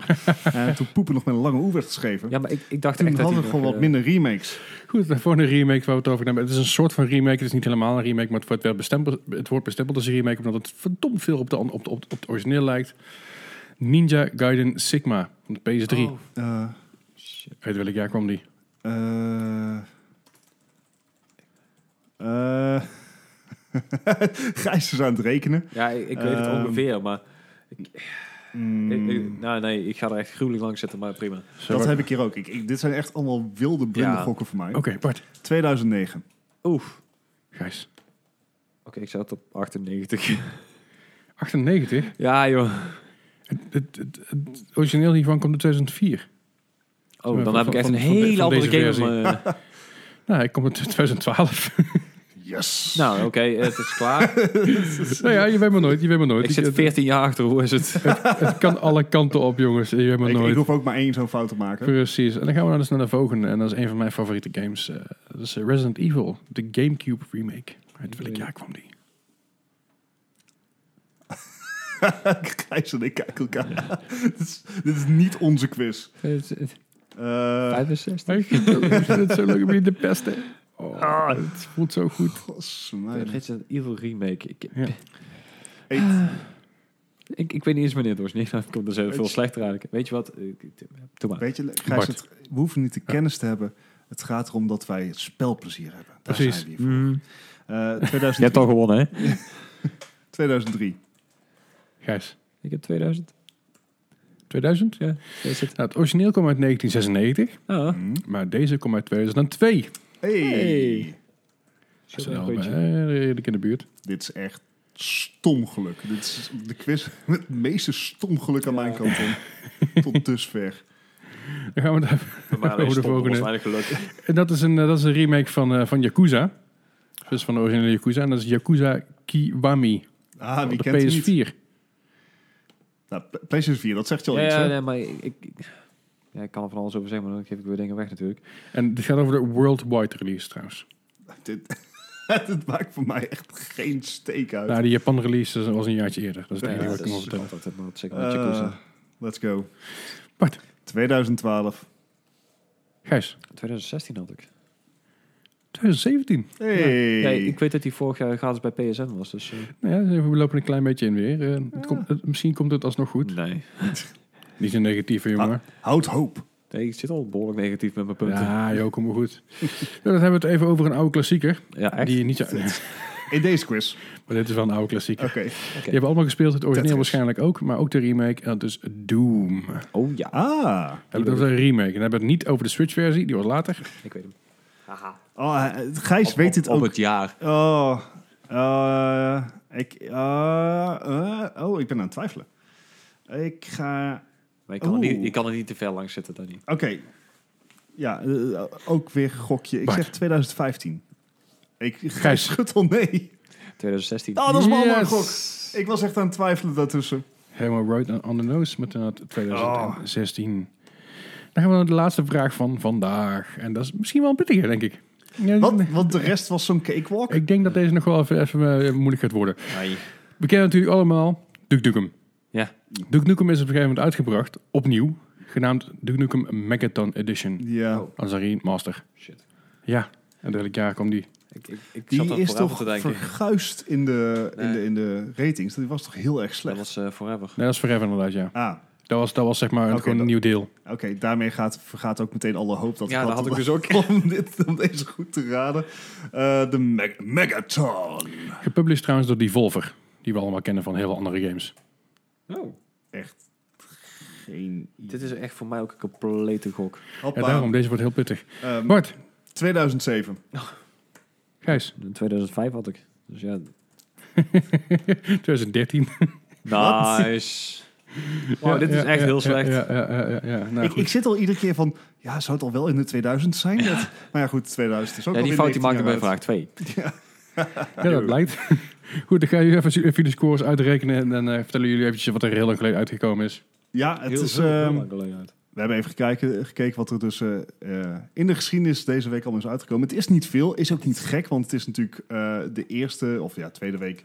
en toen Poepen nog met een lange oe werd geschreven. Ja, maar ik, ik dacht toen echt dat hadden we hij gewoon nog, wat eh, minder remakes. Goed, eh, voor een remake waar we het over hebben. Het is een soort van remake. Het is niet helemaal een remake, maar het wordt, wel bestempeld, het wordt bestempeld als een remake. Omdat het verdomd veel op, de, an- op, de- op, de- op het origineel lijkt. Ninja Gaiden Sigma van de PS3. Oh, Eh, shit. Uit welk jaar kwam die? eh, eh, Gijs is aan het rekenen. Ja, ik, ik weet het Ehm, ongeveer, maar... Mm, Ik, hmm. ik- nou nee, ik ga er echt gruwelijk lang zitten, maar prima. Zo- dat heb ik hier ook. Ik, ik- dit zijn echt allemaal wilde blinde Ja. Oh. gokken voor mij. Oké, Bart. 2009. Oef. Oké, Gijs. ik zat op 98. 98. ja, joh. Oh, Het, het, het, het origineel hiervan komt in 2004. Oh, Van- dan heb ik echt van- een van de- hele van andere deze game. om, eh, Nou, ik kom in 2012. Yes. nou, oké, het is klaar. nou ja, je weet maar nooit. Je weet maar nooit. ik zit Het- 14 jaar achter, hoe is het? Het kan alle kanten op, jongens. Je weet maar ik, nooit. ik hoef ook maar één zo'n fout te maken. Precies. En dan gaan we nou dus naar de volgende. En dat is een van mijn favoriete games. Eh, dat is eh, Resident Evil, de Gamecube remake. Uit welk jaar kwam die? Gijs en ik kijken elkaar. dit, is, dit is niet onze quiz. Eh, 65? Ik vind het zo leuk om je de pesten. Ah. Oh, het voelt zo goed. godsmijn. Resident Evil Remake. Ik, Ja. Eet. ik, ik weet niet eens wanneer het was. Nee, dat komt er zo veel slechter uit. Weet je wat? Ik- ik- Doe maar. Weet je, Gijs, Bart. het, we hoeven niet de kennis te hebben. Het gaat erom dat wij het spelplezier hebben. Daar Precies. zijn we hier voor. Mm. Eh, Je hebt 2003. al gewonnen, hè? 2003. Gijs, Ik heb 2000. 2000? Ja, dat is het. Nou, het origineel kwam uit 1996, Ah, Hm. maar deze kwam uit 2002. Hey. Hey. Dat zo is wel een wel goeitje. eh, redelijk in de buurt. Dit is echt stom geluk. Dit is de quiz met het meeste stom geluk aan mijn kant. om. Tot dusver. Dan gaan we het even Bij mij over alleen de stond er volgende. waarschijnlijk geluk. En dat is een, eh, dat is een remake van, eh, van Yakuza. Dus van de originele Yakuza. En dat is Yakuza Kiwami. Ah, wie op de kent het niet? PS4. Nou, P- PlayStation 4, dat zegt je al Ja, iets, hè? ja, nee, maar ik, ik- ja, ik kan er van alles over zeggen, maar dan geef ik weer dingen weg natuurlijk. En dit gaat over de worldwide release trouwens. Dit, dit maakt voor mij echt geen steek uit. Nou, die Japan release is- was een jaartje eerder. Dat is het Ja, enige wat ik is kan vertellen. altijd eh, het moet zeker met Yakuza. Eh, let's go. Bart. 2012. Gijs, 2016 had ik. 2017. Hey. Ja, ik weet dat die vorig jaar gratis bij PSN was, dus... eh, Nou ja, we lopen een klein beetje in weer. Eh, het komt, het- misschien komt het alsnog goed. nee. Niet een negatieve jongen. Houd hoop. nee. Ik zit al behoorlijk negatief met mijn punten. Ja, Ja, joh, kom maar goed. Nou, dan hebben we het even over een oude klassieker. echt? Die je niet zo... In deze quiz. Maar dit is wel een oude klassieker. Oké. Die hebben allemaal gespeeld, het origineel Tetris. waarschijnlijk ook. Maar ook de remake, en dat is Doom. Oh ja, Ah. Dat is een remake. En dan hebben we het niet over de Switch versie, die was later. ik weet hem. Haha. Oh, eh, Gijs Op- weet op- dit Op ook. het jaar. Oh, eh, ik, eh, eh, oh, ik ben aan het twijfelen. Ik ga... Maar ik kan, er niet, Oeh. ik kan er niet te ver langs zitten, Danny. Oké. Ja, eh, ook weer gokje. Ik Bart. zeg 2015. Ik Gijs. schud al nee. 2016. Oh, dat is mijn andere Yes. gok. Ik was echt aan het twijfelen daartussen. Helemaal right on- on the nose met inderdaad 2016. Ah. Dan gaan we naar de laatste vraag van vandaag. En dat is misschien wel een pittige, denk ik. Ja, Wat? Want de rest was zo'n cakewalk. Ik denk dat deze nog wel even, even, eh, moeilijk gaat worden. Nee. We kennen natuurlijk allemaal Duke Nukem. Ja. Duke Nukem is op een gegeven moment uitgebracht, opnieuw, genaamd Duke Nukem Megaton Edition. Ja. Oh, Als een remaster. shit. Ja, en welk jaar kwam die? Ik, ik, ik zat Die er is vooraf toch te denken. verguisd in de, in, Nee. de, in de ratings. Die was toch heel erg Dat slecht. was eh, Forever. Nee, dat is Forever inderdaad, ja. Ah, Dat was, dat was zeg maar een, Oké, gewoon een dat- nieuw deel. Oké, daarmee gaat, vergaat ook meteen alle hoop dat Ja, ik dat had ik om- dus ook. om, dit, om deze goed te raden. Eh, de Meg- Megaton. Gepublished trouwens door Devolver. Die we allemaal kennen van heel veel andere games. Oh. Echt geen... Dit is echt voor mij ook een complete gok. Ja, Hoppa. daarom, deze wordt heel pittig. Ehm, Bart, 2007. Gijs, In 2005 had ik. Dus ja. 2013. Nou. Nice. Wow, dit is Ja, echt ja, heel ja, slecht. Ja, ja, ja, ja, ja. Nou, ik, ik zit al iedere keer van, ja, zou het al wel in de 2000 zijn? Dat- Maar ja, goed, 2000 is ook Ja, die alweer fout die maakte ik bij 19 jaar vraag 2. Ja, dat blijkt. Goed, dan ga je even, even de scores uitrekenen. En dan eh, vertellen jullie eventjes wat er heel lang geleden uitgekomen is. oud. Ja, het Heel- is, heel- heel ehm, lang geleden uit. we hebben even gekeken, gekeken wat er dus eh, eh, in de geschiedenis deze week allemaal is uitgekomen. Het is niet veel, is ook niet gek, want het is natuurlijk eh, de eerste of ja, tweede week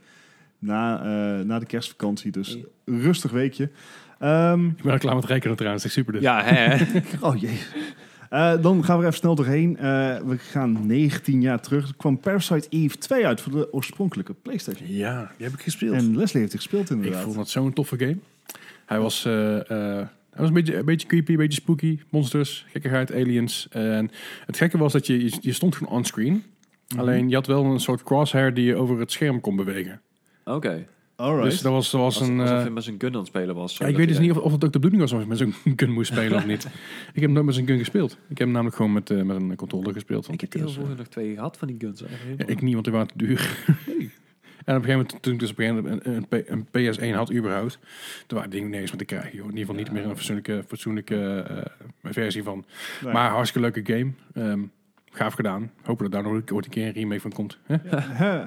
na, eh, na de kerstvakantie. Dus Ja. een rustig weekje. Ehm, Ik ben al klaar met rekenen trouwens. Echt super dus. dit. Ja, hè? oh jee. Eh, dan gaan we er even snel doorheen. Eh, we gaan 19 jaar terug. Er kwam Parasite Eve 2 uit voor de oorspronkelijke PlayStation. Ja, die heb ik gespeeld. En Leslie heeft het ik gespeeld inderdaad. vond dat zo'n toffe game. Hij was, eh, eh, hij was een, beetje, een beetje creepy, een beetje spooky. Monsters, gekkigheid, aliens. En het gekke was dat je, je, je stond gewoon onscreen. Alleen je had wel een soort crosshair die je over het scherm kon bewegen. Oké. Alright. Dus dat was, dat was Als een... Alsof eh, je met zijn gun aan het spelen was. ja, ik weet dus niet of, of het ook de bedoeling was om met zo'n gun moest spelen of niet. Ik heb nooit met zo'n gun gespeeld. Ik heb namelijk gewoon met, eh, met een controller gespeeld. Ik heb die heel vroeger nog twee gehad van die guns. Ja, ik niet, want die waren te duur. En op een gegeven moment, toen ik dus op een gegeven moment een, een, P- een PS1 had überhaupt, toen waren dingen niks wat te krijgen. Joh. In ieder geval niet meer een fatsoenlijke, fatsoenlijke eh, versie van. Nee. Maar hartstikke leuke game. Ehm, gaaf gedaan. Hopen dat daar nog een- ooit een keer een remake van komt. Hè? Huh.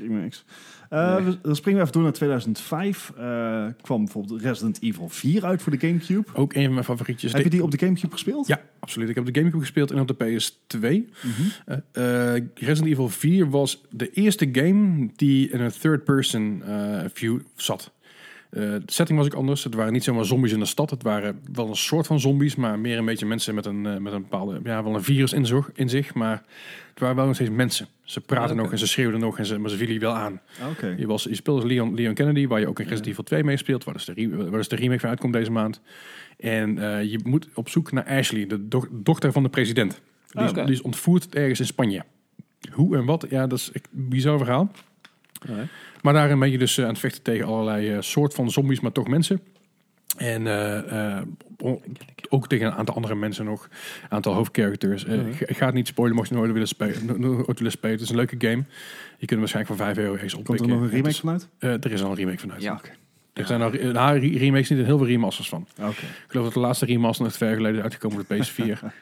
Remix. Eh, we- Dan springen we even door naar 2005. Eh, kwam bijvoorbeeld Resident Evil 4 uit voor de Gamecube. Ook een van mijn favorietjes. Heb De- je die op de Gamecube gespeeld? Dus Ja, absoluut. Ik heb op de Gamecube gespeeld en op de PS2. Mhm. Eh, eh, Resident Evil 4 was de eerste game die in een third-person eh, view zat. Eh, de setting was ook anders. Het waren niet zomaar zombies in de stad. Het waren wel een soort van zombies, maar meer een beetje mensen met een, eh, met een bepaalde, ja, wel een virus in, zorg, in zich. Maar het waren wel nog steeds mensen. Ze praten Oké. nog en ze schreeuwden nog, en ze, maar ze vielen je wel aan. Oké. Je, was, je speelde als Leon, Leon Kennedy, waar je ook in Resident Evil 2 mee speelt, waar dus, de, re- waar dus de remake van uitkomt deze maand. En eh, je moet op zoek naar Ashley, de doch- dochter van de president. Die, Ah, is, Oké. die is ontvoerd ergens in Spanje. Hoe en wat, ja, dat is echt een bizar verhaal. Maar daarin ben je dus eh, aan het vechten tegen allerlei eh, soort van zombies, maar toch mensen. En eh, eh, o- ook tegen een aantal andere mensen nog. Een aantal hoofdcharacters. Mhm. Eh, ik, ik ga het niet spoilen, mocht je nooit willen spelen. no- no- Nooit willen spelen. Het is een leuke game. Je kunt hem waarschijnlijk voor 5 euro ergens Komt oppikken. er nog een remake Het is- vanuit? eh, er is al een remake van uit. Ja, Er zijn al re- nou, re- remakes niet, er zijn heel veel remasters van. Oké. Ik geloof dat de laatste remaster nog twee jaar geleden is uitgekomen op de PS4. maar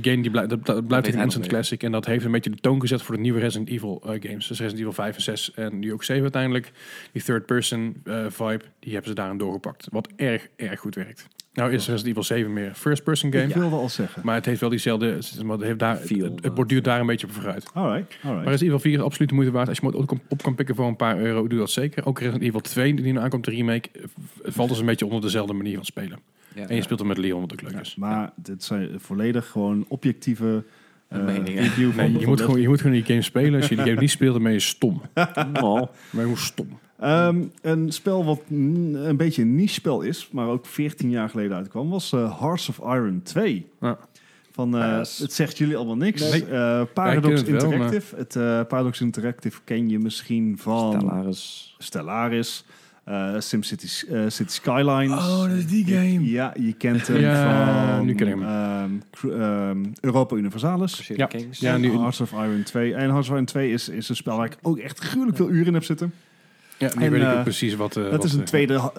die game die blijft, dat, dat hij blijft een nog instant niet. classic. En dat heeft een beetje de toon gezet voor de nieuwe Resident Evil eh, games. Dus Resident Evil 5 en 6 en nu ook 7 uiteindelijk. Die third person eh, vibe, die hebben ze daarin doorgepakt. Wat erg, erg goed werkt. Nou is Resident Evil 7 meer first person game. Ik wilde al zeggen. Maar het heeft wel diezelfde, maar het, heeft daar, Feel, het, eh, het borduurt daar een beetje op vooruit. Alright. Alright. Maar Resident Evil 4 is absoluut de moeite waard. Als je hem ooit op- op kan pikken voor een paar euro, doe dat zeker. Ook Resident Evil 2, die nu aankomt, de remake, eh, v- valt dus een beetje onder dezelfde manier van spelen. Ja. En je speelt hem met Leon, wat ook leuk dus. is. Maar dit zijn volledig gewoon objectieve eh, Meningen. review van- Nee, je van moet, Les- gewoon, je moet gewoon die game spelen. Als je die game niet speelt, dan ben je stom. Oh. Maar je moet stom. Ehm, een spel wat mm, een beetje een niche spel is, maar ook 14 jaar geleden uitkwam, was eh, Hearts of Iron 2. Ja. Van, eh, Yes. Het zegt jullie allemaal niks. Nee. Eh, Paradox Ja, ik ken het wel, maar- Interactive. Het, eh, Paradox Interactive ken je misschien van Stellaris. Stellaris, eh, SimCity eh, City Skylines. Oh, is die Ja, je kent hem Ja, van nu ken ik hem. ehm, cru- ehm, Europa Universalis. Crusader Ja. Kings. Ja, en nu- Hearts of Iron 2. En Hearts of Iron 2 is, is een spel waar ik ook echt gruwelijk veel uren in heb zitten. Ja, nu En, weet ik eh, ook precies wat... eh, Dat wat, is een eh, tweede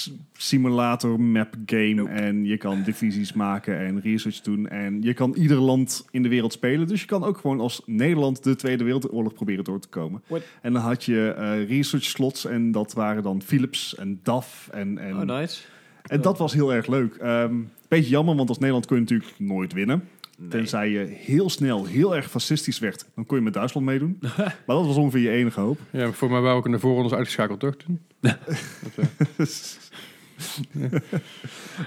wereldoorlogssimulator map game. En je kan divisies maken en research doen. En je kan ieder land in de wereld spelen. Dus je kan ook gewoon als Nederland de Tweede Wereldoorlog proberen door te komen. What? En dan had je eh, research slots. En dat waren dan Philips en DAF. En, en, Oh, nice. en dat was heel erg leuk. Ehm beetje jammer, want als Nederland kun je natuurlijk nooit winnen. Nee. Tenzij je heel snel heel erg fascistisch werd. Dan kon je met Duitsland meedoen. maar dat was ongeveer je enige hoop. Ja, voor mij waren we ook in de voorrondes uitgeschakeld, toch? Toen? Of,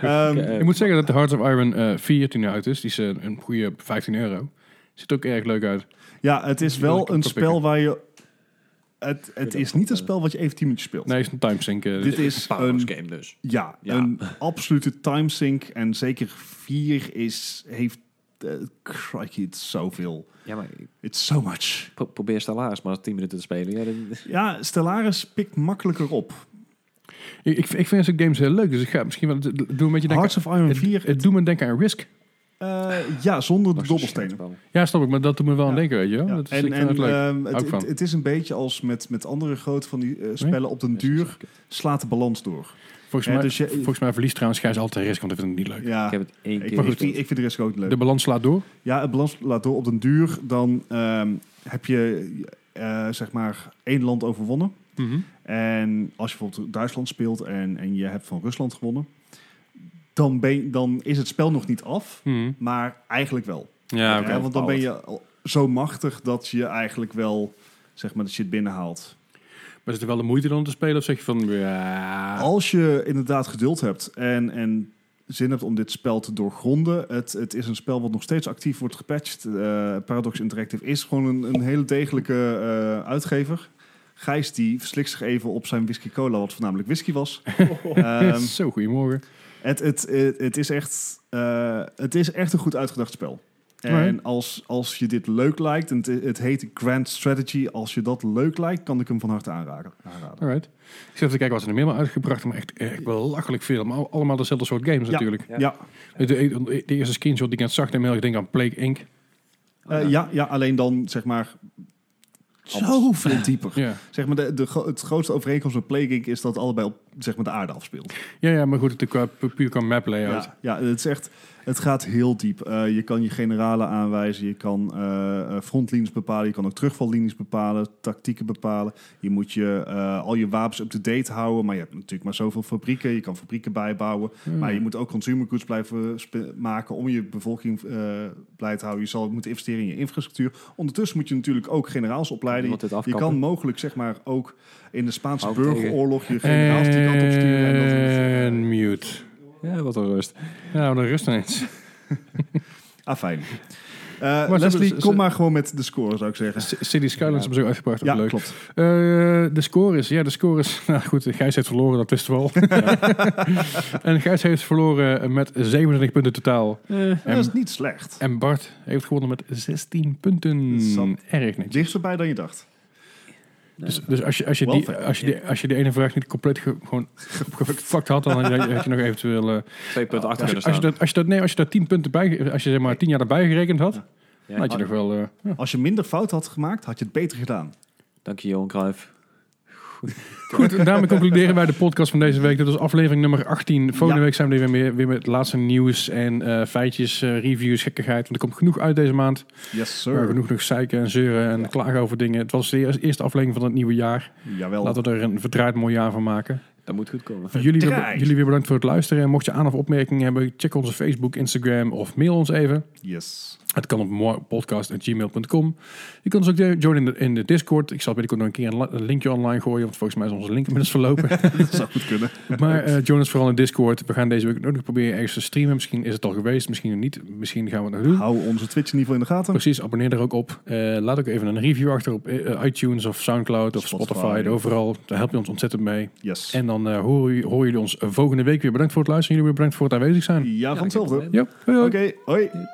eh, Ehm, Oké, eh, Ik moet zeggen dat de Hearts of Iron eh 4 die nu uit is, die is eh, een goede 15 euro. Ziet er ook erg leuk uit. Ja, het is Wil wel ik een oppikken? spel waar je eh, het, het is niet een spel wat je even 10 minuten speelt. Nee, is een timesink. eh, Dit is Powerhouse een, game dus. ja, Ja. een absolute timesink. En zeker 4 is, heeft... eh, crikey, het is zoveel. Ja, maar ik It's so much. pro- probeer Stellaris maar 10 minuten te spelen. Ja, dat- Ja, Stellaris pikt makkelijker op. Ik, ik, ik vind deze games heel leuk, dus ik ga misschien wel... het- het- Doe een beetje denken, Hearts of Iron het, 4. het doet me denken aan Risk. eh, ja, zonder de dobbelstenen. Ja, snap ik, maar dat doet me wel aan Ja. denken, weet je wel. Ja, Dat is, ik en vind en het leuk. ehm, het, Ook het, van. het is een beetje als met, met andere grote van die eh, spellen. Op den duur slaat de balans door. volgens, ja, mij, dus je- volgens mij verliest trouwens Gijs altijd Risk, want dat vind ik niet leuk. Ja, Ik heb het één ik, keer vind, gespeeld. die- ik vind de rest ook leuk. De balans slaat door. Ja, het balans laat door. Op den duur dan ehm, heb je eh, zeg maar één land overwonnen. Mhm. En als je bijvoorbeeld Duitsland speelt en, en je hebt van Rusland gewonnen. Dan, ben, je- dan is het spel nog niet af, Mhm. maar eigenlijk wel. Ja, oké. Ja, want dan ben je al zo machtig dat je eigenlijk wel, zeg maar, dat je het binnenhaalt. Maar is het wel de moeite dan om te spelen? Of zeg je van... Ja, Als je inderdaad geduld hebt en, en zin hebt om dit spel te doorgronden. Het, het is een spel wat nog steeds actief wordt gepatcht. Eh, Paradox Interactive is gewoon een, een hele degelijke eh, uitgever. Gijs die verslikt zich even op zijn whisky cola, wat voornamelijk whisky was. Ehm, Zo, goedemorgen. het, het, het, het is echt, eh, het is echt een goed uitgedacht spel. En Alright. als, als je dit leuk lijkt, en het, het heet Grand Strategy, als je dat leuk lijkt, kan ik hem van harte aanraden. aanraden. Alright. Ik zit even te kijken wat ze er meer hebben uitgebracht. Maar echt, echt belachelijk veel. Maar al- allemaal dezelfde soort games Ja. natuurlijk. Ja. Ja. Ja. De, de eerste screenshot die ik net zag, deed me heel erg denken aan Plague Inc. Eh, ja, ja, alleen dan zeg maar zoveel dieper. Ja, Zeg maar de, de, gro- het grootste overeenkomst met Plague Inc. is dat het allebei op zeg maar, de aarde afspeelt. ja, ja maar goed, het is qua- pu- puur qua map layout. Ja, ja, het is echt, het gaat heel diep. Eh, je kan je generalen aanwijzen, je kan eh, eh, frontlinies bepalen, je kan ook terugvallinies bepalen, tactieken bepalen. Je moet je, eh, al je wapens up-to-date houden, maar je hebt natuurlijk maar zoveel fabrieken. Je kan fabrieken bijbouwen, Hmm. maar je moet ook consumer goods blijven spe- maken om je bevolking eh, blij te houden. Je zal moeten investeren in je infrastructuur. Ondertussen moet je natuurlijk ook generaals opleiden. Iemand dit Je afkappen. kan mogelijk zeg maar ook in de Spaanse Hou ik burgeroorlog je generaals die kant op sturen. En dat, Eh, eh, En mute. Ja, wat een rust. Nou, dan rust ineens. Ah, fijn. Eh, hebben Leslie, ze- kom ze- maar gewoon met de score, zou ik zeggen. C- City Skylines hebben ze ook uitgebracht. ook Ja, leuk. klopt. Eh, de score is, ja, de score is... Nou goed, Gijs heeft verloren, dat wisten we al. en Gijs heeft verloren met 27 punten totaal. dat is niet slecht. En Bart heeft gewonnen met 16 punten. Zat. Erg netjes. Dichterbij dan je dacht. Dus, dus als, je, als, je Wel die, fair. als, je die, als je die ene vraag niet compleet ge- gewoon gefuckt had, dan had je, had je nog eventueel... eh, Twee punten achter als, je, als, kunnen je staan. dat, als, je dat, nee, als je daar 10 punten bij... Als je zeg maar 10 jaar erbij gerekend had, Ja. Oh, dan had je nog wel... eh, ja. Als je minder fout had gemaakt, had je het beter gedaan. Dank je, Johan Cruijff. Goed, daarmee concluderen wij de podcast van deze week. Dit was aflevering nummer 18. Volgende Ja. week zijn we er weer, weer met het laatste nieuws en eh, feitjes, eh, reviews, gekkigheid. Want er komt genoeg uit deze maand. Yes, We hebben genoeg nog zeiken en zeuren en klagen over dingen. Het was de eer- eerste aflevering van het nieuwe jaar. Jawel. Laten we er een verdraaid mooi jaar van maken. Dat moet goed komen. Jullie weer, Verdraaid. jullie weer bedankt voor het luisteren. En mocht je aan- of opmerkingen hebben, check onze Facebook, Instagram of mail ons even. Yes. Het kan op podcast.gmail.com. Je kunt ons ook de- joinen in de, in de Discord. Ik zal binnenkort nog een keer een, la- een linkje online gooien, want volgens mij is onze link inmiddels verlopen. dat zou goed kunnen. Maar eh Jonas, vooral in Discord. We gaan deze week ook nog proberen ergens te streamen. Misschien is het al geweest, misschien nog niet. Misschien gaan we het nog doen. Hou onze Twitch in ieder geval in de gaten. Precies, abonneer er ook op. Eh, laat ook even een review achter op eh, iTunes of Soundcloud of Spotify. Spotify. Overal. Daar help je ons ontzettend mee. Yes. En dan eh, horen, jullie- horen jullie ons volgende week weer. Bedankt voor het luisteren. Jullie weer bedankt voor het aanwezig zijn. ja, van hetzelfde. Ja, hoi, hoi. Oké, hoi.